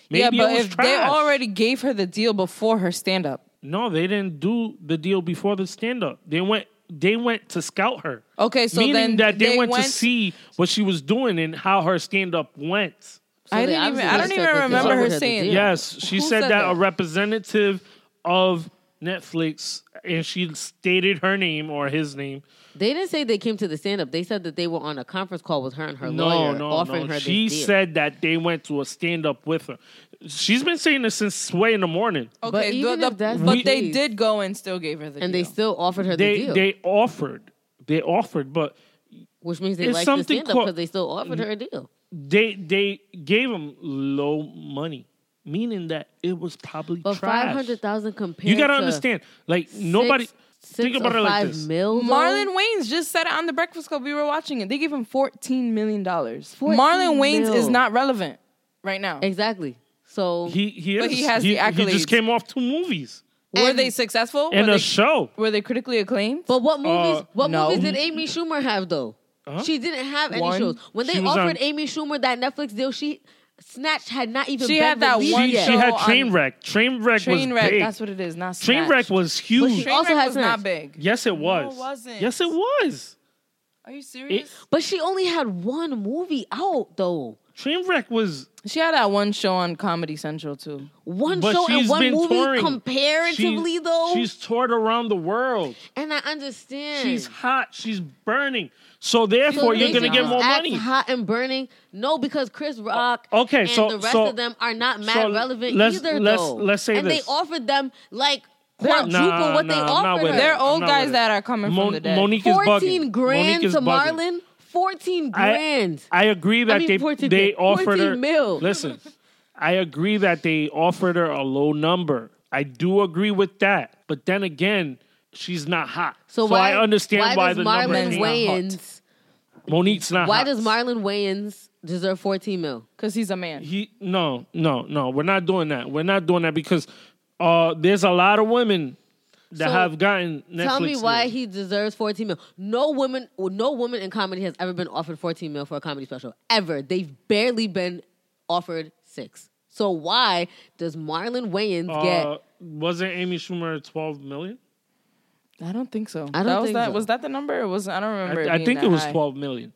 [SPEAKER 3] Maybe
[SPEAKER 5] yeah, but
[SPEAKER 3] it was
[SPEAKER 5] if they
[SPEAKER 3] trash.
[SPEAKER 5] already gave her the deal before her stand up.
[SPEAKER 3] No, they didn't do the deal before the stand up. They went they went to scout her.
[SPEAKER 5] Okay, so
[SPEAKER 3] meaning
[SPEAKER 5] then
[SPEAKER 3] that they,
[SPEAKER 5] they
[SPEAKER 3] went,
[SPEAKER 5] went-
[SPEAKER 3] to see what she was doing and how her stand up went.
[SPEAKER 4] So
[SPEAKER 5] I
[SPEAKER 4] they
[SPEAKER 5] didn't even.
[SPEAKER 4] obviously
[SPEAKER 5] I don't
[SPEAKER 4] just
[SPEAKER 5] even
[SPEAKER 4] said that they
[SPEAKER 5] remember her
[SPEAKER 4] offered the
[SPEAKER 5] saying.
[SPEAKER 4] deal.
[SPEAKER 5] that.
[SPEAKER 3] Yes, she
[SPEAKER 5] Who
[SPEAKER 3] said,
[SPEAKER 5] said
[SPEAKER 3] that, a
[SPEAKER 5] that?
[SPEAKER 3] representative of Netflix and she stated her name or his name.
[SPEAKER 4] They didn't say they came to the stand up. They said that they were on a conference call with her and her
[SPEAKER 3] No,
[SPEAKER 4] lawyer
[SPEAKER 3] no,
[SPEAKER 4] offering
[SPEAKER 3] no.
[SPEAKER 4] her
[SPEAKER 3] she
[SPEAKER 4] this deal.
[SPEAKER 3] said that they went to a stand up with her. She's been saying this since way in the morning.
[SPEAKER 4] Oh,
[SPEAKER 5] Okay, the-
[SPEAKER 4] even
[SPEAKER 5] the-
[SPEAKER 4] if that's the
[SPEAKER 5] but they
[SPEAKER 4] case-
[SPEAKER 5] did go and still gave her the
[SPEAKER 4] and
[SPEAKER 5] deal.
[SPEAKER 4] they still offered her the
[SPEAKER 3] They
[SPEAKER 4] deal.
[SPEAKER 3] they offered. They offered, but
[SPEAKER 4] Which means they
[SPEAKER 3] It's
[SPEAKER 4] like the
[SPEAKER 3] something
[SPEAKER 4] stand up
[SPEAKER 3] called-
[SPEAKER 4] because they still offered her a deal.
[SPEAKER 3] they they gave him low money, meaning that it was probably
[SPEAKER 4] But
[SPEAKER 3] trash.
[SPEAKER 4] five hundred thousand compared.
[SPEAKER 3] You gotta
[SPEAKER 4] to
[SPEAKER 3] understand, like
[SPEAKER 4] six-
[SPEAKER 3] nobody
[SPEAKER 4] six
[SPEAKER 3] think about
[SPEAKER 4] or
[SPEAKER 3] it like
[SPEAKER 4] five
[SPEAKER 3] this.
[SPEAKER 4] Mil, though?
[SPEAKER 5] Marlon Wayans just said it on the Breakfast Club. We were watching it. They gave him fourteen million dollars. Marlon Wayans
[SPEAKER 4] mil.
[SPEAKER 5] is not relevant right now.
[SPEAKER 4] exactly. So
[SPEAKER 3] He he is.
[SPEAKER 5] But he has the
[SPEAKER 3] He just
[SPEAKER 5] accolades.
[SPEAKER 3] came off two movies.
[SPEAKER 2] Were
[SPEAKER 4] And-
[SPEAKER 2] they successful?
[SPEAKER 3] in
[SPEAKER 2] were,
[SPEAKER 3] a
[SPEAKER 2] they,
[SPEAKER 3] show.
[SPEAKER 2] were they critically acclaimed?
[SPEAKER 4] But what movies?
[SPEAKER 3] Uh,
[SPEAKER 4] what
[SPEAKER 2] no.
[SPEAKER 4] movies did Amy Schumer have though? She didn't have any
[SPEAKER 2] One.
[SPEAKER 4] shows. When they
[SPEAKER 3] She was
[SPEAKER 4] offered
[SPEAKER 3] on-
[SPEAKER 4] Amy Schumer that Netflix deal, she Snatch had not even.
[SPEAKER 2] She
[SPEAKER 4] been
[SPEAKER 2] had that
[SPEAKER 4] released
[SPEAKER 2] one
[SPEAKER 3] She,
[SPEAKER 4] yet.
[SPEAKER 2] show.
[SPEAKER 3] she had
[SPEAKER 2] on-
[SPEAKER 3] Trainwreck. Trainwreck
[SPEAKER 2] Train
[SPEAKER 3] was
[SPEAKER 2] wreck.
[SPEAKER 3] big.
[SPEAKER 2] That's what it is. Not
[SPEAKER 3] Trainwreck was huge.
[SPEAKER 4] She also
[SPEAKER 2] Trainwreck
[SPEAKER 4] had
[SPEAKER 2] was not
[SPEAKER 4] Snatch.
[SPEAKER 2] big.
[SPEAKER 3] yes, it was.
[SPEAKER 2] wasn't.
[SPEAKER 3] Yes, it was.
[SPEAKER 2] Are you serious?
[SPEAKER 4] But she only had one movie out though.
[SPEAKER 3] Trainwreck was.
[SPEAKER 2] she had that one show on Comedy Central too.
[SPEAKER 4] One
[SPEAKER 3] But
[SPEAKER 4] show and
[SPEAKER 3] she's
[SPEAKER 4] one
[SPEAKER 3] been
[SPEAKER 4] movie
[SPEAKER 3] touring.
[SPEAKER 4] comparatively
[SPEAKER 3] She's-
[SPEAKER 4] though.
[SPEAKER 3] she's toured around the world.
[SPEAKER 4] and I understand.
[SPEAKER 3] She's
[SPEAKER 4] So
[SPEAKER 3] hot. She's burning. So therefore,
[SPEAKER 4] they
[SPEAKER 3] you're gonna
[SPEAKER 4] should
[SPEAKER 3] get
[SPEAKER 4] just
[SPEAKER 3] more
[SPEAKER 4] act
[SPEAKER 3] money.
[SPEAKER 4] Hot and burning. No, because Chris Rock.
[SPEAKER 3] okay,
[SPEAKER 4] and
[SPEAKER 3] so-
[SPEAKER 4] the rest
[SPEAKER 3] so-
[SPEAKER 4] of them are not mad
[SPEAKER 3] so
[SPEAKER 4] relevant
[SPEAKER 3] let's-
[SPEAKER 4] either.
[SPEAKER 3] let's-
[SPEAKER 4] though.
[SPEAKER 3] let's say
[SPEAKER 4] and
[SPEAKER 3] this.
[SPEAKER 4] they offered them like
[SPEAKER 3] They're-
[SPEAKER 4] quadruple
[SPEAKER 3] Nah,
[SPEAKER 4] what they
[SPEAKER 3] nah, I'm not
[SPEAKER 4] offered
[SPEAKER 3] with
[SPEAKER 4] her.
[SPEAKER 3] it.
[SPEAKER 2] They're
[SPEAKER 3] I'm
[SPEAKER 2] old
[SPEAKER 3] not
[SPEAKER 2] guys
[SPEAKER 3] with it.
[SPEAKER 2] that are coming
[SPEAKER 3] Mon-
[SPEAKER 2] from the dead.
[SPEAKER 3] Monique is bugging.
[SPEAKER 4] 14 grand
[SPEAKER 3] Monique is
[SPEAKER 4] to
[SPEAKER 3] bugging.
[SPEAKER 4] Marlon. 14
[SPEAKER 3] I,
[SPEAKER 4] grand.
[SPEAKER 3] I agree that
[SPEAKER 4] mean,
[SPEAKER 3] they
[SPEAKER 4] 14
[SPEAKER 3] they
[SPEAKER 4] grand.
[SPEAKER 3] offered
[SPEAKER 4] 14
[SPEAKER 3] her.
[SPEAKER 4] mil.
[SPEAKER 3] Listen, I agree that they offered her a low number. I do agree with that. But then again, she's not hot. So, I understand why,
[SPEAKER 4] does
[SPEAKER 3] the
[SPEAKER 4] Marlon
[SPEAKER 3] number came.
[SPEAKER 4] Wayans,
[SPEAKER 3] Monique's not
[SPEAKER 4] Why
[SPEAKER 3] hot.
[SPEAKER 4] does Marlon Wayans deserve 14 mil?
[SPEAKER 2] Because he's a man.
[SPEAKER 3] he no no no we're not doing that we're not doing that because uh there's a lot of women that
[SPEAKER 4] So,
[SPEAKER 3] have gotten Netflix
[SPEAKER 4] Tell me why
[SPEAKER 3] deals.
[SPEAKER 4] he deserves 14 mil. No woman, no woman in comedy has ever been offered 14 mil for a comedy special. Ever. They've barely been offered six. So why does Marlon Wayans
[SPEAKER 3] uh,
[SPEAKER 4] get
[SPEAKER 3] wasn't Amy Schumer 12 million
[SPEAKER 2] I don't think so.
[SPEAKER 4] I don't
[SPEAKER 2] that was
[SPEAKER 4] think
[SPEAKER 2] that
[SPEAKER 4] so.
[SPEAKER 2] was that the number? It was I don't remember.
[SPEAKER 3] I, I
[SPEAKER 2] being
[SPEAKER 3] think
[SPEAKER 2] that
[SPEAKER 3] it was
[SPEAKER 2] high.
[SPEAKER 3] 12 million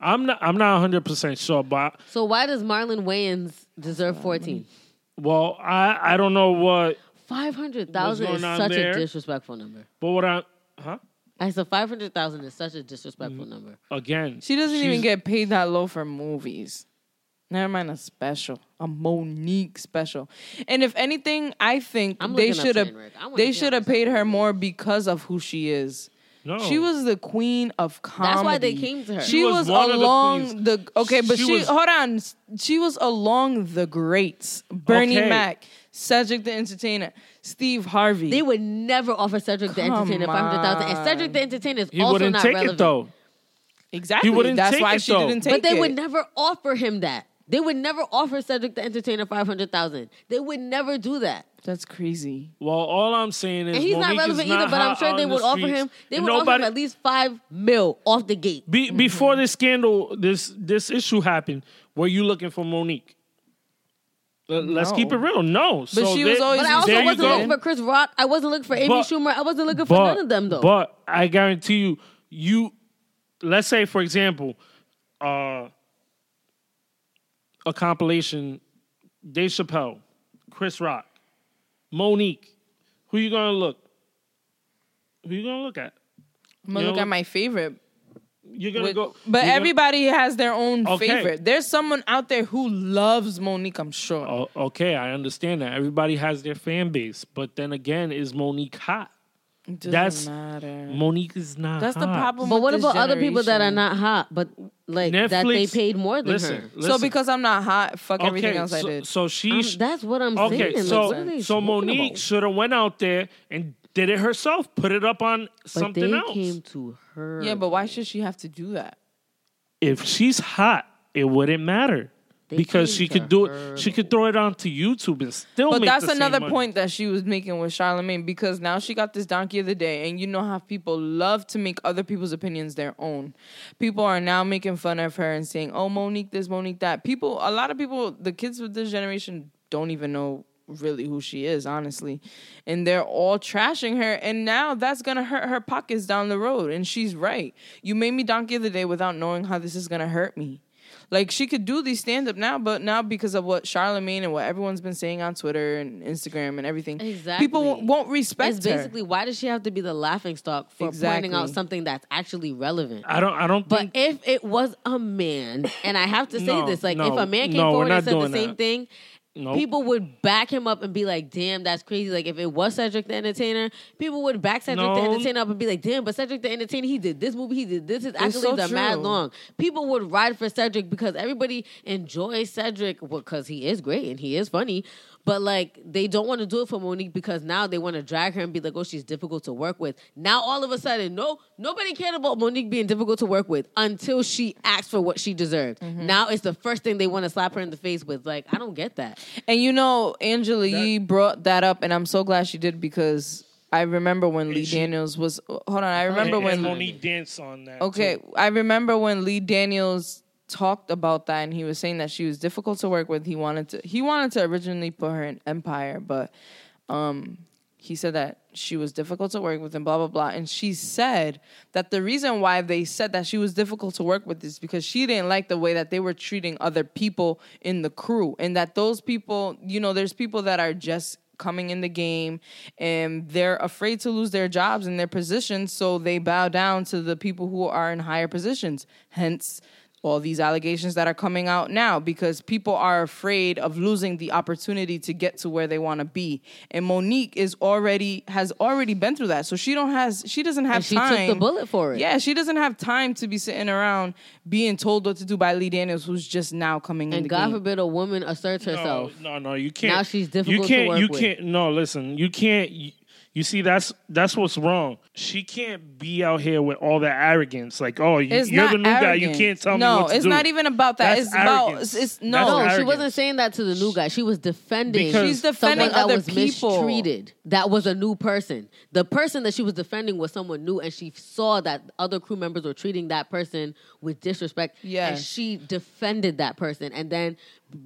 [SPEAKER 3] I'm not I'm not 100% sure but
[SPEAKER 4] so why does Marlon Wayans deserve 14?
[SPEAKER 3] well I I don't know what
[SPEAKER 4] Five hundred thousand
[SPEAKER 3] What's
[SPEAKER 4] is
[SPEAKER 3] going on
[SPEAKER 4] such
[SPEAKER 3] there?
[SPEAKER 4] a disrespectful number.
[SPEAKER 3] but what I huh
[SPEAKER 4] I said five hundred thousand is such a
[SPEAKER 3] Mm.
[SPEAKER 4] disrespectful number.
[SPEAKER 3] again
[SPEAKER 2] She doesn't even
[SPEAKER 3] she's-
[SPEAKER 2] get paid that low for movies. Never mind a special, a Monique special. And if anything, I think
[SPEAKER 4] I'm
[SPEAKER 2] they
[SPEAKER 4] looking up
[SPEAKER 2] should have
[SPEAKER 4] Trainwreck. I wanna
[SPEAKER 2] they
[SPEAKER 4] see how
[SPEAKER 2] should have
[SPEAKER 4] much that
[SPEAKER 2] paid her
[SPEAKER 4] movie
[SPEAKER 2] more because of who she is.
[SPEAKER 3] no.
[SPEAKER 2] She was the queen of comedy.
[SPEAKER 4] why they came to her.
[SPEAKER 2] She,
[SPEAKER 4] She
[SPEAKER 3] was
[SPEAKER 2] was,
[SPEAKER 3] one of the
[SPEAKER 2] along
[SPEAKER 3] queens.
[SPEAKER 2] the, okay, but
[SPEAKER 3] She
[SPEAKER 2] she,
[SPEAKER 3] was-
[SPEAKER 2] hold on. She was along the greats: Bernie
[SPEAKER 3] Okay.
[SPEAKER 2] Mac, Cedric the Entertainer, Steve Harvey.
[SPEAKER 4] They would never offer Cedric the
[SPEAKER 2] Come
[SPEAKER 4] Entertainer five hundred thousand, and
[SPEAKER 2] on.
[SPEAKER 4] Cedric the Entertainer is
[SPEAKER 3] he
[SPEAKER 4] also
[SPEAKER 3] wouldn't
[SPEAKER 4] not
[SPEAKER 3] take
[SPEAKER 4] relevant.
[SPEAKER 3] it though
[SPEAKER 2] exactly.
[SPEAKER 3] wouldn't
[SPEAKER 2] That's
[SPEAKER 3] take
[SPEAKER 2] why
[SPEAKER 3] it,
[SPEAKER 2] she
[SPEAKER 3] though.
[SPEAKER 2] didn't take
[SPEAKER 4] But they
[SPEAKER 2] it.
[SPEAKER 4] would never offer him that. They would never offer Cedric the Entertainer five hundred thousand. They would never do that.
[SPEAKER 2] That's crazy.
[SPEAKER 3] well all I'm saying is
[SPEAKER 4] And he's not
[SPEAKER 3] Monique is
[SPEAKER 4] relevant either. But I'm
[SPEAKER 3] hot
[SPEAKER 4] sure
[SPEAKER 3] on
[SPEAKER 4] they
[SPEAKER 3] the
[SPEAKER 4] would offer
[SPEAKER 3] streets.
[SPEAKER 4] him. They
[SPEAKER 3] And
[SPEAKER 4] would offer him Mm-hmm.
[SPEAKER 3] nobody-
[SPEAKER 4] at least five mil off the gate.
[SPEAKER 3] Be, Before this scandal, this this issue happened, were you looking for Monique? Let, us
[SPEAKER 2] No.
[SPEAKER 3] keep it real. No, but
[SPEAKER 2] she was always
[SPEAKER 4] But I also
[SPEAKER 2] There you
[SPEAKER 4] wasn't
[SPEAKER 2] go.
[SPEAKER 4] looking for Chris Rock. I wasn't looking for Amy
[SPEAKER 3] But-
[SPEAKER 4] Schumer. I wasn't looking for
[SPEAKER 3] but,
[SPEAKER 4] none of them though.
[SPEAKER 3] But I guarantee you, you let's say for example, uh, a compilation, Dave Chappelle, Chris Rock, Monique. Who you gonna look? Who you gonna look at?
[SPEAKER 2] I'm gonna
[SPEAKER 3] You
[SPEAKER 2] look
[SPEAKER 3] know-
[SPEAKER 2] at my favorite.
[SPEAKER 3] You're gonna
[SPEAKER 2] With,
[SPEAKER 3] go,
[SPEAKER 2] but
[SPEAKER 3] you're gonna-
[SPEAKER 2] everybody has their own
[SPEAKER 3] Okay.
[SPEAKER 2] favorite. There's someone out there who loves Monique, I'm sure.
[SPEAKER 3] Oh, okay, I understand that. Everybody has their fan base, but then again, is Monique hot?
[SPEAKER 2] It doesn't
[SPEAKER 3] that's-
[SPEAKER 2] matter.
[SPEAKER 3] Monique is not.
[SPEAKER 2] That's the
[SPEAKER 3] hot.
[SPEAKER 2] problem.
[SPEAKER 4] But
[SPEAKER 2] with
[SPEAKER 4] what
[SPEAKER 2] this
[SPEAKER 4] about other people that are
[SPEAKER 2] generation.
[SPEAKER 4] not hot, but like that they
[SPEAKER 3] Netflix-
[SPEAKER 4] paid more than
[SPEAKER 3] listen,
[SPEAKER 4] her?
[SPEAKER 3] listen.
[SPEAKER 2] So because I'm not hot, fuck
[SPEAKER 3] okay,
[SPEAKER 2] everything else
[SPEAKER 3] so,
[SPEAKER 2] I did.
[SPEAKER 3] So she.
[SPEAKER 4] I'm-
[SPEAKER 3] sh-
[SPEAKER 4] that's what I'm
[SPEAKER 3] okay,
[SPEAKER 4] saying. like, what are
[SPEAKER 3] so
[SPEAKER 4] they
[SPEAKER 3] so
[SPEAKER 4] talking
[SPEAKER 3] Monique
[SPEAKER 4] about?
[SPEAKER 3] should have went out there and did it herself. Put it up on
[SPEAKER 4] but
[SPEAKER 3] something
[SPEAKER 4] they
[SPEAKER 3] else.
[SPEAKER 4] came to her.
[SPEAKER 2] yeah, but why should she have to do that?
[SPEAKER 3] if she's hot, it wouldn't matter.
[SPEAKER 4] They
[SPEAKER 3] because
[SPEAKER 4] came
[SPEAKER 3] she
[SPEAKER 4] to
[SPEAKER 3] could do
[SPEAKER 4] her,
[SPEAKER 3] it, she could throw it onto YouTube and still.
[SPEAKER 2] But
[SPEAKER 3] make
[SPEAKER 2] that's
[SPEAKER 3] the same
[SPEAKER 2] another
[SPEAKER 3] money.
[SPEAKER 2] point that she was making with Charlemagne because now she got this donkey of the day, and you know how people love to make other people's opinions their own. People are now making fun of her and saying, "Oh, Monique this, Monique that." People, a lot of people, the kids with this generation don't even know really who she is, honestly, and they're all trashing her. And now that's gonna hurt her pockets down the road. And she's right. You made me donkey of the day without knowing how this is gonna hurt me. Like she could do these stand up now, but now because of what Charlemagne and what everyone's been saying on Twitter and Instagram and everything, people
[SPEAKER 4] Exactly.
[SPEAKER 2] won't- won't respect
[SPEAKER 4] It's
[SPEAKER 2] her.
[SPEAKER 4] basically why does she have to be the laughing stock for pointing out
[SPEAKER 2] Exactly.
[SPEAKER 4] something that's actually relevant?
[SPEAKER 3] I don't. I don't.
[SPEAKER 4] But
[SPEAKER 3] think,
[SPEAKER 4] if it was a man, and I have to say
[SPEAKER 3] No,
[SPEAKER 4] this, like
[SPEAKER 3] no,
[SPEAKER 4] if a man came
[SPEAKER 3] no, we're
[SPEAKER 4] forward and
[SPEAKER 3] not
[SPEAKER 4] said the
[SPEAKER 3] doing
[SPEAKER 4] same
[SPEAKER 3] that.
[SPEAKER 4] thing,
[SPEAKER 3] Nope.
[SPEAKER 4] people would back him up and be like, "Damn, that's crazy." Like if it was Cedric the Entertainer, people would back Cedric the
[SPEAKER 3] No.
[SPEAKER 4] Entertainer up and be like, "Damn, but Cedric the Entertainer, he did this movie, he did this." His
[SPEAKER 2] It's
[SPEAKER 4] accolades
[SPEAKER 2] so
[SPEAKER 4] are mad
[SPEAKER 2] true.
[SPEAKER 4] long. People would ride for Cedric because everybody enjoys Cedric because he is great and he is funny. But like they don't want to do it for Monique because now they want to drag her and be like, oh, she's difficult to work with. Now all of a sudden, no, nobody cared about Monique being difficult to work with until she asked for what she deserved.
[SPEAKER 2] Mm-hmm.
[SPEAKER 4] Now it's the first thing they want to slap her in the face with. Like, I don't get that.
[SPEAKER 2] And you know, Angela Yee brought that up, and I'm so glad she did because I remember when Lee
[SPEAKER 3] she-
[SPEAKER 2] Daniels was. Hold on, I remember
[SPEAKER 3] and,
[SPEAKER 2] when.
[SPEAKER 3] and Monique danced on that.
[SPEAKER 2] Okay,
[SPEAKER 3] too.
[SPEAKER 2] I remember when Lee Daniels talked about that, and he was saying that she was difficult to work with. He wanted to. He wanted to originally put her in Empire, but um, he said that she was difficult to work with, and blah blah blah. And she said that the reason why they said that she was difficult to work with is because she didn't like the way that they were treating other people in the crew, and that those people, you know, there's people that are just coming in the game and they're afraid to lose their jobs and their positions so they bow down to the people who are in higher positions hence all these allegations that are coming out now because people are afraid of losing the opportunity to get to where they want to be and monique is already has already been through that so she don't has she doesn't have
[SPEAKER 4] And she took
[SPEAKER 2] time
[SPEAKER 4] the bullet for it.
[SPEAKER 2] yeah she doesn't have time to be sitting around being told what to do by lee daniels who's just now coming in
[SPEAKER 4] And
[SPEAKER 2] the
[SPEAKER 4] God
[SPEAKER 2] game
[SPEAKER 4] forbid a woman asserts herself.
[SPEAKER 3] No, no, no, you can't.
[SPEAKER 4] Now she's difficult
[SPEAKER 3] You
[SPEAKER 4] to
[SPEAKER 3] can't.
[SPEAKER 4] work
[SPEAKER 3] you
[SPEAKER 4] with.
[SPEAKER 3] can't. No, listen. You can't. You, you see, that's that's what's wrong. She can't be out here with all that arrogance. Like, oh, you,
[SPEAKER 2] It's
[SPEAKER 3] you're
[SPEAKER 2] not
[SPEAKER 3] the new guy. You
[SPEAKER 2] arrogant.
[SPEAKER 3] can't tell
[SPEAKER 2] No,
[SPEAKER 3] me. what to
[SPEAKER 2] it's
[SPEAKER 3] do.
[SPEAKER 2] not even about that.
[SPEAKER 3] That's
[SPEAKER 2] It's about-
[SPEAKER 3] arrogance.
[SPEAKER 2] it's-
[SPEAKER 3] That's
[SPEAKER 4] No,
[SPEAKER 2] no.
[SPEAKER 4] she
[SPEAKER 3] arrogance.
[SPEAKER 4] wasn't saying that to the new guy. She was defending.
[SPEAKER 3] Because-
[SPEAKER 2] She's defending
[SPEAKER 4] someone
[SPEAKER 2] other
[SPEAKER 4] that was
[SPEAKER 2] people.
[SPEAKER 4] mistreated. That was a new person. The person that she was defending was someone new, and she saw that other crew members were treating that person with disrespect. and
[SPEAKER 2] Yes.
[SPEAKER 4] she defended that person, and then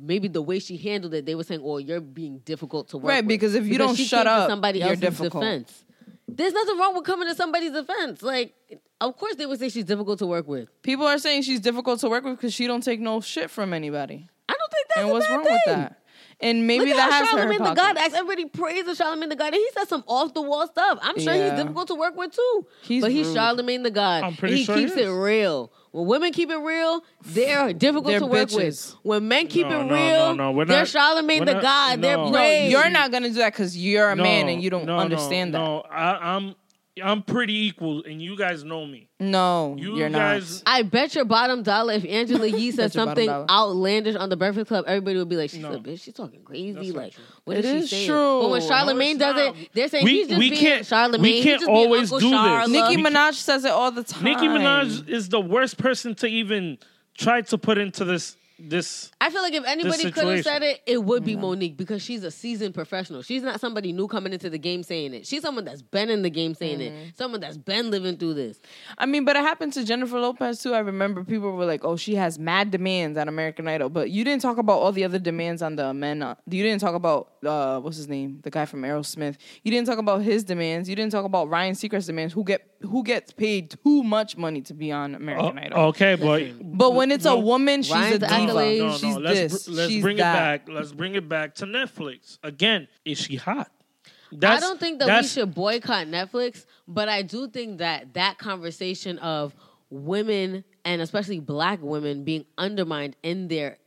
[SPEAKER 4] maybe the way she handled it, they were saying, "Oh, you're being difficult to work
[SPEAKER 2] Right,
[SPEAKER 4] with."
[SPEAKER 2] because if you don't
[SPEAKER 4] she came
[SPEAKER 2] shut
[SPEAKER 4] to
[SPEAKER 2] up,
[SPEAKER 4] somebody
[SPEAKER 2] you're
[SPEAKER 4] else's
[SPEAKER 2] difficult.
[SPEAKER 4] defense. There's nothing wrong with coming to somebody's defense. Like, of course they would say she's difficult to work with.
[SPEAKER 2] People are saying she's difficult to work with because she don't take no shit from anybody.
[SPEAKER 4] I don't think that's
[SPEAKER 2] And
[SPEAKER 4] a
[SPEAKER 2] what's
[SPEAKER 4] bad
[SPEAKER 2] wrong
[SPEAKER 4] thing.
[SPEAKER 2] with that? And maybe
[SPEAKER 4] Look
[SPEAKER 2] that
[SPEAKER 4] at
[SPEAKER 2] has
[SPEAKER 4] how
[SPEAKER 2] her in
[SPEAKER 4] Charlemagne the God
[SPEAKER 2] pocket.
[SPEAKER 4] acts. Everybody praises Charlemagne the God, and he says some off the wall stuff. I'm sure
[SPEAKER 2] Yeah.
[SPEAKER 4] he's difficult to work with too.
[SPEAKER 2] He's
[SPEAKER 4] but he's
[SPEAKER 2] rude.
[SPEAKER 4] Charlemagne the God.
[SPEAKER 3] I'm pretty
[SPEAKER 4] and he
[SPEAKER 3] sure he
[SPEAKER 4] keeps
[SPEAKER 3] is.
[SPEAKER 4] it real. When women keep it real, they're difficult
[SPEAKER 2] They're
[SPEAKER 4] to work
[SPEAKER 2] bitches.
[SPEAKER 4] with. When men keep
[SPEAKER 3] No,
[SPEAKER 4] it
[SPEAKER 3] no,
[SPEAKER 4] real,
[SPEAKER 3] no, no, we're
[SPEAKER 4] they're
[SPEAKER 3] not-
[SPEAKER 4] Charlemagne
[SPEAKER 3] we're
[SPEAKER 4] the
[SPEAKER 3] not-
[SPEAKER 4] God.
[SPEAKER 3] no.
[SPEAKER 4] They're
[SPEAKER 2] No,
[SPEAKER 4] brave.
[SPEAKER 2] you're not gonna do that because you're a
[SPEAKER 3] No,
[SPEAKER 2] man and you don't understand
[SPEAKER 3] no,
[SPEAKER 2] that.
[SPEAKER 3] No, I, I'm I'm pretty equal, and you guys know me.
[SPEAKER 2] No,
[SPEAKER 3] You
[SPEAKER 2] you are
[SPEAKER 3] guys,
[SPEAKER 4] I bet your bottom dollar if Angela Yee says
[SPEAKER 2] Bet your bottom
[SPEAKER 4] something
[SPEAKER 2] dollar.
[SPEAKER 4] outlandish on the Breakfast Club, everybody would be like, "She's
[SPEAKER 3] No.
[SPEAKER 4] a bitch. She's talking crazy.
[SPEAKER 3] That's not
[SPEAKER 4] Like,
[SPEAKER 3] true.
[SPEAKER 4] what
[SPEAKER 2] It
[SPEAKER 4] is
[SPEAKER 2] is
[SPEAKER 4] she saying?"
[SPEAKER 2] true.
[SPEAKER 4] But when
[SPEAKER 2] No,
[SPEAKER 4] Charlemagne
[SPEAKER 3] it's
[SPEAKER 4] does
[SPEAKER 3] not.
[SPEAKER 4] it, they're saying
[SPEAKER 3] We-
[SPEAKER 4] he's just
[SPEAKER 3] we
[SPEAKER 4] being
[SPEAKER 3] can't- we
[SPEAKER 4] Charlemagne. He's
[SPEAKER 3] can't
[SPEAKER 4] just being
[SPEAKER 3] always
[SPEAKER 4] Uncle
[SPEAKER 3] do this.
[SPEAKER 4] Charla.
[SPEAKER 2] not. Nicki
[SPEAKER 3] We-
[SPEAKER 2] Minaj says it all the time.
[SPEAKER 3] Nicki Minaj is the worst person to even try to put into this this.
[SPEAKER 4] I feel like if anybody could have
[SPEAKER 3] situation.
[SPEAKER 4] said it, it would be
[SPEAKER 2] Mm-hmm.
[SPEAKER 4] Monique because she's a seasoned professional. She's not somebody new coming into the game saying it. She's someone that's been in the game saying
[SPEAKER 2] Mm-hmm.
[SPEAKER 4] it. Someone that's been living through this.
[SPEAKER 2] I mean, but it happened to Jennifer Lopez too. I remember people were like, "Oh, she has mad demands on American Idol," but you didn't talk about all the other demands on the men. uh, You didn't talk about uh, what's his name, the guy from Aerosmith. You didn't talk about his demands. You didn't talk about Ryan Seacrest's demands, who get who gets paid too much money to be on American Idol.
[SPEAKER 3] Oh, okay, but
[SPEAKER 2] But when it's a woman, she's
[SPEAKER 4] Ryan's
[SPEAKER 2] a diva.
[SPEAKER 4] accolades- No, no,
[SPEAKER 2] She's
[SPEAKER 3] let's,
[SPEAKER 2] this.
[SPEAKER 3] br- let's
[SPEAKER 2] she's
[SPEAKER 3] bring
[SPEAKER 2] that.
[SPEAKER 3] it back. Let's bring it back to Netflix again. Is she hot?
[SPEAKER 4] I
[SPEAKER 3] That's,
[SPEAKER 4] don't think that we
[SPEAKER 3] that's-
[SPEAKER 4] should boycott Netflix, but I do think that that conversation of women and especially black women being undermined in their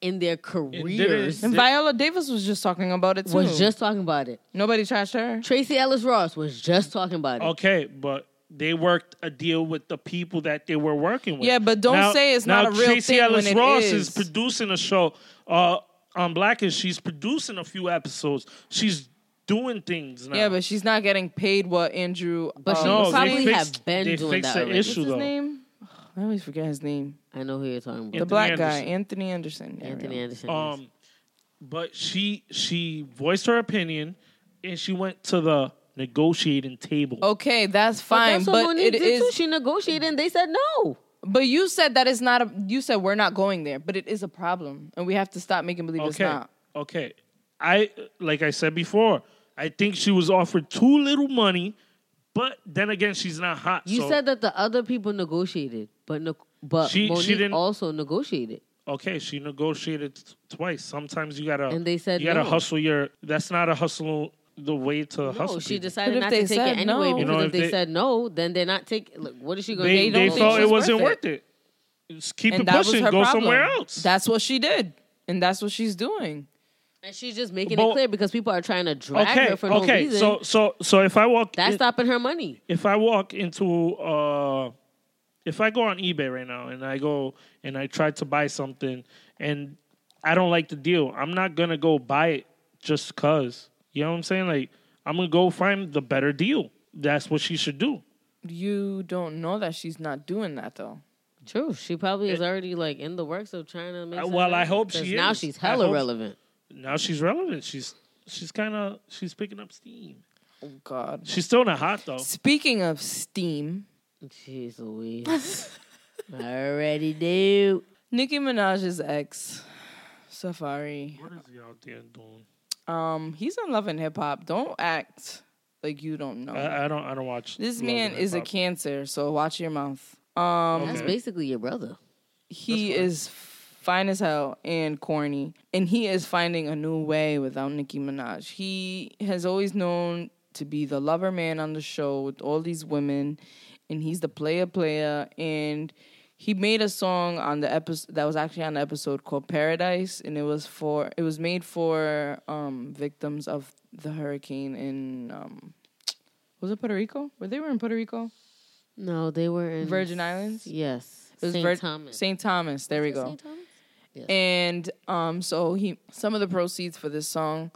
[SPEAKER 4] in their careers
[SPEAKER 2] And Viola Davis was just talking about it too.
[SPEAKER 4] was just talking about it.
[SPEAKER 2] nobody trashed her.
[SPEAKER 4] Tracy Ellis Ross was just talking about it.
[SPEAKER 3] Okay, but they worked a deal with the people that they were working with.
[SPEAKER 2] Yeah, but don't
[SPEAKER 3] Now-
[SPEAKER 2] say it's
[SPEAKER 3] now
[SPEAKER 2] not a real
[SPEAKER 3] Tracy
[SPEAKER 2] thing when
[SPEAKER 3] Ellis
[SPEAKER 2] it
[SPEAKER 3] Ross
[SPEAKER 2] is.
[SPEAKER 3] producing a show uh, on Blackish. She's producing a few episodes. She's doing things now.
[SPEAKER 2] Yeah, but she's not getting paid what Andrew.
[SPEAKER 4] But she
[SPEAKER 2] um,
[SPEAKER 3] no,
[SPEAKER 4] probably
[SPEAKER 3] they
[SPEAKER 4] have
[SPEAKER 3] fixed-
[SPEAKER 4] been
[SPEAKER 3] they
[SPEAKER 4] doing
[SPEAKER 3] fixed
[SPEAKER 4] that
[SPEAKER 3] the
[SPEAKER 4] already.
[SPEAKER 2] what's
[SPEAKER 3] issue
[SPEAKER 2] his
[SPEAKER 3] though.
[SPEAKER 2] name? I always forget his name.
[SPEAKER 4] I know who you're talking about.
[SPEAKER 2] The
[SPEAKER 3] Anthony
[SPEAKER 2] black
[SPEAKER 3] Anderson.
[SPEAKER 2] guy, Anthony Anderson. There we
[SPEAKER 4] Anthony
[SPEAKER 2] go.
[SPEAKER 4] Anderson. yes.
[SPEAKER 3] Um, but she she voiced her opinion, and she went to the negotiating table.
[SPEAKER 4] Oh,
[SPEAKER 2] Okay, that's
[SPEAKER 4] But
[SPEAKER 2] fine,
[SPEAKER 4] that's what
[SPEAKER 2] but,
[SPEAKER 4] Monique
[SPEAKER 2] it
[SPEAKER 4] did too.
[SPEAKER 2] is.
[SPEAKER 4] She negotiated, and they said no.
[SPEAKER 2] but you said that it's not. A, you said we're not going there, but it is a problem, and we have to stop making believe it's
[SPEAKER 3] okay,
[SPEAKER 2] not.
[SPEAKER 3] okay. I like I said before. I think she was offered too little money, but then again, she's not hot.
[SPEAKER 4] You
[SPEAKER 3] so-
[SPEAKER 4] said that the other people negotiated, but ne- but
[SPEAKER 3] She- she
[SPEAKER 4] Monique
[SPEAKER 3] didn't-
[SPEAKER 4] also negotiated.
[SPEAKER 3] okay, she negotiated t- twice. Sometimes you gotta
[SPEAKER 4] And they said
[SPEAKER 3] you gotta
[SPEAKER 4] no.
[SPEAKER 3] hustle your. That's not a hustle. The way to hustle.
[SPEAKER 4] No, she
[SPEAKER 3] people.
[SPEAKER 4] decided
[SPEAKER 2] But if
[SPEAKER 4] not
[SPEAKER 2] they
[SPEAKER 4] to take
[SPEAKER 2] said
[SPEAKER 4] it anyway
[SPEAKER 2] no-
[SPEAKER 4] because
[SPEAKER 2] You
[SPEAKER 3] know,
[SPEAKER 4] if,
[SPEAKER 3] if
[SPEAKER 4] they,
[SPEAKER 3] they-
[SPEAKER 4] said no, then they're not taking. Look, what is she going to
[SPEAKER 3] They,
[SPEAKER 4] do?
[SPEAKER 3] they
[SPEAKER 2] think
[SPEAKER 3] thought
[SPEAKER 2] she's
[SPEAKER 3] it wasn't
[SPEAKER 2] worth
[SPEAKER 3] worth it. Just keep
[SPEAKER 2] And
[SPEAKER 3] it
[SPEAKER 2] that was
[SPEAKER 3] pushing.
[SPEAKER 2] her
[SPEAKER 3] Go
[SPEAKER 2] problem.
[SPEAKER 3] somewhere else.
[SPEAKER 2] That's what she did, and that's what she's doing.
[SPEAKER 4] and she's just making
[SPEAKER 3] But-
[SPEAKER 4] it clear because people are trying to drag
[SPEAKER 3] okay.
[SPEAKER 4] her for no
[SPEAKER 3] okay.
[SPEAKER 4] reason.
[SPEAKER 3] so so so if I walk
[SPEAKER 4] that's
[SPEAKER 3] in-
[SPEAKER 4] stopping her money.
[SPEAKER 3] if I walk into uh if I go on eBay right now and I go and I try to buy something and I don't like the deal, I'm not gonna go buy it just cause. You know what I'm saying? Like, I'm gonna go find the better deal. That's what she should do.
[SPEAKER 2] You don't know that she's not doing that though.
[SPEAKER 4] True. She probably is already like in the works of trying to make.
[SPEAKER 3] Uh,
[SPEAKER 4] something
[SPEAKER 3] well, I
[SPEAKER 4] happen,
[SPEAKER 3] hope
[SPEAKER 4] 'cause
[SPEAKER 3] she
[SPEAKER 4] Now
[SPEAKER 3] is.
[SPEAKER 4] she's
[SPEAKER 3] I
[SPEAKER 4] hella
[SPEAKER 3] hope-
[SPEAKER 4] relevant.
[SPEAKER 3] Now she's relevant. She's she's kind of she's picking up steam.
[SPEAKER 2] Oh God.
[SPEAKER 3] She's still not hot though.
[SPEAKER 2] Speaking of steam,
[SPEAKER 4] Jeez Louise. I already do.
[SPEAKER 2] Nicki Minaj's ex, Safari.
[SPEAKER 3] What is he out there doing?
[SPEAKER 2] Um, he's on Love and Hip Hop. Don't act like you don't know.
[SPEAKER 3] I, I don't I don't watch.
[SPEAKER 2] this
[SPEAKER 3] Love
[SPEAKER 2] man
[SPEAKER 3] and
[SPEAKER 2] is a
[SPEAKER 3] Hip Hop.
[SPEAKER 2] cancer, so watch your mouth. Um,
[SPEAKER 4] That's basically your brother.
[SPEAKER 2] he is fine as hell and corny, and he is finding a new way without Nicki Minaj. He has always known to be the lover man on the show with all these women, and he's the player player. And he made a song on the episode that was actually on the episode called Paradise, and it was for it was made for um, victims of the hurricane in um, was it Puerto Rico? Were they were in Puerto Rico?
[SPEAKER 4] No, they were in
[SPEAKER 2] Virgin Islands?
[SPEAKER 4] Yes.
[SPEAKER 2] It was
[SPEAKER 4] St.
[SPEAKER 2] Vir-
[SPEAKER 4] Thomas.
[SPEAKER 2] St. Thomas. There we go.
[SPEAKER 4] St. Thomas?
[SPEAKER 2] And um, so he some of the proceeds for this song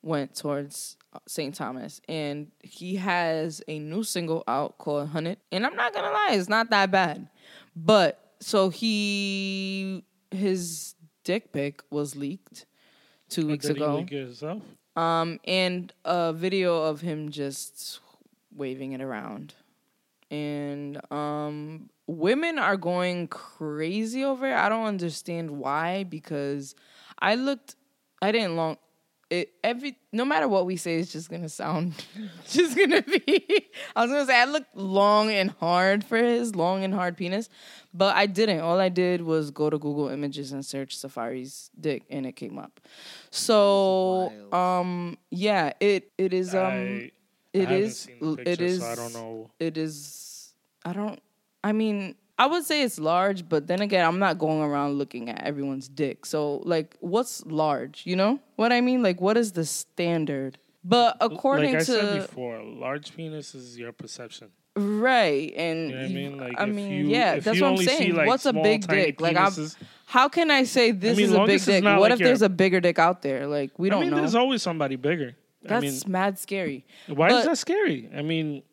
[SPEAKER 2] went towards St. Thomas, and he has a new single out called "Hunted." And I'm not gonna lie, it's not that bad. But so he his dick pic was leaked two weeks
[SPEAKER 3] Oh, Did he
[SPEAKER 2] ago,
[SPEAKER 3] leak it himself?
[SPEAKER 2] um, and a video of him just waving it around. And um, women are going crazy over it. I don't understand why because I looked, I didn't long. It, every no matter what we say, it's just gonna sound, just gonna be. I was gonna say I looked long and hard for his long and hard penis, but I didn't. All I did was go to Google Images and search Safari's dick, and it came up. So, um, yeah, it it is um.
[SPEAKER 3] I- I
[SPEAKER 2] It
[SPEAKER 3] haven't
[SPEAKER 2] is.
[SPEAKER 3] seen the
[SPEAKER 2] l- it
[SPEAKER 3] picture,
[SPEAKER 2] is.
[SPEAKER 3] so I don't know.
[SPEAKER 2] It is. I don't. I mean, I would say it's large, but then again, I'm not going around looking at everyone's dick. So, like, what's large? You know what I mean? Like, what is the standard? But according
[SPEAKER 3] like I
[SPEAKER 2] to
[SPEAKER 3] said before, large penis is your perception.
[SPEAKER 2] right, and
[SPEAKER 3] You know what I mean? Like,
[SPEAKER 2] I
[SPEAKER 3] if
[SPEAKER 2] mean,
[SPEAKER 3] you-
[SPEAKER 2] yeah,
[SPEAKER 3] if
[SPEAKER 2] that's
[SPEAKER 3] you
[SPEAKER 2] what I'm
[SPEAKER 3] only see,
[SPEAKER 2] saying.
[SPEAKER 3] like,
[SPEAKER 2] what's a
[SPEAKER 3] small,
[SPEAKER 2] big
[SPEAKER 3] tiny
[SPEAKER 2] dick? Like, I'm,
[SPEAKER 3] penises-
[SPEAKER 2] how can I say this
[SPEAKER 3] mean,
[SPEAKER 2] is a
[SPEAKER 3] long as
[SPEAKER 2] big
[SPEAKER 3] it's
[SPEAKER 2] dick?
[SPEAKER 3] not
[SPEAKER 2] What
[SPEAKER 3] like
[SPEAKER 2] if there's
[SPEAKER 3] you're-
[SPEAKER 2] a bigger dick out there? Like, we
[SPEAKER 3] I
[SPEAKER 2] don't
[SPEAKER 3] mean,
[SPEAKER 2] know.
[SPEAKER 3] there's always somebody bigger. I mean,
[SPEAKER 2] that's mad scary.
[SPEAKER 3] why
[SPEAKER 2] but-
[SPEAKER 3] is that scary? I mean,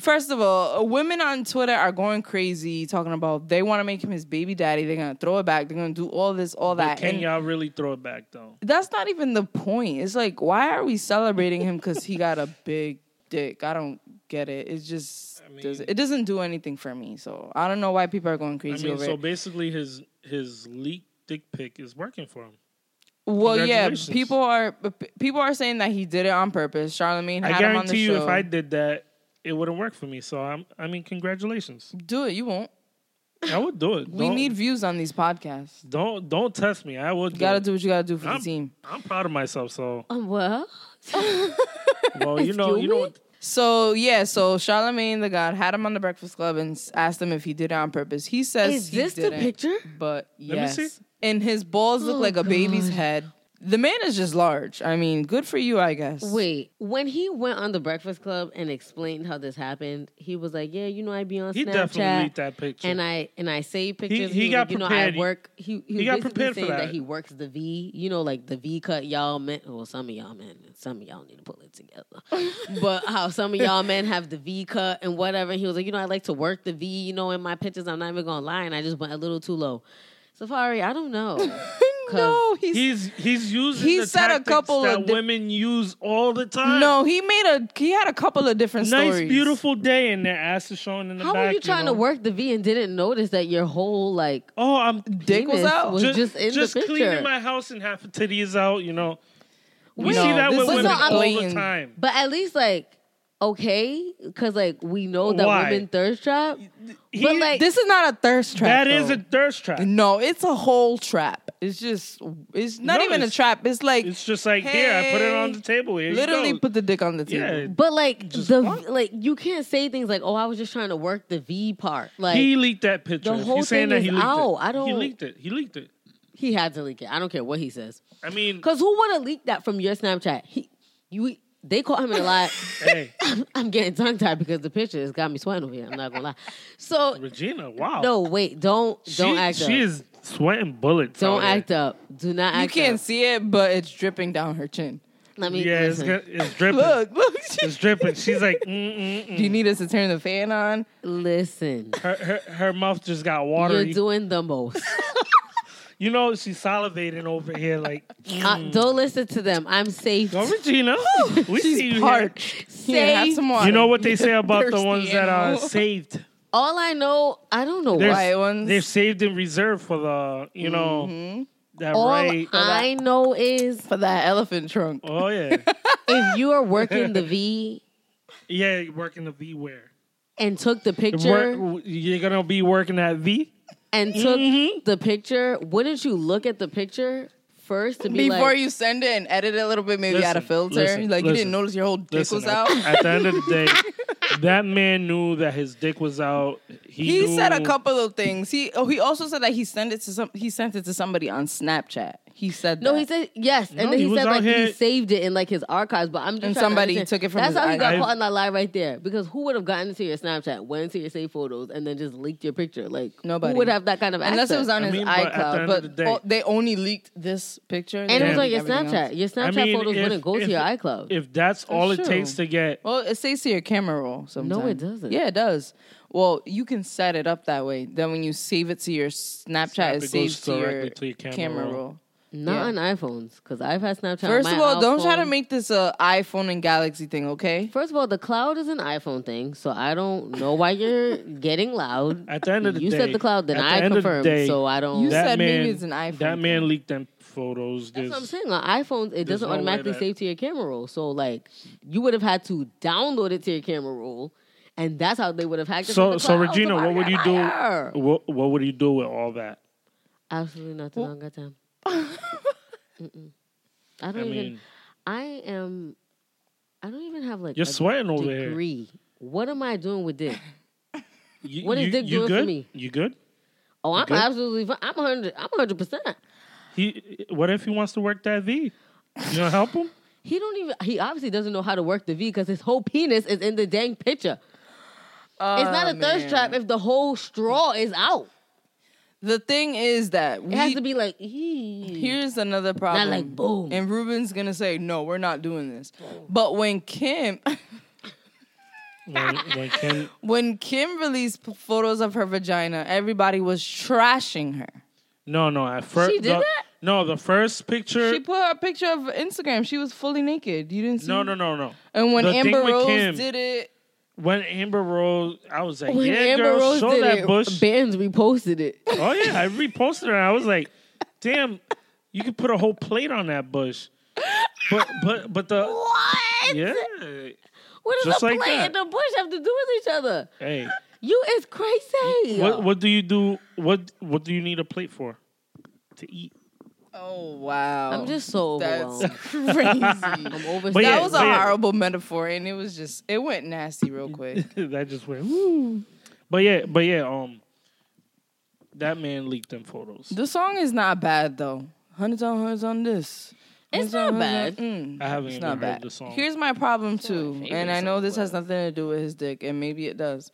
[SPEAKER 2] First of all, women on Twitter are going crazy talking about they want to make him his baby daddy. They're gonna throw it back. They're gonna do all this, all
[SPEAKER 3] but
[SPEAKER 2] that.
[SPEAKER 3] can
[SPEAKER 2] And
[SPEAKER 3] y'all really throw it back though?
[SPEAKER 2] that's not even the point. It's like, why are we celebrating him because he got a big dick? I don't get it. It just doesn't, it doesn't do anything for me. So I don't know why people are going
[SPEAKER 3] I
[SPEAKER 2] crazy
[SPEAKER 3] mean,
[SPEAKER 2] over
[SPEAKER 3] so
[SPEAKER 2] it.
[SPEAKER 3] basically, his his leaked dick pic is working for him.
[SPEAKER 2] Well, yeah,
[SPEAKER 3] congratulations.
[SPEAKER 2] people are p- people are saying that he did it on purpose. Charlemagne had
[SPEAKER 3] I
[SPEAKER 2] him on the
[SPEAKER 3] guarantee you,
[SPEAKER 2] show.
[SPEAKER 3] if I did that, it wouldn't work for me. So I'm, I mean, congratulations.
[SPEAKER 2] do it, you won't.
[SPEAKER 3] I would do it.
[SPEAKER 2] We
[SPEAKER 3] Don't-
[SPEAKER 2] need views on these podcasts.
[SPEAKER 3] Don't don't test me. I would.
[SPEAKER 2] You gotta
[SPEAKER 3] do.
[SPEAKER 2] do what you gotta do for
[SPEAKER 3] I'm-
[SPEAKER 2] the team.
[SPEAKER 3] it. I'm proud of myself. So
[SPEAKER 4] Um, well,
[SPEAKER 3] well, you know, you know. What,
[SPEAKER 2] So yeah, so Charlemagne the God had him on the Breakfast Club and s- asked him if he did it on purpose. He says
[SPEAKER 4] Is
[SPEAKER 2] he
[SPEAKER 4] this the
[SPEAKER 2] didn't,
[SPEAKER 4] picture?
[SPEAKER 2] but yes,
[SPEAKER 3] see.
[SPEAKER 2] and his balls look
[SPEAKER 4] Oh,
[SPEAKER 2] like a baby's
[SPEAKER 4] God.
[SPEAKER 2] head. The man is just large. I mean, good for you, I guess.
[SPEAKER 4] wait. When he went on the Breakfast Club and explained how this happened, he was like, "Yeah, you know, I be on
[SPEAKER 3] he
[SPEAKER 4] Snapchat."
[SPEAKER 3] definitely leaked that picture.
[SPEAKER 4] And I and I save pictures.
[SPEAKER 3] he
[SPEAKER 4] was
[SPEAKER 3] got
[SPEAKER 4] like, you know,
[SPEAKER 3] prepared.
[SPEAKER 4] I work. He, he, was
[SPEAKER 3] He got
[SPEAKER 4] basically
[SPEAKER 3] prepared for
[SPEAKER 4] saying
[SPEAKER 3] that.
[SPEAKER 4] he works the V. You know, like the V cut. Y'all men. Well, some of y'all men. and Some of y'all need to pull it together. but how some of y'all men have the V cut and whatever. And he was like, you know, I like to work the V. You know, in my pictures, I'm not even gonna lie, and I just went a little too low. Safari, I don't know. 'Cause
[SPEAKER 2] no, he's,
[SPEAKER 3] he's he's using.
[SPEAKER 2] He
[SPEAKER 3] the
[SPEAKER 2] said a
[SPEAKER 3] tactics
[SPEAKER 2] couple
[SPEAKER 3] that
[SPEAKER 2] of di-
[SPEAKER 3] women use all the time.
[SPEAKER 2] no, he made a he had a couple of different
[SPEAKER 3] nice,
[SPEAKER 2] stories.
[SPEAKER 3] beautiful day, and their ass is showing in the
[SPEAKER 4] How
[SPEAKER 3] back.
[SPEAKER 4] were you trying
[SPEAKER 3] know?
[SPEAKER 4] to work the V and didn't notice that your whole like
[SPEAKER 3] Oh, I'm
[SPEAKER 2] Dick was
[SPEAKER 4] penis
[SPEAKER 2] out.
[SPEAKER 4] was just, in
[SPEAKER 3] just
[SPEAKER 4] the picture?
[SPEAKER 3] cleaning my house and half a titty is out. You know, we
[SPEAKER 2] Wait,
[SPEAKER 3] see that
[SPEAKER 2] this
[SPEAKER 3] with
[SPEAKER 2] is
[SPEAKER 3] women
[SPEAKER 4] not
[SPEAKER 3] all the
[SPEAKER 2] blatant.
[SPEAKER 3] time.
[SPEAKER 4] But at least like okay, because like we know that
[SPEAKER 3] Why?
[SPEAKER 4] women thirst trap.
[SPEAKER 3] He-
[SPEAKER 4] but like
[SPEAKER 2] This is not a thirst trap.
[SPEAKER 3] that is
[SPEAKER 2] though.
[SPEAKER 3] a thirst trap.
[SPEAKER 2] no, it's a whole trap. It's just it's not
[SPEAKER 3] No,
[SPEAKER 2] even a
[SPEAKER 3] it's-
[SPEAKER 2] trap. It's like
[SPEAKER 3] It's just like here, I put it on
[SPEAKER 2] hey,
[SPEAKER 3] the table. Here you
[SPEAKER 2] literally
[SPEAKER 3] go.
[SPEAKER 2] put the dick on the table.
[SPEAKER 3] yeah.
[SPEAKER 4] but like the like you can't say things like oh I was just trying to work the V part. Like
[SPEAKER 3] He
[SPEAKER 4] he,
[SPEAKER 3] leaked that picture.
[SPEAKER 4] the
[SPEAKER 3] If
[SPEAKER 4] whole
[SPEAKER 3] He's saying
[SPEAKER 4] thing
[SPEAKER 3] that
[SPEAKER 4] is
[SPEAKER 3] he leaked
[SPEAKER 4] out.
[SPEAKER 3] it.
[SPEAKER 4] I
[SPEAKER 3] He
[SPEAKER 4] don't-
[SPEAKER 3] leaked it. He leaked it.
[SPEAKER 4] had to leak it. I don't care what he says.
[SPEAKER 3] I mean,
[SPEAKER 4] Because who would have leaked that from your Snapchat? He you they caught him in a lie.
[SPEAKER 3] hey,
[SPEAKER 4] I'm getting tongue tied because the picture has got me sweating over here. I'm not gonna lie. So
[SPEAKER 3] Regina, wow.
[SPEAKER 4] no, wait, don't don't
[SPEAKER 3] she,
[SPEAKER 4] act
[SPEAKER 3] She
[SPEAKER 4] up.
[SPEAKER 3] is sweating bullets.
[SPEAKER 4] Don't
[SPEAKER 3] out here.
[SPEAKER 4] act up. Do not
[SPEAKER 2] You
[SPEAKER 4] act
[SPEAKER 2] can't
[SPEAKER 4] up.
[SPEAKER 2] see it, but it's dripping down her chin.
[SPEAKER 4] Let me.
[SPEAKER 3] Yeah, it's,
[SPEAKER 4] listen.
[SPEAKER 3] got- it's dripping.
[SPEAKER 2] Look, look.
[SPEAKER 3] It's dripping. She's like, mm, mm,
[SPEAKER 2] Do you need us to turn the fan on?
[SPEAKER 4] listen.
[SPEAKER 3] mm. Her, her her mouth just got watery.
[SPEAKER 4] You're doing the most.
[SPEAKER 3] you know, she's salivating over here. Like,
[SPEAKER 4] uh, don't listen to them. I'm safe.
[SPEAKER 3] go Regina. we see you here.
[SPEAKER 2] Parched. Here,
[SPEAKER 4] Say,
[SPEAKER 2] have some water.
[SPEAKER 3] You know what they say about the
[SPEAKER 2] Thirsty
[SPEAKER 3] ones that are
[SPEAKER 2] animal.
[SPEAKER 3] saved?
[SPEAKER 4] all I know, I don't know
[SPEAKER 3] They're-
[SPEAKER 4] why.
[SPEAKER 2] Quiet ones.
[SPEAKER 3] They're saved in reserve for the, you know, that
[SPEAKER 4] Mm-hmm. All
[SPEAKER 3] right.
[SPEAKER 4] I know is
[SPEAKER 2] for that elephant trunk.
[SPEAKER 3] oh, yeah.
[SPEAKER 4] if you are working the V
[SPEAKER 3] yeah, working the V wear.
[SPEAKER 4] and took the picture
[SPEAKER 3] Work, you're going to be working that V?
[SPEAKER 4] and took
[SPEAKER 3] Mm-hmm.
[SPEAKER 4] the picture, wouldn't you look at the picture first to be
[SPEAKER 2] Before
[SPEAKER 4] like,
[SPEAKER 2] you send it and edit it a little bit, maybe add a
[SPEAKER 3] Listen,
[SPEAKER 2] filter.
[SPEAKER 3] listen,
[SPEAKER 2] like you
[SPEAKER 3] listen.
[SPEAKER 2] didn't notice your whole dick
[SPEAKER 3] Listen,
[SPEAKER 2] was out.
[SPEAKER 3] at- At, the end of the day, that man knew that his dick was out. He,
[SPEAKER 2] He
[SPEAKER 3] knew-
[SPEAKER 2] said a couple of things. He oh, he also said that he sent it to some. He sent it to somebody on Snapchat. He said
[SPEAKER 4] no,
[SPEAKER 2] that.
[SPEAKER 4] he said yes, and
[SPEAKER 3] No,
[SPEAKER 4] then
[SPEAKER 3] he
[SPEAKER 4] he,
[SPEAKER 3] was
[SPEAKER 4] said
[SPEAKER 3] out
[SPEAKER 4] like
[SPEAKER 3] here-
[SPEAKER 4] he saved it in like his archives. But I'm just trying
[SPEAKER 2] And
[SPEAKER 4] to
[SPEAKER 2] somebody
[SPEAKER 4] understand.
[SPEAKER 2] took it from
[SPEAKER 4] That's
[SPEAKER 2] his
[SPEAKER 4] how he got
[SPEAKER 3] archive.
[SPEAKER 4] caught in that lie right there. Because who would have gotten into your Snapchat, went into your saved photos, and then just leaked your picture? Like
[SPEAKER 2] Nobody.
[SPEAKER 4] who would have that kind of
[SPEAKER 2] unless it was on
[SPEAKER 3] I
[SPEAKER 2] his
[SPEAKER 3] mean, but at the end
[SPEAKER 2] iCloud,
[SPEAKER 3] of
[SPEAKER 2] but
[SPEAKER 3] the day-
[SPEAKER 2] oh, they only leaked this picture. They
[SPEAKER 4] and it
[SPEAKER 2] didn't
[SPEAKER 4] was like
[SPEAKER 2] leak
[SPEAKER 4] your
[SPEAKER 2] everything
[SPEAKER 4] Snapchat.
[SPEAKER 2] else.
[SPEAKER 4] Your Snapchat
[SPEAKER 3] I mean,
[SPEAKER 4] photos
[SPEAKER 3] if-
[SPEAKER 4] wouldn't go
[SPEAKER 3] if-
[SPEAKER 4] to your iCloud.
[SPEAKER 3] If that's all it
[SPEAKER 2] true.
[SPEAKER 3] takes to get
[SPEAKER 2] Well, it stays to your camera roll. Sometimes
[SPEAKER 4] doesn't.
[SPEAKER 2] Yeah, it does. Well, you can set it up that way. Then when you save it to your Snapchat,
[SPEAKER 3] Snap,
[SPEAKER 2] it,
[SPEAKER 3] it
[SPEAKER 2] saves
[SPEAKER 3] goes
[SPEAKER 2] to your,
[SPEAKER 3] directly to your camera roll.
[SPEAKER 4] Not on iPhones, because I've had Snapchat.
[SPEAKER 2] First
[SPEAKER 4] on
[SPEAKER 2] of
[SPEAKER 4] my
[SPEAKER 2] all, don't try to
[SPEAKER 4] iPhone.
[SPEAKER 2] make this a iPhone and Galaxy thing, okay?
[SPEAKER 4] First of all, the cloud is an iPhone thing, so I don't know why you're getting loud.
[SPEAKER 3] At the end of the
[SPEAKER 4] you
[SPEAKER 3] day,
[SPEAKER 4] said the cloud, then
[SPEAKER 3] at the
[SPEAKER 4] I
[SPEAKER 3] end of the
[SPEAKER 4] confirmed.
[SPEAKER 3] day,
[SPEAKER 4] so I don't.
[SPEAKER 2] You
[SPEAKER 3] that
[SPEAKER 2] said
[SPEAKER 3] man,
[SPEAKER 2] maybe it's an iPhone
[SPEAKER 3] That
[SPEAKER 2] thing.
[SPEAKER 3] man leaked them photos.
[SPEAKER 4] that's what I'm
[SPEAKER 3] There's-
[SPEAKER 4] saying. On iPhones, it doesn't
[SPEAKER 3] no way
[SPEAKER 4] automatically
[SPEAKER 3] that-
[SPEAKER 4] save to your camera roll. So like, you would have had to download it to your camera roll, and that's how they would have hacked it. from
[SPEAKER 3] So,
[SPEAKER 4] the
[SPEAKER 3] so
[SPEAKER 4] cloud.
[SPEAKER 3] Regina, what would you do?
[SPEAKER 4] Liar.
[SPEAKER 3] What, what would you do with all that?
[SPEAKER 4] Absolutely nothing. I don't got time. Mm-mm. I don't
[SPEAKER 3] I
[SPEAKER 4] even.
[SPEAKER 3] mean,
[SPEAKER 4] I am. I don't even have like
[SPEAKER 3] you're
[SPEAKER 4] a
[SPEAKER 3] sweating over here.
[SPEAKER 4] degree. What am I doing with this?
[SPEAKER 3] You,
[SPEAKER 4] What is
[SPEAKER 3] you,
[SPEAKER 4] dick
[SPEAKER 3] you
[SPEAKER 4] doing for
[SPEAKER 3] good?
[SPEAKER 4] me?
[SPEAKER 3] You good?
[SPEAKER 4] Oh, I'm
[SPEAKER 3] Good.
[SPEAKER 4] absolutely fine. I'm 100. I'm 100. percent
[SPEAKER 3] He, what if he wants to work that V? You gonna help him?
[SPEAKER 4] He don't even. He obviously doesn't know how to work the V because his whole penis is in the dang picture. it's
[SPEAKER 2] Oh,
[SPEAKER 4] not
[SPEAKER 2] Um,
[SPEAKER 4] a thirst trap if the whole straw is out.
[SPEAKER 2] The thing is that we,
[SPEAKER 4] It has to be like eee.
[SPEAKER 2] here's another problem.
[SPEAKER 4] like, boom.
[SPEAKER 2] And Ruben's gonna say, no, we're not doing this. But when Kim
[SPEAKER 3] When, when Kim,
[SPEAKER 2] when Kim released p- photos of her vagina, everybody was trashing her.
[SPEAKER 3] no, no. At first,
[SPEAKER 4] She did
[SPEAKER 3] the,
[SPEAKER 4] that?
[SPEAKER 3] No, the first picture.
[SPEAKER 2] She put a picture of Instagram. She was fully naked. You didn't see
[SPEAKER 3] no, no, no, no.
[SPEAKER 2] And when
[SPEAKER 3] The thing
[SPEAKER 2] Amber
[SPEAKER 3] with
[SPEAKER 2] Rose
[SPEAKER 3] Kim-
[SPEAKER 2] did it,
[SPEAKER 3] When Amber Rose, I was like,
[SPEAKER 4] When
[SPEAKER 3] yeah,
[SPEAKER 4] Amber
[SPEAKER 3] girl,
[SPEAKER 4] Rose
[SPEAKER 3] show
[SPEAKER 4] did
[SPEAKER 3] that
[SPEAKER 4] it,
[SPEAKER 3] bush.
[SPEAKER 4] Benz reposted it.
[SPEAKER 3] Oh yeah, I reposted her. I was like, damn, you could put a whole plate on that bush. But but but the
[SPEAKER 4] What?
[SPEAKER 3] yeah.
[SPEAKER 4] What does
[SPEAKER 3] just
[SPEAKER 4] a
[SPEAKER 3] like
[SPEAKER 4] play
[SPEAKER 3] that.
[SPEAKER 4] and a bush have to do with each other?
[SPEAKER 3] Hey,
[SPEAKER 4] You is crazy.
[SPEAKER 3] what what do you do? What what do you need a plate for? To eat.
[SPEAKER 2] oh wow,
[SPEAKER 4] I'm just so
[SPEAKER 2] that's
[SPEAKER 4] overwhelmed. I'm
[SPEAKER 2] crazy.
[SPEAKER 4] over.
[SPEAKER 3] But yeah,
[SPEAKER 2] that was a
[SPEAKER 3] but yeah.
[SPEAKER 2] horrible metaphor, and it was just it went nasty real quick.
[SPEAKER 3] that just went. Woo. But yeah, but yeah. Um, that man leaked them photos.
[SPEAKER 2] the song is not bad though. Hundreds on hundreds on this.
[SPEAKER 4] It's
[SPEAKER 2] Hundreds on
[SPEAKER 4] not
[SPEAKER 2] hundreds
[SPEAKER 4] bad.
[SPEAKER 2] on- mm.
[SPEAKER 3] I haven't
[SPEAKER 2] It's
[SPEAKER 3] even
[SPEAKER 2] not
[SPEAKER 3] heard
[SPEAKER 2] bad.
[SPEAKER 3] the song.
[SPEAKER 2] Here's my problem too, and I know this has nothing to do with his dick, and maybe it does,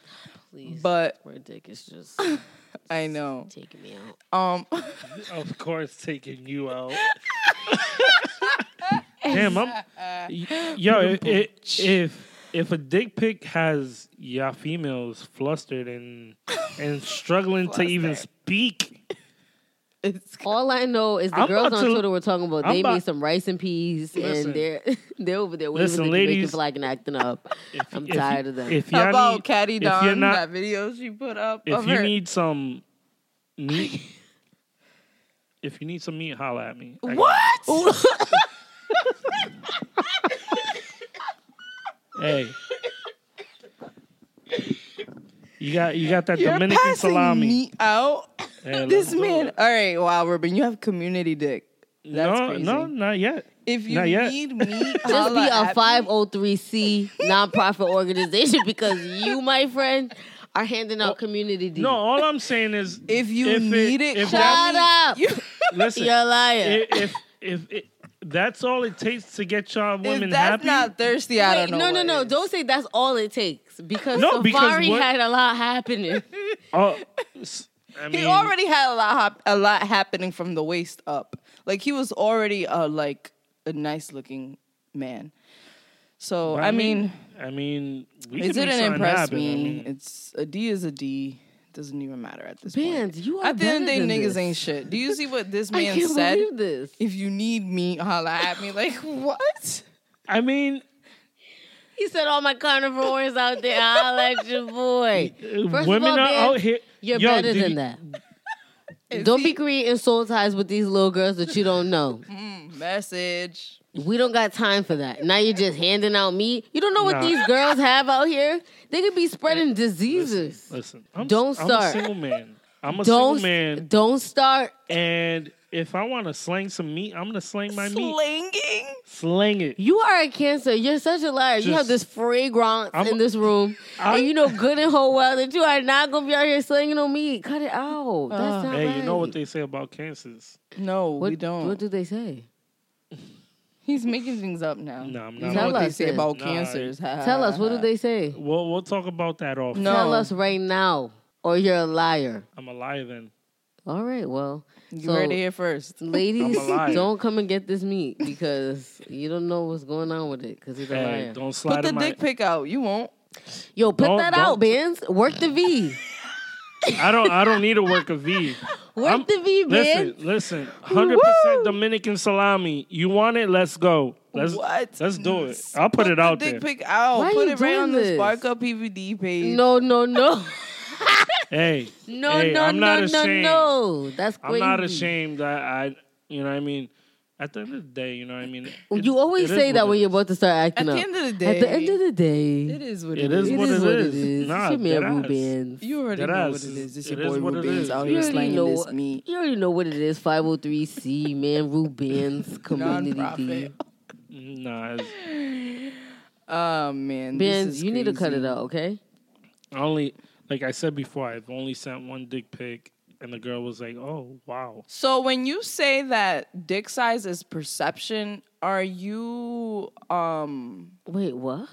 [SPEAKER 4] Please,
[SPEAKER 2] but
[SPEAKER 4] where dick is just
[SPEAKER 2] I know.
[SPEAKER 4] taking me out.
[SPEAKER 2] Um,
[SPEAKER 3] of course, taking you out. Damn, I'm. y- Yo, if, if- if if a dick pic has y'all females flustered and and struggling to even speak,
[SPEAKER 2] it's
[SPEAKER 4] All I know is the
[SPEAKER 3] I'm
[SPEAKER 4] girls
[SPEAKER 3] about
[SPEAKER 4] on
[SPEAKER 3] to-
[SPEAKER 4] Twitter were talking about
[SPEAKER 3] I'm
[SPEAKER 4] they
[SPEAKER 3] about-
[SPEAKER 4] made some rice and peas,
[SPEAKER 3] Listen.
[SPEAKER 4] and they're they're over there waving
[SPEAKER 3] Listen,
[SPEAKER 4] the Jamaican
[SPEAKER 3] ladies.
[SPEAKER 4] flag and acting up. I'm
[SPEAKER 3] if-
[SPEAKER 4] tired of them.
[SPEAKER 3] If y'all
[SPEAKER 2] about
[SPEAKER 3] need,
[SPEAKER 2] Caddy
[SPEAKER 3] if you're
[SPEAKER 2] Don
[SPEAKER 3] not,
[SPEAKER 2] that video she put up
[SPEAKER 3] if
[SPEAKER 2] of
[SPEAKER 3] you
[SPEAKER 2] her.
[SPEAKER 3] need some meat, if you need some meat, holla at me. I got it.
[SPEAKER 2] what?
[SPEAKER 3] Hey. You got you got that
[SPEAKER 2] You're
[SPEAKER 3] Dominican
[SPEAKER 2] passing
[SPEAKER 3] salami.
[SPEAKER 2] me out.
[SPEAKER 3] Hey,
[SPEAKER 2] this
[SPEAKER 3] let's do
[SPEAKER 2] man.
[SPEAKER 3] it.
[SPEAKER 2] All right, wow, Ruben, you have community dick. That's
[SPEAKER 3] no,
[SPEAKER 2] crazy.
[SPEAKER 3] no, not yet.
[SPEAKER 2] If you
[SPEAKER 3] Not yet.
[SPEAKER 2] need me,
[SPEAKER 4] Just be
[SPEAKER 2] holla at
[SPEAKER 4] a
[SPEAKER 2] me.
[SPEAKER 4] 503c nonprofit organization because you, my friend, are handing out community D.
[SPEAKER 3] Oh, No, all I'm saying is
[SPEAKER 2] If you
[SPEAKER 3] if
[SPEAKER 2] need it,
[SPEAKER 3] if
[SPEAKER 4] shut
[SPEAKER 3] that-
[SPEAKER 4] up. You,
[SPEAKER 3] Listen,
[SPEAKER 4] are a liar.
[SPEAKER 3] if if, if it, that's all it takes to get y'all
[SPEAKER 2] If
[SPEAKER 3] women
[SPEAKER 2] that's
[SPEAKER 3] happy.
[SPEAKER 2] not thirsty, I
[SPEAKER 4] Wait,
[SPEAKER 2] don't
[SPEAKER 4] no,
[SPEAKER 2] know.
[SPEAKER 4] no,
[SPEAKER 2] what
[SPEAKER 4] no!
[SPEAKER 2] is.
[SPEAKER 4] Don't say that's all it takes because
[SPEAKER 3] No, because
[SPEAKER 4] Safari
[SPEAKER 3] what-
[SPEAKER 4] had a lot happening.
[SPEAKER 3] oh, s- I mean,
[SPEAKER 2] He already had a lot, hap- a lot happening from the waist up. Like he was already a like a nice looking man. So
[SPEAKER 3] But
[SPEAKER 2] I mean,
[SPEAKER 3] I mean, we
[SPEAKER 2] it
[SPEAKER 3] could make
[SPEAKER 2] didn't
[SPEAKER 3] something
[SPEAKER 2] impress
[SPEAKER 3] happen. I
[SPEAKER 2] me.
[SPEAKER 3] mean,
[SPEAKER 2] It's a D is a D. Doesn't even matter at this point.
[SPEAKER 4] Bands, you are
[SPEAKER 2] At the end of the day,
[SPEAKER 4] better than
[SPEAKER 2] niggas
[SPEAKER 4] this.
[SPEAKER 2] ain't shit. Do you see what this
[SPEAKER 4] I
[SPEAKER 2] man
[SPEAKER 4] can't
[SPEAKER 2] said?
[SPEAKER 4] believe this.
[SPEAKER 2] If you need me, holla at me. Like what?
[SPEAKER 3] I mean,
[SPEAKER 4] He said all my carnivores out there, I'll let your boy.
[SPEAKER 3] uh,
[SPEAKER 4] First
[SPEAKER 3] women
[SPEAKER 4] of all,
[SPEAKER 3] are
[SPEAKER 4] man,
[SPEAKER 3] out here.
[SPEAKER 4] You're
[SPEAKER 3] Yo,
[SPEAKER 4] better
[SPEAKER 3] did
[SPEAKER 4] than
[SPEAKER 3] you-
[SPEAKER 4] that. Don't be creating soul ties with these little girls that you don't know.
[SPEAKER 2] Message.
[SPEAKER 4] We don't got time for that. Now you're just handing out meat. You don't know what
[SPEAKER 3] Nah.
[SPEAKER 4] these girls have out here. They could be spreading diseases.
[SPEAKER 3] Listen, I'm,
[SPEAKER 4] Don't
[SPEAKER 3] I'm
[SPEAKER 4] start.
[SPEAKER 3] a single man. I'm a
[SPEAKER 4] Don't
[SPEAKER 3] single man,
[SPEAKER 4] don't start.
[SPEAKER 3] and if I want to slang some meat, I'm gonna slang my meat.
[SPEAKER 2] Slanging.
[SPEAKER 3] Slang it.
[SPEAKER 4] You are a cancer. You're such a liar. you
[SPEAKER 3] Just-
[SPEAKER 4] have this fragrance
[SPEAKER 3] I'm-
[SPEAKER 4] in this room,
[SPEAKER 3] I'm-
[SPEAKER 4] and you know good and whole well that you are not gonna be out here slinging on meat. Cut it out. That's not
[SPEAKER 3] Hey, you know
[SPEAKER 4] right.
[SPEAKER 3] what they say about cancers?
[SPEAKER 2] No,
[SPEAKER 4] What-
[SPEAKER 2] we don't.
[SPEAKER 4] What do they say?
[SPEAKER 2] He's making things up now.
[SPEAKER 3] No, I'm
[SPEAKER 2] You
[SPEAKER 3] not.
[SPEAKER 2] know
[SPEAKER 4] Tell
[SPEAKER 2] what they
[SPEAKER 4] us
[SPEAKER 2] say
[SPEAKER 4] then.
[SPEAKER 2] about
[SPEAKER 3] Nah.
[SPEAKER 2] cancers.
[SPEAKER 4] Tell us. What do they say?
[SPEAKER 3] We'll we'll talk about that off.
[SPEAKER 2] No.
[SPEAKER 4] Tell us right now, or you're a liar.
[SPEAKER 3] I'm a liar then.
[SPEAKER 4] All right. Well,
[SPEAKER 2] You
[SPEAKER 4] so-
[SPEAKER 2] heard it here first.
[SPEAKER 4] ladies,
[SPEAKER 3] I'm a liar.
[SPEAKER 4] don't come and get this meat because you don't know what's going on with it. Because he's a
[SPEAKER 3] Hey,
[SPEAKER 4] liar.
[SPEAKER 3] don't slide
[SPEAKER 2] Put the
[SPEAKER 3] in my.
[SPEAKER 2] dick pic out. You won't.
[SPEAKER 4] Yo, put
[SPEAKER 3] don't-
[SPEAKER 4] that
[SPEAKER 3] don't-
[SPEAKER 4] out, Benz. Work the V.
[SPEAKER 3] I don't. I don't need to work a V.
[SPEAKER 4] Work
[SPEAKER 3] I'm-
[SPEAKER 4] the V,
[SPEAKER 3] Listen,
[SPEAKER 4] man.
[SPEAKER 3] listen. Hundred percent Dominican salami. You want it? Let's go. Let's
[SPEAKER 2] What?
[SPEAKER 3] let's do it. I'll put, it
[SPEAKER 2] the
[SPEAKER 3] out there.
[SPEAKER 2] dick pic out.
[SPEAKER 4] Why
[SPEAKER 2] Put
[SPEAKER 4] you
[SPEAKER 2] it right
[SPEAKER 4] doing
[SPEAKER 2] on the
[SPEAKER 4] this?
[SPEAKER 2] Spark Up PVD page.
[SPEAKER 4] No, no, no,
[SPEAKER 3] Hey,
[SPEAKER 4] no,
[SPEAKER 3] hey,
[SPEAKER 4] no,
[SPEAKER 3] I'm
[SPEAKER 4] no,
[SPEAKER 3] not
[SPEAKER 4] no,
[SPEAKER 3] ashamed.
[SPEAKER 4] no. That's
[SPEAKER 3] I'm
[SPEAKER 4] crazy.
[SPEAKER 3] not ashamed. I, I, you know, what I mean, at the end of the day, you know, what I mean, it-
[SPEAKER 4] You always
[SPEAKER 3] it is
[SPEAKER 4] say that
[SPEAKER 3] what
[SPEAKER 4] when
[SPEAKER 3] it
[SPEAKER 4] you're
[SPEAKER 3] is.
[SPEAKER 4] about to start
[SPEAKER 2] At
[SPEAKER 4] acting
[SPEAKER 2] the
[SPEAKER 4] up.
[SPEAKER 2] end of the day,
[SPEAKER 4] At the end of the day,
[SPEAKER 2] it is what
[SPEAKER 3] It is
[SPEAKER 4] it
[SPEAKER 3] what
[SPEAKER 4] is what
[SPEAKER 3] is.
[SPEAKER 4] it is.
[SPEAKER 3] Nah,
[SPEAKER 4] it's your man,
[SPEAKER 3] deadass.
[SPEAKER 4] Ru Benz.
[SPEAKER 2] You already
[SPEAKER 3] That
[SPEAKER 2] know
[SPEAKER 3] ass
[SPEAKER 2] what it is. It's your
[SPEAKER 3] it is
[SPEAKER 2] boy
[SPEAKER 3] what it
[SPEAKER 2] Rubens
[SPEAKER 3] is.
[SPEAKER 2] out
[SPEAKER 3] You
[SPEAKER 2] here
[SPEAKER 4] already
[SPEAKER 2] slanging
[SPEAKER 4] know
[SPEAKER 2] this
[SPEAKER 4] what-
[SPEAKER 2] meat.
[SPEAKER 4] You already know what it is. 503C, man, Rubens, community.
[SPEAKER 2] Nonprofit.
[SPEAKER 3] Nah, it's-
[SPEAKER 2] Oh man, this
[SPEAKER 4] Benz,
[SPEAKER 2] is
[SPEAKER 4] you need to cut
[SPEAKER 2] crazy.
[SPEAKER 4] it out, okay?
[SPEAKER 3] I only like I said before. I've only sent one dick pic, and the girl was like, "Oh, wow."
[SPEAKER 2] So when you say that dick size is perception, are you um?
[SPEAKER 4] Wait, what?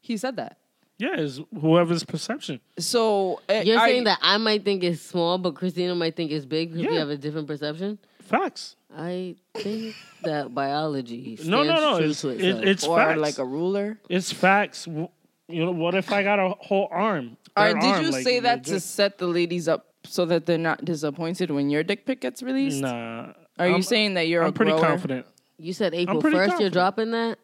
[SPEAKER 2] He said that.
[SPEAKER 3] Yeah, it's whoever's perception.
[SPEAKER 2] So uh,
[SPEAKER 4] You're
[SPEAKER 2] are
[SPEAKER 4] saying
[SPEAKER 2] you-
[SPEAKER 4] that I might think it's small, but Christina might think it's big because we
[SPEAKER 3] Yeah.
[SPEAKER 4] have a different perception?
[SPEAKER 3] Facts.
[SPEAKER 4] I think that biology. Stands
[SPEAKER 3] No, no, no.
[SPEAKER 4] true
[SPEAKER 3] It's
[SPEAKER 4] to
[SPEAKER 3] it,
[SPEAKER 4] itself.
[SPEAKER 3] it's
[SPEAKER 2] or
[SPEAKER 3] facts.
[SPEAKER 2] like a ruler.
[SPEAKER 3] It's facts. W- You know, what if I got a whole arm?
[SPEAKER 2] Or
[SPEAKER 3] Third
[SPEAKER 2] did
[SPEAKER 3] arm,
[SPEAKER 2] you
[SPEAKER 3] like,
[SPEAKER 2] say that to
[SPEAKER 3] legit?
[SPEAKER 2] set the ladies up so that they're not disappointed when your dick pic gets released?
[SPEAKER 3] Nah.
[SPEAKER 2] Are you
[SPEAKER 3] I'm-
[SPEAKER 2] saying that you're a
[SPEAKER 3] I'm pretty
[SPEAKER 2] grower?
[SPEAKER 3] confident.
[SPEAKER 4] you said April 1st,
[SPEAKER 3] pretty
[SPEAKER 4] you're
[SPEAKER 3] confident.
[SPEAKER 4] dropping that?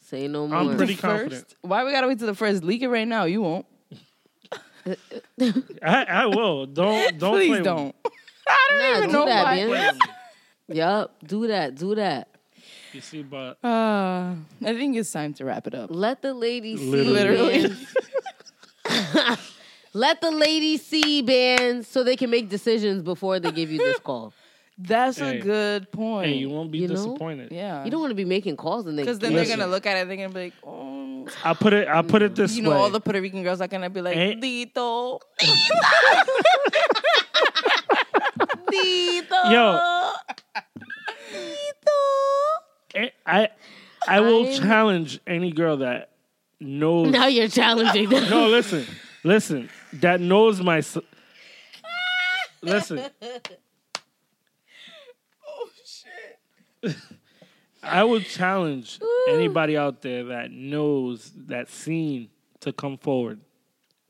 [SPEAKER 4] Say no more.
[SPEAKER 3] I'm pretty confident.
[SPEAKER 2] First, why we gotta wait till the first? Leak it right now. You won't.
[SPEAKER 3] I, I will. Don't don't play
[SPEAKER 2] Please
[SPEAKER 3] with
[SPEAKER 2] don't.
[SPEAKER 4] Nah, do
[SPEAKER 2] know
[SPEAKER 4] that,
[SPEAKER 2] why.
[SPEAKER 4] Benz.
[SPEAKER 3] me.
[SPEAKER 4] Yup, do that, do that.
[SPEAKER 3] You see, but
[SPEAKER 2] Uh, I think it's time to wrap it up.
[SPEAKER 4] Let the ladies see.
[SPEAKER 3] Literally.
[SPEAKER 4] Benz. Let the ladies see, bands, so they can make decisions before they give you this call.
[SPEAKER 2] That's
[SPEAKER 3] Hey.
[SPEAKER 2] a good point.
[SPEAKER 3] hey, you won't be
[SPEAKER 4] You know?
[SPEAKER 3] disappointed.
[SPEAKER 2] yeah,
[SPEAKER 4] You don't want to be making calls and they
[SPEAKER 2] because then they're
[SPEAKER 3] Listen.
[SPEAKER 2] gonna look at it. They're gonna be like, oh,
[SPEAKER 3] I put it. I put it this
[SPEAKER 2] Mm. you
[SPEAKER 3] way.
[SPEAKER 2] know, all the Puerto Rican girls are gonna be like,
[SPEAKER 3] Ain't-
[SPEAKER 2] Dito.
[SPEAKER 3] Yo,
[SPEAKER 2] uh,
[SPEAKER 3] I eh, I, I will
[SPEAKER 4] I'm-
[SPEAKER 3] challenge any girl that knows.
[SPEAKER 4] now you're challenging them.
[SPEAKER 3] No, listen, listen. That knows my. s- Listen. Oh shit. I would challenge anybody out there that knows that scene to come forward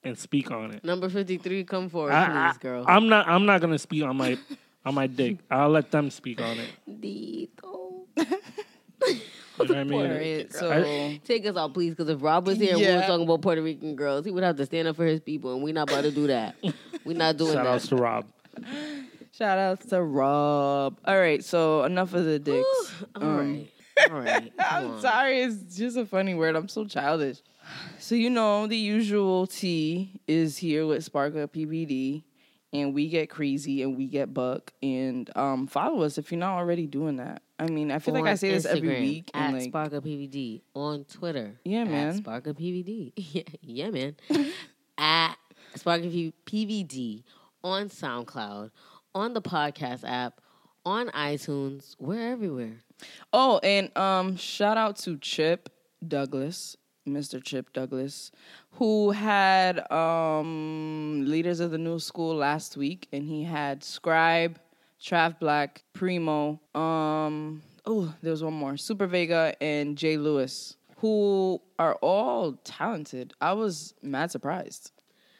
[SPEAKER 3] and speak on it.
[SPEAKER 4] Number fifty three, come forward,
[SPEAKER 3] I,
[SPEAKER 4] please, girl.
[SPEAKER 3] am not. I'm not gonna speak on my on my dick. I'll let them speak on it.
[SPEAKER 4] Dito.
[SPEAKER 3] You know what I mean?
[SPEAKER 2] Alright, so
[SPEAKER 3] I-
[SPEAKER 4] Take us out, please, because if Rob was here and we
[SPEAKER 2] Yeah.
[SPEAKER 4] were talking about Puerto Rican girls, he would have to stand up for his people, and we're not about to do that. We're not doing
[SPEAKER 3] Shout
[SPEAKER 4] that.
[SPEAKER 3] outs to Rob.
[SPEAKER 2] shout outs to Rob. All right, so enough of the dicks.
[SPEAKER 4] All right, all right. Come
[SPEAKER 2] I'm
[SPEAKER 4] on.
[SPEAKER 2] sorry, it's just a funny word. I'm so childish. So you know the usual tea is here with Spark Up PBD, and we get crazy and we get buck and um follow us if you're not already doing that. I mean, I feel like I
[SPEAKER 4] On
[SPEAKER 2] say this every
[SPEAKER 4] Instagram,
[SPEAKER 2] week.
[SPEAKER 4] At
[SPEAKER 2] And like,
[SPEAKER 4] Sparkle PVD on Twitter.
[SPEAKER 2] Yeah,
[SPEAKER 4] at
[SPEAKER 2] man.
[SPEAKER 4] Sparkle PVD. yeah, man. at Sparkle P- PVD on SoundCloud, on the podcast app, on iTunes. We're everywhere.
[SPEAKER 2] oh, and um, shout out to Chip Douglas, Mr. Chip Douglas, who had um leaders of the new school last week, and he had Scribe, Trav Black, Primo, um. oh, there was one more. Super Vega and Jay Lewis, who are all talented. I was mad surprised.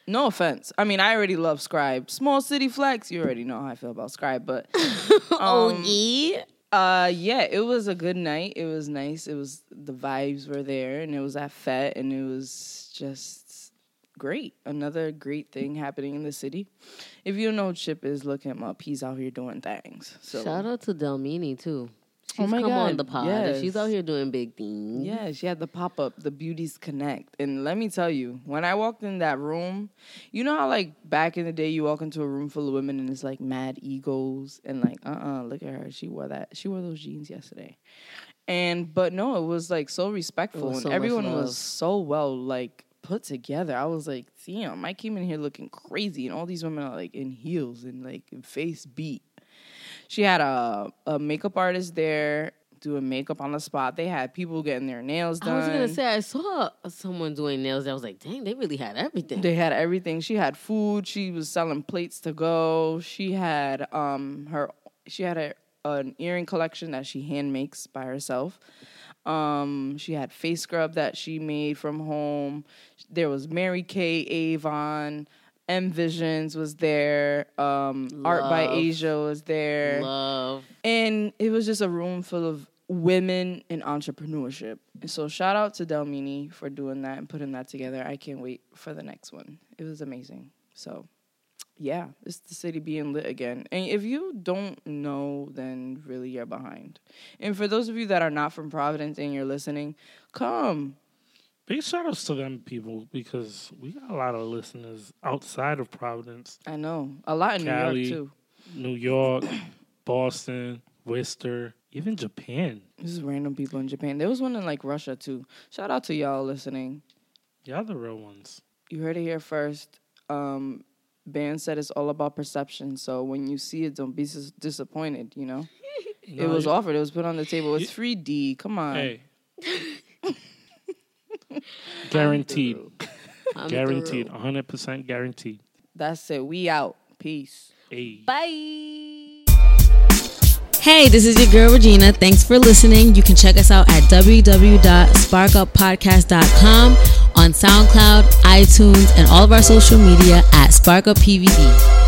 [SPEAKER 2] No offense. I mean, I already love Scribe. Small City Flex. You already know how I feel about Scribe, but Um,
[SPEAKER 4] oh yeah.
[SPEAKER 2] uh, yeah, it was a good night. It was nice. It was the vibes were there, and it was at Fet, and it was just great. Another great thing happening in the city. If you don't know what Chip is, look him up. He's out here doing things. So Oh
[SPEAKER 4] Shout out to Delmini too. She's
[SPEAKER 2] my
[SPEAKER 4] come on
[SPEAKER 2] God,
[SPEAKER 4] the pod.
[SPEAKER 2] yes.
[SPEAKER 4] She's out here doing big things.
[SPEAKER 2] Yeah, she had the pop up, the Beauties Connect. And let me tell you, when I walked in that room, you know how, like, back in the day, you walk into a room full of women and it's like mad egos and, like, uh uh look at her. She wore that. She wore those jeans yesterday. And, but no, it was like so respectful
[SPEAKER 4] was
[SPEAKER 2] and
[SPEAKER 4] so much
[SPEAKER 2] everyone
[SPEAKER 4] love.
[SPEAKER 2] was so well, like, put together. I was like, damn, I came in here looking crazy and all these women are, like, in heels and, like, face beat. She had a, a makeup artist there doing makeup on the spot. They had people getting their nails done.
[SPEAKER 4] I was gonna say I saw someone doing nails. I was like, dang, they really had everything.
[SPEAKER 2] they had everything. She had food. She was selling plates to go. She had um her she had a, an earring collection that she hand makes by herself. Um, she had face scrub that she made from home. There was Mary Kay Avon. M Visions was there. Um, Art by
[SPEAKER 4] Love.
[SPEAKER 2] Asia was there.
[SPEAKER 4] Love.
[SPEAKER 2] And it was just a room full of women in entrepreneurship. And so shout out to Delmini for doing that and putting that together. I can't wait for the next one. It was amazing. So yeah, it's the city being lit again. And if you don't know, then really you're behind. And for those of you that are not from Providence and you're listening, come.
[SPEAKER 3] Big shout outs to them people because we got a lot of listeners outside of Providence,
[SPEAKER 2] I know. A lot in New
[SPEAKER 3] Cali.
[SPEAKER 2] York too.
[SPEAKER 3] New York, Boston, Worcester, even Japan.
[SPEAKER 2] This is random people in Japan. There was one in like Russia too. Shout out to y'all listening.
[SPEAKER 3] Y'all the real ones.
[SPEAKER 2] you heard it here first. Um, Band said it's all about perception. So when you see it, don't be s- disappointed. You know, it was offered. It was put on the table. It's free D. Come on.
[SPEAKER 3] Hey. guaranteed.
[SPEAKER 4] I'm
[SPEAKER 3] Guaranteed.
[SPEAKER 4] through.
[SPEAKER 3] 100% guaranteed.
[SPEAKER 2] That's it. We out. Peace.
[SPEAKER 3] Hey.
[SPEAKER 4] Bye.
[SPEAKER 1] Hey, this is your girl Regina. Thanks for listening. You can check us out at www.sparkuppodcast.com on SoundCloud, iTunes, and all of our social media at SparkUpPVD.